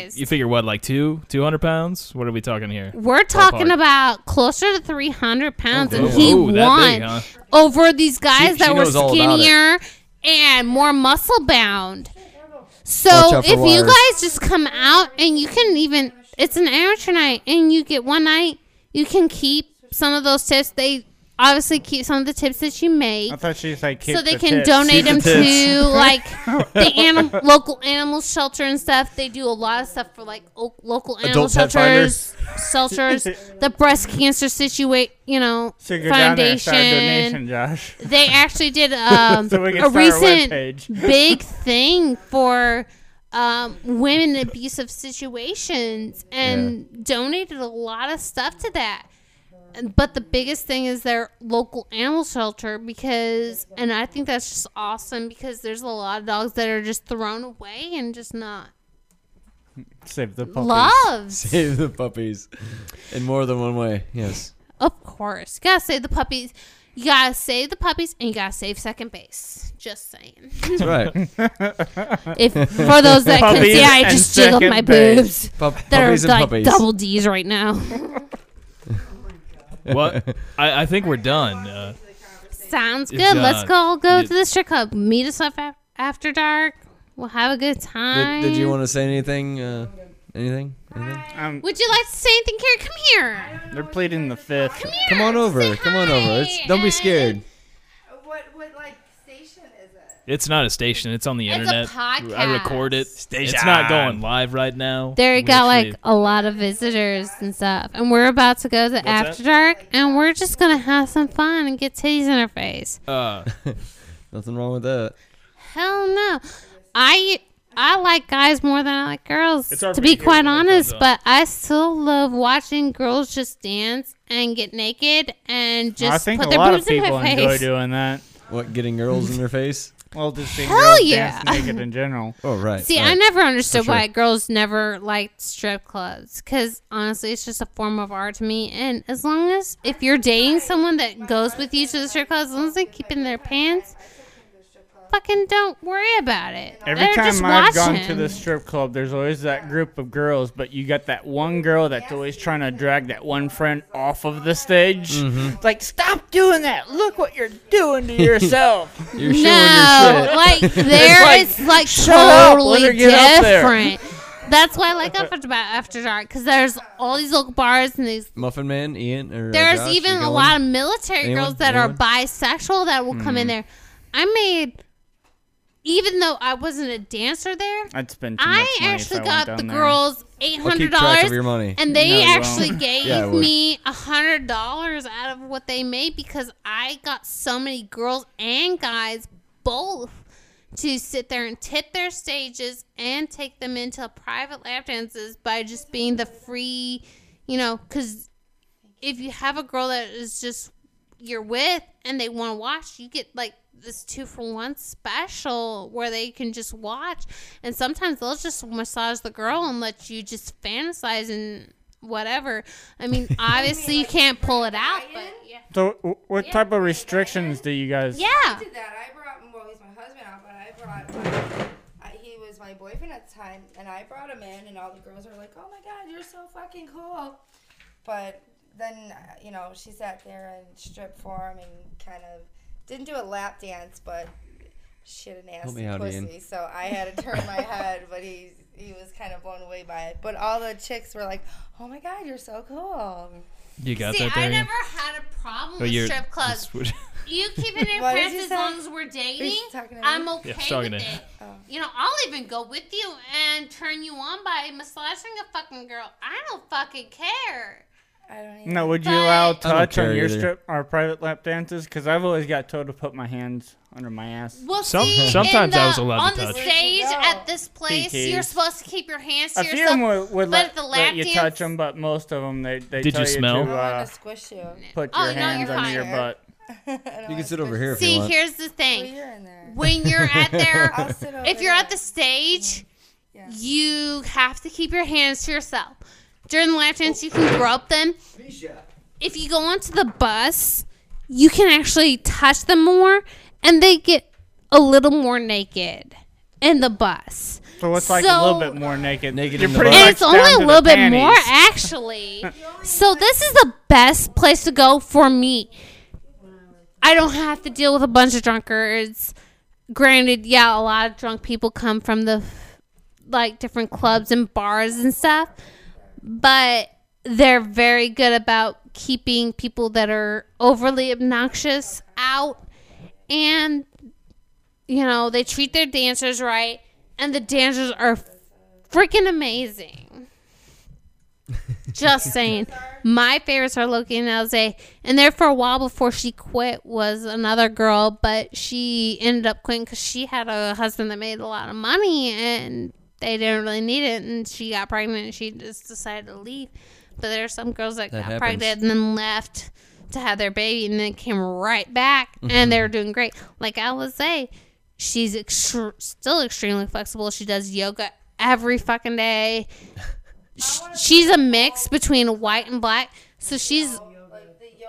[SPEAKER 6] surprised.
[SPEAKER 4] you figure what, like two, two hundred pounds? What are we talking here?
[SPEAKER 6] We're talking
[SPEAKER 4] Ballpark.
[SPEAKER 6] about closer to 300 pounds, and
[SPEAKER 3] Oh,
[SPEAKER 4] damn.
[SPEAKER 6] he
[SPEAKER 4] Ooh, that
[SPEAKER 6] won
[SPEAKER 4] big, huh?
[SPEAKER 6] over these guys
[SPEAKER 3] She-
[SPEAKER 6] that
[SPEAKER 3] she
[SPEAKER 6] were
[SPEAKER 3] knows all about it.
[SPEAKER 6] skinnier and more muscle bound.
[SPEAKER 3] Watch
[SPEAKER 6] So
[SPEAKER 3] out for
[SPEAKER 6] if you
[SPEAKER 3] wires.
[SPEAKER 6] guys just come out and you can even, it's an amateur night, and you get one night, you can keep some of those tips. They obviously keep some of the tips that you make
[SPEAKER 7] I thought she was like,
[SPEAKER 6] so
[SPEAKER 7] keep
[SPEAKER 6] they
[SPEAKER 7] the
[SPEAKER 6] can
[SPEAKER 7] tits.
[SPEAKER 6] donate
[SPEAKER 7] Keep
[SPEAKER 6] them
[SPEAKER 7] the tits.
[SPEAKER 6] to like the anim- local animal shelter and stuff. They do a lot of stuff for like o- local animal
[SPEAKER 5] Adult pet
[SPEAKER 6] shelters, shelters, the breast cancer situate, you know,
[SPEAKER 7] So you go down there
[SPEAKER 6] foundation.
[SPEAKER 7] and start a donation, Josh.
[SPEAKER 6] They actually did um,
[SPEAKER 7] So we can
[SPEAKER 6] a
[SPEAKER 7] start a
[SPEAKER 6] recent
[SPEAKER 7] webpage.
[SPEAKER 6] big thing for um, women in abusive situations and donated a lot of stuff to that. But the biggest thing is their local animal shelter because, and I think that's just awesome because there's a lot of dogs that are just thrown away and just not
[SPEAKER 7] Save the puppies.
[SPEAKER 6] loved.
[SPEAKER 3] Save the puppies in more than one way. Yes.
[SPEAKER 6] Of course. You gotta save the puppies. You gotta save the puppies and you gotta save second base. Just saying.
[SPEAKER 3] That's right.
[SPEAKER 6] If for those that can
[SPEAKER 7] Puppies
[SPEAKER 6] see, I
[SPEAKER 7] and
[SPEAKER 6] just jiggled my
[SPEAKER 7] second
[SPEAKER 6] boobs.
[SPEAKER 7] base.
[SPEAKER 3] Pup-
[SPEAKER 6] They're
[SPEAKER 3] puppies and
[SPEAKER 6] like
[SPEAKER 3] puppies.
[SPEAKER 6] double D's right now.
[SPEAKER 4] What? I, I think we're done. Uh,
[SPEAKER 6] Sounds
[SPEAKER 4] If
[SPEAKER 6] good. Let's
[SPEAKER 3] uh,
[SPEAKER 4] not,
[SPEAKER 6] go all go
[SPEAKER 4] you-
[SPEAKER 6] to the strip club. Meet us up af- after dark. We'll have a good time.
[SPEAKER 3] Did, did you want to say anything? Uh, anything? Anything?
[SPEAKER 7] Um,
[SPEAKER 6] Would you like to say anything, Carrie? Come here.
[SPEAKER 7] they're pleading the fifth.
[SPEAKER 6] Come here.
[SPEAKER 3] Come on
[SPEAKER 6] Say
[SPEAKER 3] over. Come on over. It's,
[SPEAKER 6] hi.
[SPEAKER 3] don't be scared.
[SPEAKER 8] What what like station is it?
[SPEAKER 4] it's not a station. It's on the
[SPEAKER 6] It's
[SPEAKER 4] internet.
[SPEAKER 6] a podcast.
[SPEAKER 4] I record it. It's not going live right now.
[SPEAKER 6] There
[SPEAKER 4] We
[SPEAKER 6] got like
[SPEAKER 4] actually-
[SPEAKER 6] a lot of visitors and stuff, and we're about to go to After Dark, and we're just gonna have some fun and get titties in our face.
[SPEAKER 4] uh,
[SPEAKER 3] Nothing wrong with that.
[SPEAKER 6] Hell no. I I like guys more than I like girls.
[SPEAKER 4] hard for
[SPEAKER 6] To
[SPEAKER 4] me
[SPEAKER 6] be
[SPEAKER 4] to hear
[SPEAKER 6] quite
[SPEAKER 4] when that
[SPEAKER 6] honest,
[SPEAKER 4] goes on.
[SPEAKER 6] but I still love watching girls just dance and get naked and just
[SPEAKER 7] I think
[SPEAKER 6] put
[SPEAKER 7] a
[SPEAKER 6] their
[SPEAKER 7] lot
[SPEAKER 6] boobs
[SPEAKER 7] of people
[SPEAKER 6] in my
[SPEAKER 7] enjoy
[SPEAKER 6] face.
[SPEAKER 7] doing that.
[SPEAKER 3] What? Getting girls in their face?
[SPEAKER 7] Well, just seeing
[SPEAKER 6] Hell
[SPEAKER 7] girls
[SPEAKER 6] yeah.
[SPEAKER 7] dance naked in general.
[SPEAKER 3] Oh right.
[SPEAKER 6] See,
[SPEAKER 3] right.
[SPEAKER 6] I never understood
[SPEAKER 3] For sure.
[SPEAKER 6] why girls never liked strip clubs because honestly, it's just a form of art to me. And as long as if you're dating someone that goes with you to the strip club, as long as they keep in their pants, fucking don't worry about it.
[SPEAKER 7] Every
[SPEAKER 6] They're
[SPEAKER 7] time
[SPEAKER 6] just
[SPEAKER 7] I've gone to
[SPEAKER 6] watching.
[SPEAKER 7] the strip club, there's always that group of girls, but you got that one girl that's always trying to drag that one friend off of the stage. It's Like, stop doing that! Look what you're doing to yourself.
[SPEAKER 3] You're showing your
[SPEAKER 6] No,
[SPEAKER 3] shit.
[SPEAKER 6] like there
[SPEAKER 7] like,
[SPEAKER 6] it's like
[SPEAKER 7] up, let
[SPEAKER 6] totally
[SPEAKER 7] her get up there.
[SPEAKER 6] different. That's why I like After Dark, after dark because there's all these little bars and these.
[SPEAKER 3] Muffin Man, Ian, or uh,
[SPEAKER 6] There's
[SPEAKER 3] Josh,
[SPEAKER 6] even
[SPEAKER 3] you
[SPEAKER 6] a
[SPEAKER 3] going?
[SPEAKER 6] lot of military
[SPEAKER 3] Anyone?
[SPEAKER 6] girls that are
[SPEAKER 3] Anyone?
[SPEAKER 6] bisexual that will come in
[SPEAKER 7] Mm-hmm.
[SPEAKER 6] there. I made, even though I wasn't a dancer there,
[SPEAKER 7] I'd spend too much
[SPEAKER 6] I
[SPEAKER 7] money if
[SPEAKER 6] actually
[SPEAKER 7] went
[SPEAKER 6] got
[SPEAKER 7] down
[SPEAKER 6] the
[SPEAKER 7] there.
[SPEAKER 6] girls eight
[SPEAKER 3] Well,
[SPEAKER 6] hundred
[SPEAKER 3] keep track of
[SPEAKER 6] dollars,
[SPEAKER 3] your money.
[SPEAKER 6] and they
[SPEAKER 7] No, you
[SPEAKER 6] actually gave
[SPEAKER 3] Yeah, I would.
[SPEAKER 6] me a hundred dollars out of what they made because I got so many girls and guys both to sit there and tip their stages and take them into private lap dances by just being the free, you know, because if you have a girl that is just you're with and they want to watch, you get like this two for one special where they can just watch. And sometimes they'll just massage the girl and let you just fantasize and whatever. I mean, obviously you can't pull it out, but yeah.
[SPEAKER 7] So, w- what type of restrictions do you guys?
[SPEAKER 8] I
[SPEAKER 6] Yeah.
[SPEAKER 8] did that. I brought, well, he's my husband out, but I brought, my, I, he was my boyfriend at the time, and I brought him in, and all the girls were like, oh my god, you're so fucking cool. But then, uh, you know, she sat there and stripped for him and kind of didn't do a lap dance, but she had an ass
[SPEAKER 3] me out,
[SPEAKER 8] pussy,
[SPEAKER 3] Ian.
[SPEAKER 8] so I had to turn my head, but he. He was kind of blown away by it, but all the chicks were like, "Oh my God, you're so cool!"
[SPEAKER 4] You got
[SPEAKER 6] See,
[SPEAKER 4] that there.
[SPEAKER 6] I
[SPEAKER 4] again.
[SPEAKER 6] never had a problem
[SPEAKER 4] But
[SPEAKER 6] with
[SPEAKER 4] you're-
[SPEAKER 6] strip clubs.
[SPEAKER 4] that's what-
[SPEAKER 6] You keep it in
[SPEAKER 8] What did
[SPEAKER 6] pants
[SPEAKER 8] you
[SPEAKER 6] as
[SPEAKER 8] say?
[SPEAKER 6] long as we're dating.
[SPEAKER 8] He's talking Oh. to me?
[SPEAKER 6] I'm okay
[SPEAKER 4] Yeah, he's talking
[SPEAKER 6] with
[SPEAKER 4] to-
[SPEAKER 6] it. You know, I'll even go with you and turn you on by massaging a fucking girl. I don't fucking care.
[SPEAKER 8] I don't. Even
[SPEAKER 7] No, would you allow
[SPEAKER 6] But-
[SPEAKER 7] touch
[SPEAKER 3] care
[SPEAKER 7] on your
[SPEAKER 3] either.
[SPEAKER 7] strip or private lap dances? Because I've always got told to put my hands under my ass.
[SPEAKER 6] Well,
[SPEAKER 4] Some-
[SPEAKER 6] see, in
[SPEAKER 4] sometimes I was
[SPEAKER 6] the-
[SPEAKER 4] allowed
[SPEAKER 6] on
[SPEAKER 4] to
[SPEAKER 6] the
[SPEAKER 4] touch.
[SPEAKER 6] stage
[SPEAKER 8] Where'd you
[SPEAKER 6] at this place.
[SPEAKER 7] PKs.
[SPEAKER 6] You're supposed to keep your hands to
[SPEAKER 7] A few of them
[SPEAKER 6] yourself.
[SPEAKER 7] would,
[SPEAKER 6] but
[SPEAKER 7] would let,
[SPEAKER 6] at the
[SPEAKER 7] let
[SPEAKER 6] lap
[SPEAKER 7] you touch 'em,
[SPEAKER 6] dance-
[SPEAKER 7] touch them, but most of them they they
[SPEAKER 4] Did
[SPEAKER 7] tell
[SPEAKER 4] you smell?
[SPEAKER 7] to
[SPEAKER 8] I
[SPEAKER 7] uh,
[SPEAKER 8] want to squish you.
[SPEAKER 7] put
[SPEAKER 6] Oh,
[SPEAKER 7] your
[SPEAKER 6] no,
[SPEAKER 7] hands
[SPEAKER 6] you're
[SPEAKER 7] under your
[SPEAKER 6] fine.
[SPEAKER 7] butt.
[SPEAKER 3] You can sit over here if you
[SPEAKER 6] See,
[SPEAKER 3] want.
[SPEAKER 6] here's the
[SPEAKER 8] Oh,
[SPEAKER 6] thing.
[SPEAKER 8] you're in there.
[SPEAKER 6] When you're at there,
[SPEAKER 8] I'll sit over
[SPEAKER 6] if you're at the
[SPEAKER 8] there.
[SPEAKER 6] stage,
[SPEAKER 8] Yeah.
[SPEAKER 6] you have to keep your hands to yourself. During the lap dance, you can rub them. If you go onto the bus, you can actually touch them more, and they get a little more naked in the bus.
[SPEAKER 7] So it's like a little
[SPEAKER 6] So-
[SPEAKER 7] bit more naked.
[SPEAKER 3] Naked
[SPEAKER 7] You're
[SPEAKER 3] in the
[SPEAKER 7] pretty
[SPEAKER 3] butt.
[SPEAKER 6] And
[SPEAKER 7] much
[SPEAKER 6] it's only
[SPEAKER 7] down
[SPEAKER 6] a
[SPEAKER 7] to the
[SPEAKER 6] little bit more,
[SPEAKER 7] panties.
[SPEAKER 6] actually. so this is the best place to go for me. I don't have to deal with a bunch of drunkards. Granted, yeah, a lot of drunk people come from the like different clubs and bars and stuff, but they're very good about keeping people that are overly obnoxious out and you know, they treat their dancers right and the dancers are freaking amazing. Just saying. My favorites are Loki and Elze. And there for a while before she quit was another girl, but she ended up quitting because she had a husband that made a lot of money and they didn't really need it. And she got pregnant and she just decided to leave. But there are some girls that,
[SPEAKER 3] That
[SPEAKER 6] got
[SPEAKER 3] happens.
[SPEAKER 6] pregnant and then left to have their baby and then came right back and they were doing great. Like Elze, she's extr still extremely flexible. She does yoga every fucking day she's a mix between white and black. So she's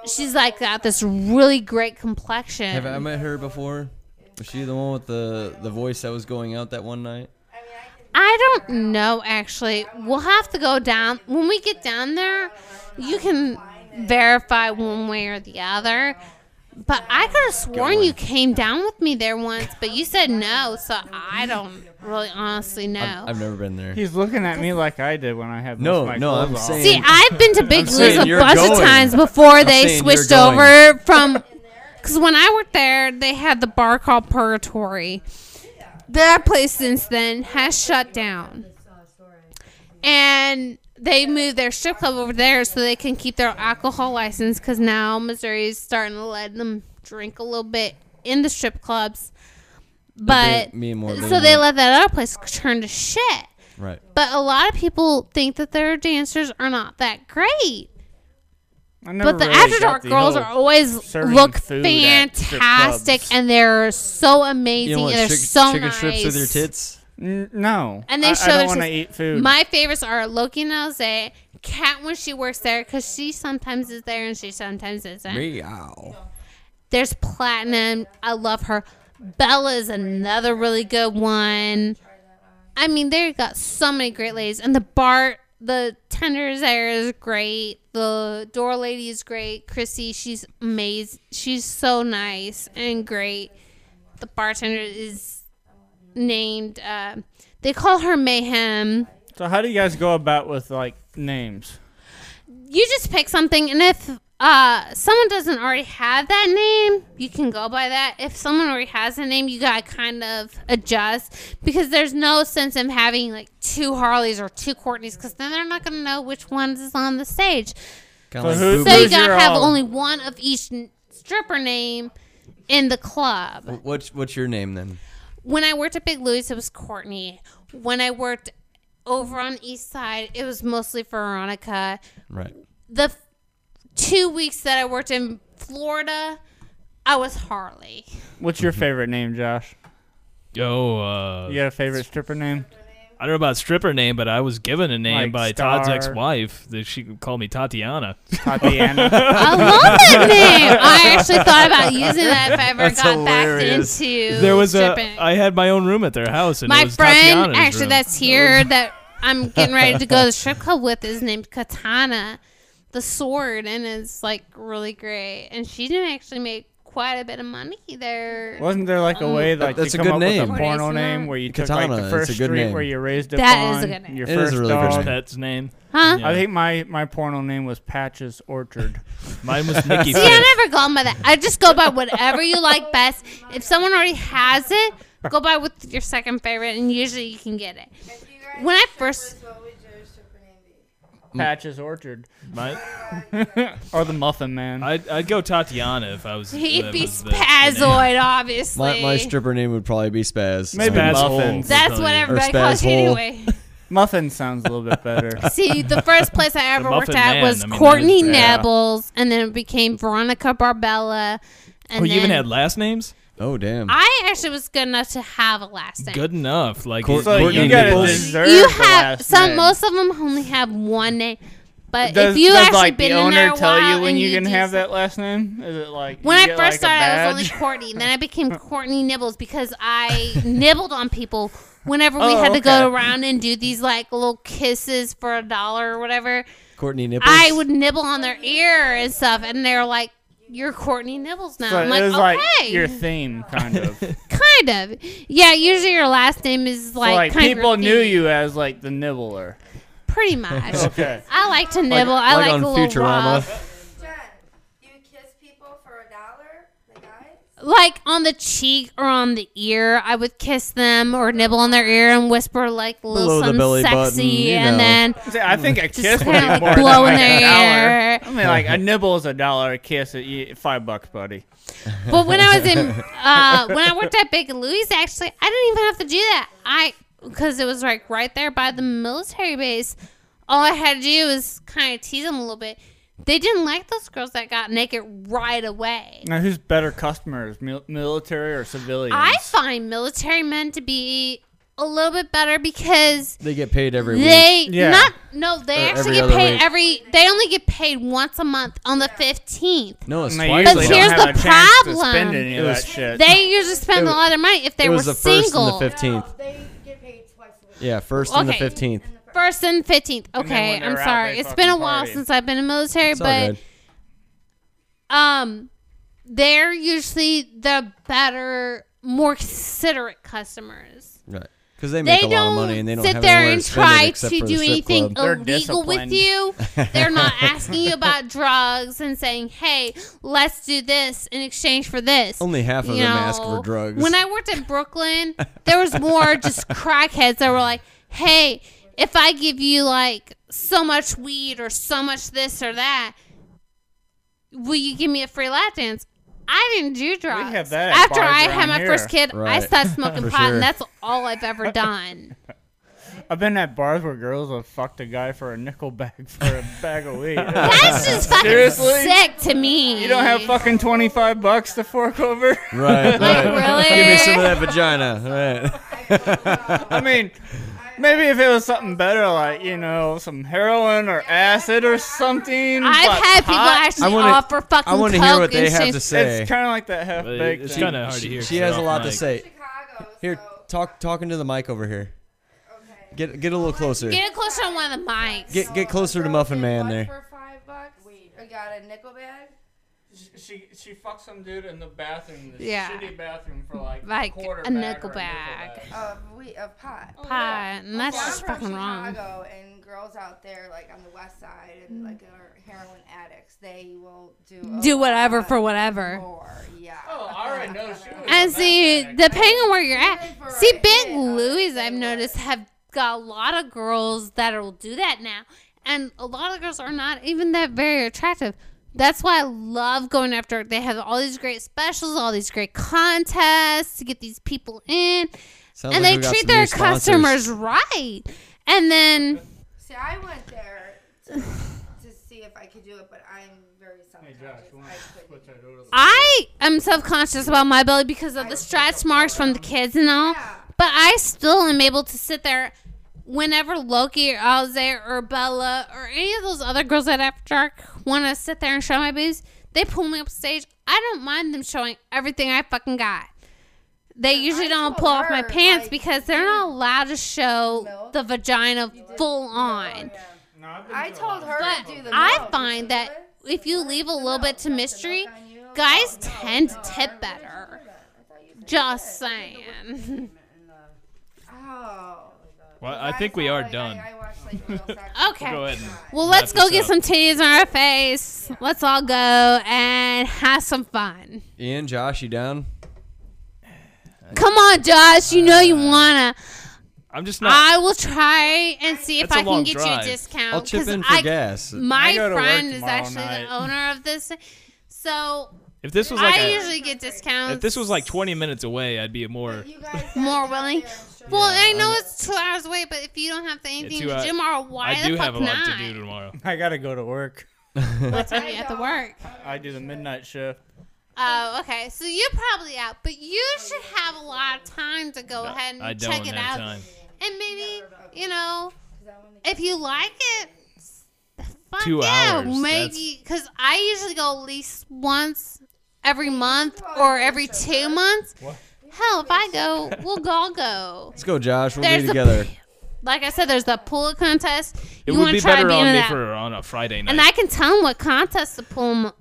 [SPEAKER 6] she's like got this really great
[SPEAKER 3] Have I
[SPEAKER 6] complexion.
[SPEAKER 3] met her before? Was she the one with the the voice that was going out that one night?
[SPEAKER 6] I don't know actually. We'll have to go down when we get down there. You can verify one way or the other. But I could have sworn you came down with me there once, but you said no, so I don't really honestly know.
[SPEAKER 3] I've never been there.
[SPEAKER 7] He's looking at me like I did when I had
[SPEAKER 3] No,
[SPEAKER 7] most of my
[SPEAKER 3] no,
[SPEAKER 7] clothes
[SPEAKER 3] I'm
[SPEAKER 7] off.
[SPEAKER 3] saying-
[SPEAKER 6] See, I've been to Big Liz
[SPEAKER 3] saying
[SPEAKER 6] a
[SPEAKER 3] you're
[SPEAKER 6] bunch of
[SPEAKER 3] going.
[SPEAKER 6] times before
[SPEAKER 3] saying
[SPEAKER 6] they
[SPEAKER 3] you're
[SPEAKER 6] switched
[SPEAKER 3] going.
[SPEAKER 6] over from. Because when I worked there, they had the bar called Purgatory. That place since then has shut down. And they moved their strip club over there so they can keep their alcohol license because now Missouri is starting to let them drink a little bit in the strip clubs. But
[SPEAKER 3] me and more
[SPEAKER 6] so they let that other place turn to shit.
[SPEAKER 3] right.
[SPEAKER 6] But a lot of people think that their dancers are not that great.
[SPEAKER 7] I never
[SPEAKER 6] But the
[SPEAKER 7] really
[SPEAKER 6] After
[SPEAKER 7] got
[SPEAKER 6] Dark
[SPEAKER 7] the
[SPEAKER 6] girls
[SPEAKER 7] whole-
[SPEAKER 6] are always
[SPEAKER 7] serving
[SPEAKER 6] look
[SPEAKER 7] food at strip
[SPEAKER 6] fantastic
[SPEAKER 7] clubs.
[SPEAKER 6] and they're so amazing
[SPEAKER 3] You know what?
[SPEAKER 6] and they're
[SPEAKER 3] chick-
[SPEAKER 6] so
[SPEAKER 3] chicken
[SPEAKER 6] nice.
[SPEAKER 3] strips with your tits.
[SPEAKER 7] N- no.
[SPEAKER 6] And they
[SPEAKER 7] I,
[SPEAKER 6] show
[SPEAKER 7] I
[SPEAKER 6] their
[SPEAKER 7] don't want to
[SPEAKER 6] sis-
[SPEAKER 7] eat food.
[SPEAKER 6] My favorites are Loki and Jose, Cat when she works there because she sometimes is there and she sometimes isn't.
[SPEAKER 3] Meow.
[SPEAKER 6] There's Platinum. I love her. Bella's another really good one. I mean, they got so many great ladies, and the bar, the tenders there is great. The door lady is great. Chrissy, she's amazing. She's so nice and great. The bartender is named. Uh, they call her Mayhem
[SPEAKER 7] So how do you guys go about with like names?
[SPEAKER 6] you just pick something and if uh someone doesn't already have that name you can go by that if someone already has a name you gotta kind of adjust because there's no sense in having like two harleys or two courtneys because then they're not gonna know which ones is on the stage
[SPEAKER 3] Kind
[SPEAKER 7] So
[SPEAKER 3] of
[SPEAKER 7] who-
[SPEAKER 3] like
[SPEAKER 6] so you
[SPEAKER 7] Who's
[SPEAKER 6] gotta
[SPEAKER 7] your,
[SPEAKER 6] have
[SPEAKER 7] um,
[SPEAKER 6] only one of each n- stripper name in the club
[SPEAKER 3] Boo- What's what's your name then?
[SPEAKER 6] when I worked at Big Louis, it was Courtney. When I worked over on East Side, it was mostly Veronica.
[SPEAKER 3] Right.
[SPEAKER 6] The f- two weeks that I worked in Florida, I was Harley.
[SPEAKER 7] What's your favorite name, Josh?
[SPEAKER 4] Oh, uh,
[SPEAKER 7] You got a favorite stripper name?
[SPEAKER 4] I don't know about stripper name, but I was given a name
[SPEAKER 7] Like
[SPEAKER 4] by
[SPEAKER 7] Star.
[SPEAKER 4] Todd's ex-wife. That she called me Tatiana.
[SPEAKER 7] Tatiana.
[SPEAKER 6] I love that name. I actually thought about using that if I ever
[SPEAKER 5] That's
[SPEAKER 6] got
[SPEAKER 5] hilarious.
[SPEAKER 6] back into
[SPEAKER 4] There was a.
[SPEAKER 6] stripping.
[SPEAKER 4] I had my own room at their house, and it
[SPEAKER 6] my
[SPEAKER 4] was
[SPEAKER 6] friend
[SPEAKER 4] Tatiana's
[SPEAKER 6] actually
[SPEAKER 4] room.
[SPEAKER 6] that's here that I'm getting ready to go to the strip club with is named Katana, the sword, and it's like really great. And she didn't actually make quite a bit of money there.
[SPEAKER 7] Wasn't there like
[SPEAKER 6] Mm.
[SPEAKER 7] a way like
[SPEAKER 3] that's
[SPEAKER 7] you
[SPEAKER 3] a
[SPEAKER 7] come
[SPEAKER 3] good
[SPEAKER 7] up
[SPEAKER 3] name.
[SPEAKER 7] with a
[SPEAKER 6] What is
[SPEAKER 7] porno
[SPEAKER 6] that?
[SPEAKER 7] name where you took like
[SPEAKER 3] Katana,
[SPEAKER 7] the
[SPEAKER 3] it's
[SPEAKER 7] first
[SPEAKER 3] a good
[SPEAKER 7] street
[SPEAKER 3] name.
[SPEAKER 7] where you raised up
[SPEAKER 6] That is a
[SPEAKER 7] on
[SPEAKER 6] good name.
[SPEAKER 7] your
[SPEAKER 3] It is a
[SPEAKER 7] first
[SPEAKER 3] really good
[SPEAKER 7] dog?
[SPEAKER 3] name.
[SPEAKER 4] pet's name.
[SPEAKER 6] Huh?
[SPEAKER 4] Yeah.
[SPEAKER 7] I think my my porno name was Patches Orchard.
[SPEAKER 4] Mine was Nikki.
[SPEAKER 6] See,
[SPEAKER 4] Fitz.
[SPEAKER 6] I never go by that. I just go by whatever you like best. If someone already has it, go by with your second favorite, and usually you can get it.
[SPEAKER 8] If you guys
[SPEAKER 6] When I
[SPEAKER 8] were
[SPEAKER 6] first-
[SPEAKER 8] strippers, what would your stripper name be?
[SPEAKER 7] Patches Orchard.
[SPEAKER 4] Mine-
[SPEAKER 7] Or the Muffin Man.
[SPEAKER 4] I'd, I'd go Tatiana if I was.
[SPEAKER 6] He'd
[SPEAKER 4] that
[SPEAKER 6] be
[SPEAKER 4] was the- the name.
[SPEAKER 6] spazoid, obviously.
[SPEAKER 3] My, my stripper name would probably be Spaz.
[SPEAKER 7] Maybe
[SPEAKER 3] Um,
[SPEAKER 4] Spaz
[SPEAKER 7] Muffins.
[SPEAKER 4] Hole.
[SPEAKER 6] That's what everybody calls you
[SPEAKER 3] spazhole.
[SPEAKER 6] anyway.
[SPEAKER 7] Muffin sounds a little bit better.
[SPEAKER 6] See, the first place I ever worked
[SPEAKER 4] Muffin
[SPEAKER 6] at
[SPEAKER 4] Man,
[SPEAKER 6] was
[SPEAKER 4] I mean, that
[SPEAKER 6] Courtney
[SPEAKER 4] is-
[SPEAKER 7] Yeah.
[SPEAKER 6] Nebbles, and then it became Veronica Barbella. And
[SPEAKER 4] Oh, you even
[SPEAKER 6] then
[SPEAKER 4] had last names?
[SPEAKER 3] Oh damn.
[SPEAKER 6] I actually was good enough to have a last name.
[SPEAKER 4] Good enough. Like
[SPEAKER 3] Court-
[SPEAKER 7] So
[SPEAKER 3] Courtney
[SPEAKER 7] you gotta
[SPEAKER 3] Nichols.
[SPEAKER 4] uh,
[SPEAKER 7] deserve
[SPEAKER 6] you
[SPEAKER 7] the
[SPEAKER 6] have
[SPEAKER 7] last
[SPEAKER 6] some.
[SPEAKER 7] name.
[SPEAKER 6] Most of them only have one name, but
[SPEAKER 7] Does,
[SPEAKER 6] if you
[SPEAKER 7] does
[SPEAKER 6] actually
[SPEAKER 7] like
[SPEAKER 6] been
[SPEAKER 7] the
[SPEAKER 6] in there
[SPEAKER 7] owner
[SPEAKER 6] a
[SPEAKER 7] tell
[SPEAKER 6] while
[SPEAKER 7] you when
[SPEAKER 6] and
[SPEAKER 7] you can
[SPEAKER 6] do
[SPEAKER 7] have
[SPEAKER 6] some-
[SPEAKER 7] that last name? Is it like
[SPEAKER 6] When
[SPEAKER 7] you
[SPEAKER 6] I
[SPEAKER 7] get,
[SPEAKER 6] first
[SPEAKER 7] like, a
[SPEAKER 6] started, I was only
[SPEAKER 7] badge?
[SPEAKER 6] Courtney. Then I became Courtney Nibbles because I nibbled on people whenever we
[SPEAKER 7] Oh,
[SPEAKER 6] had to
[SPEAKER 7] okay.
[SPEAKER 6] go around and do these like little kisses for a dollar or whatever.
[SPEAKER 3] Courtney Nipples.
[SPEAKER 6] I would nibble on their ear and stuff, and they're like, "You're Courtney Nibbles now."
[SPEAKER 7] So
[SPEAKER 6] I'm
[SPEAKER 7] it
[SPEAKER 6] like,
[SPEAKER 7] was
[SPEAKER 6] "Okay,
[SPEAKER 7] like your theme, kind of. so
[SPEAKER 6] kind of." Yeah, usually your last name is like,
[SPEAKER 7] like
[SPEAKER 6] kind of
[SPEAKER 7] people
[SPEAKER 6] your
[SPEAKER 7] knew
[SPEAKER 6] theme.
[SPEAKER 7] you as like the nibbler.
[SPEAKER 6] pretty much.
[SPEAKER 7] Okay.
[SPEAKER 6] I like to nibble. I like,
[SPEAKER 3] like on
[SPEAKER 6] a little
[SPEAKER 3] Futurama.
[SPEAKER 6] rough.
[SPEAKER 8] Jen, you kiss people for a dollar, the guys?
[SPEAKER 6] Like on the cheek or on the ear, I would kiss them or nibble on their ear and whisper like a little
[SPEAKER 3] Below the
[SPEAKER 6] something
[SPEAKER 3] belly button,
[SPEAKER 6] sexy,
[SPEAKER 3] you
[SPEAKER 6] and
[SPEAKER 3] know.
[SPEAKER 6] then
[SPEAKER 7] See, I think a kiss
[SPEAKER 6] just
[SPEAKER 7] would be
[SPEAKER 6] kind of
[SPEAKER 7] more
[SPEAKER 6] like
[SPEAKER 7] than
[SPEAKER 6] blow in
[SPEAKER 7] like a dollar.
[SPEAKER 6] their ear.
[SPEAKER 7] I mean, like a nibble is a dollar. A kiss, it- you- five bucks, buddy.
[SPEAKER 6] But when I was in, uh, when I worked at Big Louis, actually, I didn't even have to do that. I, because it was like right there by the military base. All I had to do was kind of tease them a little bit. They didn't like those girls that got naked right away.
[SPEAKER 7] Now, who's better customers, mil- military or civilians?
[SPEAKER 6] I find military men to be a little bit better because
[SPEAKER 3] They get paid every week.
[SPEAKER 6] they
[SPEAKER 7] Yeah.
[SPEAKER 6] not no they
[SPEAKER 3] Or every
[SPEAKER 6] actually get
[SPEAKER 3] other
[SPEAKER 6] paid
[SPEAKER 3] week.
[SPEAKER 6] every they only get paid once a month on the 15th
[SPEAKER 3] No, it's
[SPEAKER 7] And they
[SPEAKER 3] twice.
[SPEAKER 7] usually
[SPEAKER 6] But
[SPEAKER 7] don't
[SPEAKER 6] here's
[SPEAKER 7] have
[SPEAKER 6] the
[SPEAKER 7] a chance To spend
[SPEAKER 6] problem.
[SPEAKER 7] any
[SPEAKER 3] It
[SPEAKER 7] of
[SPEAKER 3] was-
[SPEAKER 7] that shit.
[SPEAKER 6] they usually spend
[SPEAKER 3] wa-
[SPEAKER 6] a lot of money if they
[SPEAKER 3] it
[SPEAKER 6] were
[SPEAKER 3] was the first
[SPEAKER 6] single
[SPEAKER 3] and the fifteenth.
[SPEAKER 8] They get paid twice a week.
[SPEAKER 3] Yeah, first and the
[SPEAKER 6] Okay.
[SPEAKER 3] fifteenth.
[SPEAKER 6] First and fifteenth.
[SPEAKER 7] then when
[SPEAKER 6] Okay,
[SPEAKER 7] they're
[SPEAKER 6] I'm
[SPEAKER 7] out,
[SPEAKER 6] sorry.
[SPEAKER 7] they
[SPEAKER 6] It's been a
[SPEAKER 7] fucking
[SPEAKER 6] while
[SPEAKER 7] party.
[SPEAKER 6] since I've been in military,
[SPEAKER 3] It's all
[SPEAKER 6] but
[SPEAKER 3] good.
[SPEAKER 6] um, they're usually the better, more considerate customers.
[SPEAKER 3] Right. Because they make
[SPEAKER 6] they
[SPEAKER 3] a lot
[SPEAKER 6] don't
[SPEAKER 3] of money and they don't
[SPEAKER 6] sit
[SPEAKER 3] have
[SPEAKER 6] there
[SPEAKER 3] anywhere
[SPEAKER 6] and
[SPEAKER 3] to spend it
[SPEAKER 6] try
[SPEAKER 3] except
[SPEAKER 6] to
[SPEAKER 3] for
[SPEAKER 6] do
[SPEAKER 3] the strip
[SPEAKER 6] anything
[SPEAKER 3] club.
[SPEAKER 7] They're
[SPEAKER 6] illegal with
[SPEAKER 7] disciplined.
[SPEAKER 6] you. They're not asking you about drugs and saying, "Hey, let's do this in exchange for this."
[SPEAKER 3] Only half of
[SPEAKER 6] you
[SPEAKER 3] them ask for
[SPEAKER 6] know,
[SPEAKER 3] drugs.
[SPEAKER 6] When I worked in Brooklyn, there was more just crackheads that were like, "Hey, if I give you like so much weed or so much this or that, will you give me a free lap dance?" I didn't do drugs.
[SPEAKER 7] have that at
[SPEAKER 6] After
[SPEAKER 7] bars
[SPEAKER 6] I
[SPEAKER 7] around
[SPEAKER 6] had my
[SPEAKER 7] here.
[SPEAKER 6] first kid, I
[SPEAKER 3] Right.
[SPEAKER 6] stopped smoking
[SPEAKER 3] For
[SPEAKER 6] pot,
[SPEAKER 3] sure.
[SPEAKER 6] and that's all I've ever done.
[SPEAKER 7] I've been at bars where girls have fucked a guy for a nickel bag for a bag of weed.
[SPEAKER 6] That's just fucking
[SPEAKER 7] Seriously?
[SPEAKER 6] sick to me.
[SPEAKER 7] you don't have fucking twenty five bucks to fork over.
[SPEAKER 3] right,
[SPEAKER 6] Like
[SPEAKER 3] right.
[SPEAKER 6] really?
[SPEAKER 3] Give me some of that vagina. Right.
[SPEAKER 7] I mean, maybe if it was something better, like you know, some heroin or acid or something.
[SPEAKER 6] I've
[SPEAKER 7] but
[SPEAKER 6] had people
[SPEAKER 7] pot,
[SPEAKER 6] actually
[SPEAKER 3] I wanna-
[SPEAKER 6] offer fucking
[SPEAKER 3] I want to
[SPEAKER 6] coke
[SPEAKER 3] hear what they
[SPEAKER 6] and
[SPEAKER 3] have
[SPEAKER 6] shit.
[SPEAKER 3] to say.
[SPEAKER 7] It's kind of like that half
[SPEAKER 4] But
[SPEAKER 7] baked.
[SPEAKER 4] it's kind of hard to hear.
[SPEAKER 3] She has a lot to
[SPEAKER 4] Like,
[SPEAKER 3] say.
[SPEAKER 8] Chicago,
[SPEAKER 3] Here,
[SPEAKER 8] so,
[SPEAKER 3] talk talking to the mic over here.
[SPEAKER 8] okay.
[SPEAKER 3] Get get a little closer.
[SPEAKER 6] Get it closer on one of the mics.
[SPEAKER 3] Get get closer to Muffin Man there.
[SPEAKER 8] For five bucks, I got a nickel bag.
[SPEAKER 7] She she fucked some dude in the bathroom, the
[SPEAKER 6] Yeah.
[SPEAKER 7] shitty bathroom for like,
[SPEAKER 6] Like,
[SPEAKER 7] a quarter
[SPEAKER 6] a
[SPEAKER 7] back
[SPEAKER 6] nickel
[SPEAKER 7] or a
[SPEAKER 6] back.
[SPEAKER 7] nickel back.
[SPEAKER 8] of we of pot.
[SPEAKER 6] Pie, and Oh, that's
[SPEAKER 8] Yeah,
[SPEAKER 6] just
[SPEAKER 8] I'm from
[SPEAKER 6] fucking wrong.
[SPEAKER 8] Chicago, and girls out there, like on the west side, and like are heroin addicts. They will do a
[SPEAKER 6] Mm. Do whatever
[SPEAKER 8] lot
[SPEAKER 6] for whatever.
[SPEAKER 8] More. Yeah.
[SPEAKER 7] Oh, I already know she was.
[SPEAKER 6] And see, depending on where you're
[SPEAKER 8] Even for
[SPEAKER 6] at, see,
[SPEAKER 8] a
[SPEAKER 6] Big
[SPEAKER 8] hit, uh,
[SPEAKER 6] Louis, I've
[SPEAKER 8] they
[SPEAKER 6] noticed, have got a lot of girls that will do that now. And a lot of girls are not even that very attractive. That's why I love going after. They have all these great specials, all these great contests to get these people in,
[SPEAKER 3] Sounds
[SPEAKER 6] and
[SPEAKER 3] like we
[SPEAKER 6] they
[SPEAKER 3] got
[SPEAKER 6] treat
[SPEAKER 3] some new
[SPEAKER 6] their
[SPEAKER 3] sponsors.
[SPEAKER 6] customers right. And then,
[SPEAKER 8] See, I went there to, to see if I could do it, but I'm very
[SPEAKER 7] Hey
[SPEAKER 8] self-conscious.
[SPEAKER 7] Josh, you want
[SPEAKER 8] I
[SPEAKER 7] to
[SPEAKER 8] couldn't.
[SPEAKER 7] switch that over? to-
[SPEAKER 6] I am self conscious about my belly because of the stretch marks from the kids and all.
[SPEAKER 8] Yeah.
[SPEAKER 6] But I still am able to sit there whenever Loki or Alze or Bella or any of those other girls at After Dark want to sit there and show my boobs. They pull me up stage. I don't mind them showing everything I fucking got. They usually don't
[SPEAKER 8] told
[SPEAKER 6] pull off my
[SPEAKER 8] her,
[SPEAKER 6] pants
[SPEAKER 8] like,
[SPEAKER 6] because they're not allowed to show
[SPEAKER 8] Milk.
[SPEAKER 6] the vagina full on.
[SPEAKER 7] No, I've been
[SPEAKER 8] I
[SPEAKER 7] to a
[SPEAKER 8] told
[SPEAKER 7] lot.
[SPEAKER 8] her
[SPEAKER 6] But
[SPEAKER 8] to do the
[SPEAKER 6] I
[SPEAKER 8] milk.
[SPEAKER 6] find that if you leave a little bit to mystery, guys tend to tip better. Just saying.
[SPEAKER 8] Oh.
[SPEAKER 4] Well, I think we are done.
[SPEAKER 8] I, I watched, like, real sex.
[SPEAKER 6] Okay.
[SPEAKER 4] Go ahead. and-
[SPEAKER 6] Well, let's
[SPEAKER 4] Wrap
[SPEAKER 6] go
[SPEAKER 4] this
[SPEAKER 6] get
[SPEAKER 4] up.
[SPEAKER 6] some titties on our face. Let's all go and have some fun.
[SPEAKER 3] Ian, Josh, you down?
[SPEAKER 6] Come on, Josh. You know you
[SPEAKER 4] Uh,
[SPEAKER 6] wanna.
[SPEAKER 4] I'm just not.
[SPEAKER 6] I will try and see if
[SPEAKER 4] That's a
[SPEAKER 6] I can
[SPEAKER 4] long
[SPEAKER 6] get you a
[SPEAKER 4] drive.
[SPEAKER 6] discount.
[SPEAKER 3] I'll chip
[SPEAKER 6] 'cause
[SPEAKER 3] in for
[SPEAKER 6] I-
[SPEAKER 3] gas.
[SPEAKER 6] My
[SPEAKER 7] I go to work
[SPEAKER 6] friend is
[SPEAKER 7] tomorrow
[SPEAKER 6] actually
[SPEAKER 7] night.
[SPEAKER 6] the owner of this, so
[SPEAKER 4] if this was like
[SPEAKER 6] I
[SPEAKER 4] a-
[SPEAKER 6] usually get discounts.
[SPEAKER 4] if this was like 20 minutes away, I'd be more.
[SPEAKER 8] You guys gotta
[SPEAKER 6] more
[SPEAKER 8] get out
[SPEAKER 6] willing.
[SPEAKER 8] there and show
[SPEAKER 6] Well,
[SPEAKER 8] them.
[SPEAKER 6] I know it's two hours away, but if you don't have anything
[SPEAKER 4] two
[SPEAKER 6] to
[SPEAKER 4] hou-
[SPEAKER 6] do tomorrow, why
[SPEAKER 4] I do
[SPEAKER 6] the fuck
[SPEAKER 4] have a lot
[SPEAKER 6] not?
[SPEAKER 4] to do tomorrow.
[SPEAKER 7] I gotta go to work.
[SPEAKER 6] What time you have to work?
[SPEAKER 7] I do the midnight shift.
[SPEAKER 6] Oh, okay. So you're probably out, but you should have a lot of time to go ahead and
[SPEAKER 4] I don't
[SPEAKER 6] check it
[SPEAKER 4] have
[SPEAKER 6] out,
[SPEAKER 4] time.
[SPEAKER 6] and maybe you know
[SPEAKER 8] 'Cause I wanna
[SPEAKER 6] if you like it. Fuck
[SPEAKER 4] Two
[SPEAKER 6] yeah,
[SPEAKER 4] hours,
[SPEAKER 6] maybe because I usually go at least once every month or every two months. Hell, if I go, we'll all go.
[SPEAKER 3] Let's go, Josh. We'll
[SPEAKER 6] There's
[SPEAKER 3] be
[SPEAKER 6] a-
[SPEAKER 3] together.
[SPEAKER 6] Like I said, there's the pool contest.
[SPEAKER 4] It
[SPEAKER 6] You
[SPEAKER 4] would
[SPEAKER 6] wanna
[SPEAKER 4] be
[SPEAKER 6] try
[SPEAKER 4] better
[SPEAKER 6] being
[SPEAKER 4] on
[SPEAKER 6] in
[SPEAKER 4] me
[SPEAKER 6] that-
[SPEAKER 4] for on a Friday night.
[SPEAKER 6] And I can tell them what contests to pull, 'em-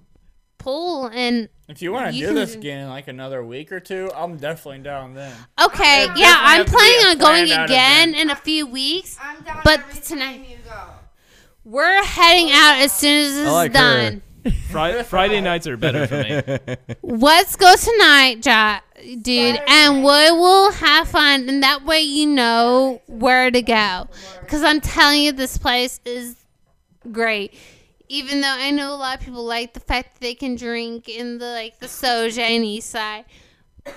[SPEAKER 6] pull and
[SPEAKER 7] If you want to
[SPEAKER 6] You
[SPEAKER 7] do this
[SPEAKER 6] can-
[SPEAKER 7] again in like another week or two, I'm definitely down then.
[SPEAKER 6] okay,
[SPEAKER 8] Yeah,
[SPEAKER 6] yeah,
[SPEAKER 7] definitely
[SPEAKER 6] I'm
[SPEAKER 7] have to be
[SPEAKER 6] planning
[SPEAKER 7] a
[SPEAKER 6] on going
[SPEAKER 7] planned out
[SPEAKER 6] again
[SPEAKER 7] event.
[SPEAKER 6] in a few weeks.
[SPEAKER 8] I'm down
[SPEAKER 6] But
[SPEAKER 8] every
[SPEAKER 6] tonight-
[SPEAKER 8] time you go.
[SPEAKER 6] We're heading out as soon as this
[SPEAKER 3] I like
[SPEAKER 6] is done.
[SPEAKER 3] her.
[SPEAKER 4] Fri- Friday nights are better for me.
[SPEAKER 6] Let's go tonight, ja- dude, and we will have fun. And that way, you know where to go. Because I'm telling you, this place is great. Even though I know a lot of people like the fact that they can drink in the like the soja and east side,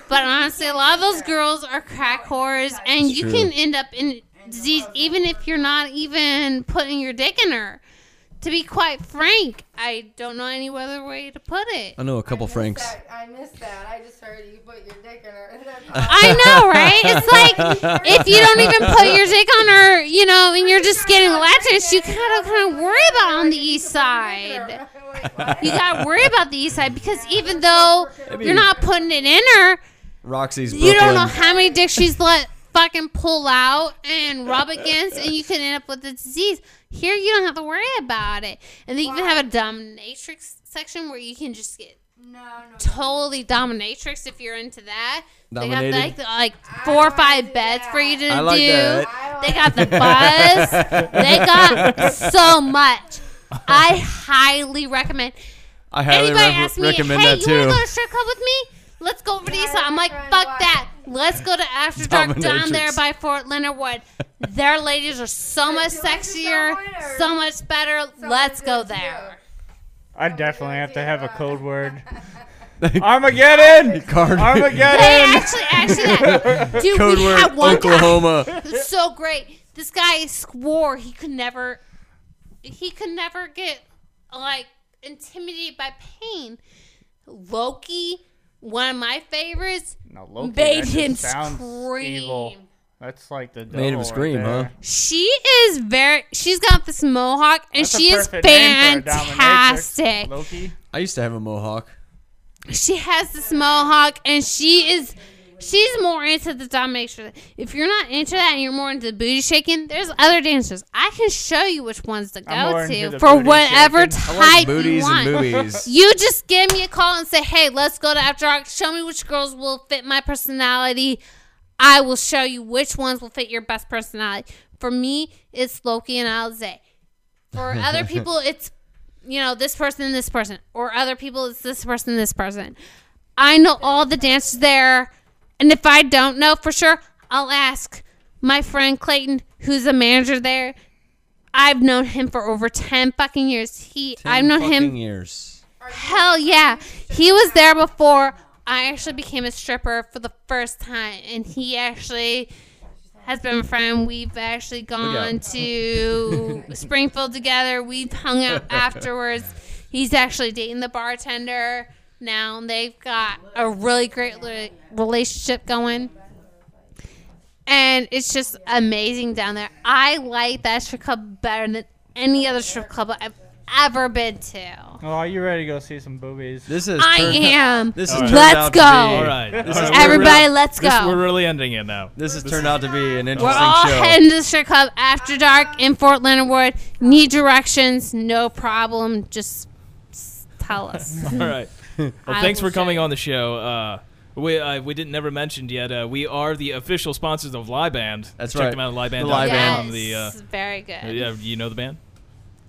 [SPEAKER 6] but honestly, a lot of those girls are crack whores, and you
[SPEAKER 3] True.
[SPEAKER 6] can end up in disease even if you're not even putting your dick in her. To be quite frank, I don't know any other way to put it.
[SPEAKER 3] I know a couple
[SPEAKER 8] Missed
[SPEAKER 3] Franks.
[SPEAKER 8] that. I missed that. I just heard you put your dick in her.
[SPEAKER 6] I know, right? It's like if you don't even put your dick on her, you know, and you're just getting latched, you kind of kind of worry about on the east side. You got to worry about the east side because even though you're not putting it in her,
[SPEAKER 3] Roxy's Brooklyn.
[SPEAKER 6] you don't know how many dicks she's let fucking pull out and rub against, and you can end up with a disease. Here, you don't have to worry about it, and they even have a dominatrix section where you can just get
[SPEAKER 8] no, no.
[SPEAKER 6] totally dominatrix if you're into that.
[SPEAKER 3] Dominated.
[SPEAKER 6] They got like the- like four or five
[SPEAKER 8] do
[SPEAKER 6] beds for you to
[SPEAKER 3] I like
[SPEAKER 6] do.
[SPEAKER 3] that.
[SPEAKER 8] I
[SPEAKER 6] They got the bus. they got so much. I highly recommend.
[SPEAKER 5] I highly
[SPEAKER 6] Anybody
[SPEAKER 5] re-
[SPEAKER 6] ask me,
[SPEAKER 5] recommend
[SPEAKER 6] hey,
[SPEAKER 5] that
[SPEAKER 6] you wanna
[SPEAKER 5] too.
[SPEAKER 6] go to a strip club with me? Let's go over to Eastside. I'm like, fuck that. Let's go to After Dark down
[SPEAKER 5] Dominatrix.
[SPEAKER 6] there by Fort Leonard Wood. Their ladies are so much
[SPEAKER 8] Do you want to do
[SPEAKER 6] sexier,
[SPEAKER 8] someone or
[SPEAKER 6] so much better. Let's
[SPEAKER 8] do
[SPEAKER 6] go
[SPEAKER 8] it to you.
[SPEAKER 6] there.
[SPEAKER 7] I definitely have to have a code word. Armageddon!
[SPEAKER 5] Card-
[SPEAKER 3] Oh
[SPEAKER 6] Hey,
[SPEAKER 7] Armageddon!
[SPEAKER 6] actually, actually, that. Dude,
[SPEAKER 5] Code
[SPEAKER 6] we
[SPEAKER 5] word
[SPEAKER 6] had one guy-
[SPEAKER 5] Oklahoma.
[SPEAKER 6] It's so great. This guy swore he could never, he could never get like intimidated by pain. Loki, one of my favorites,
[SPEAKER 7] No, Loki, that
[SPEAKER 6] made
[SPEAKER 7] just
[SPEAKER 6] him
[SPEAKER 7] sounds
[SPEAKER 6] scream.
[SPEAKER 7] evil. That's like the
[SPEAKER 3] Made him
[SPEAKER 7] devil
[SPEAKER 3] scream,
[SPEAKER 7] right
[SPEAKER 3] huh?
[SPEAKER 7] there.
[SPEAKER 6] She is very. She's got this mohawk, and
[SPEAKER 7] That's a
[SPEAKER 6] she is
[SPEAKER 7] perfect name for a dominatrix.
[SPEAKER 6] fantastic.
[SPEAKER 7] Loki.
[SPEAKER 3] I used to have a mohawk.
[SPEAKER 6] She has this mohawk, and she is. She's more into the domination. If you're not into that and you're more into the booty shaking, there's other dances. I can show you which ones to
[SPEAKER 7] I'm more
[SPEAKER 6] go
[SPEAKER 7] into the
[SPEAKER 6] to for
[SPEAKER 7] booty
[SPEAKER 6] whatever
[SPEAKER 7] shaking.
[SPEAKER 6] type you
[SPEAKER 5] booties
[SPEAKER 6] want.
[SPEAKER 5] and boobies.
[SPEAKER 6] You just give me a call and say, "Hey, let's go to After Dark. Show me which girls will fit my personality. I will show you which ones will fit your best personality." For me, it's Loki and Alize. For other people, it's you know this person and this person, or other people, it's this person and this person. I know all the dances there, and if I don't know for sure, I'll ask my friend Clayton, who's a manager there. I've known him for over ten fucking years. He, I've known him
[SPEAKER 3] Years.
[SPEAKER 6] Hell yeah. He was there before I actually became a stripper for the first time. And he actually has been a friend. We've actually gone to Springfield together. We've hung out afterwards. He's actually dating the bartender now. And they've got a really great li- relationship going. And it's just amazing down there. I like that strip club better than any other strip club I've ever been to.
[SPEAKER 7] Oh, are you ready to go see some boobies?
[SPEAKER 5] This is.
[SPEAKER 6] I
[SPEAKER 5] turned-
[SPEAKER 6] am.
[SPEAKER 5] This is.
[SPEAKER 4] Alright.
[SPEAKER 6] Let's go.
[SPEAKER 4] All right.
[SPEAKER 5] This
[SPEAKER 4] All right,
[SPEAKER 5] is-
[SPEAKER 4] we're
[SPEAKER 6] Everybody,
[SPEAKER 4] really-
[SPEAKER 6] let's
[SPEAKER 4] this-
[SPEAKER 6] go.
[SPEAKER 4] we're
[SPEAKER 6] We're,
[SPEAKER 4] really ending it now.
[SPEAKER 5] This has turned out to be an interesting
[SPEAKER 6] all
[SPEAKER 5] show.
[SPEAKER 6] heading to the strip club after dark in Fort Leonard Wood. Need directions, no problem. Just s- tell us.
[SPEAKER 4] All right. Well,
[SPEAKER 6] I
[SPEAKER 4] thanks
[SPEAKER 6] will
[SPEAKER 4] for coming
[SPEAKER 6] say.
[SPEAKER 4] on the show. Uh, we uh, we didn't never mentioned yet. Uh, we are the official sponsors of Liband.
[SPEAKER 5] That's
[SPEAKER 4] Check
[SPEAKER 5] right.
[SPEAKER 4] them out at
[SPEAKER 5] Live
[SPEAKER 4] liband.com.
[SPEAKER 6] yes,
[SPEAKER 5] band.
[SPEAKER 4] The uh,
[SPEAKER 6] very good.
[SPEAKER 4] yeah, you know the band.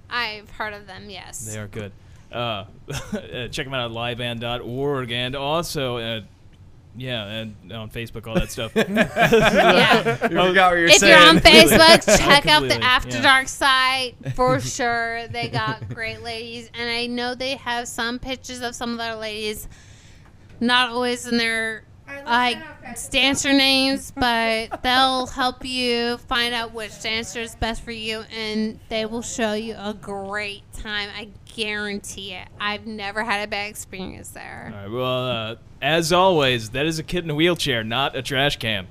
[SPEAKER 6] I've heard of them. Yes.
[SPEAKER 4] They are good. Uh, uh, check them out at liveband.org and also, uh, yeah, and on Facebook, all that stuff.
[SPEAKER 6] Yeah.
[SPEAKER 5] You forgot what you're
[SPEAKER 6] if you're on Facebook,
[SPEAKER 4] Completely.
[SPEAKER 6] check out the
[SPEAKER 4] Completely,
[SPEAKER 6] After
[SPEAKER 4] yeah.
[SPEAKER 6] Dark site for sure. They got great ladies, and I know they have some pictures of some of their ladies, not always in their like dancer names, but they'll help you find out which dancer is best for you, and they will show you a great time. I guarantee it. I've never had a bad experience there.
[SPEAKER 4] all right. Well, uh, as always, that is a kid in a wheelchair, not a trash can.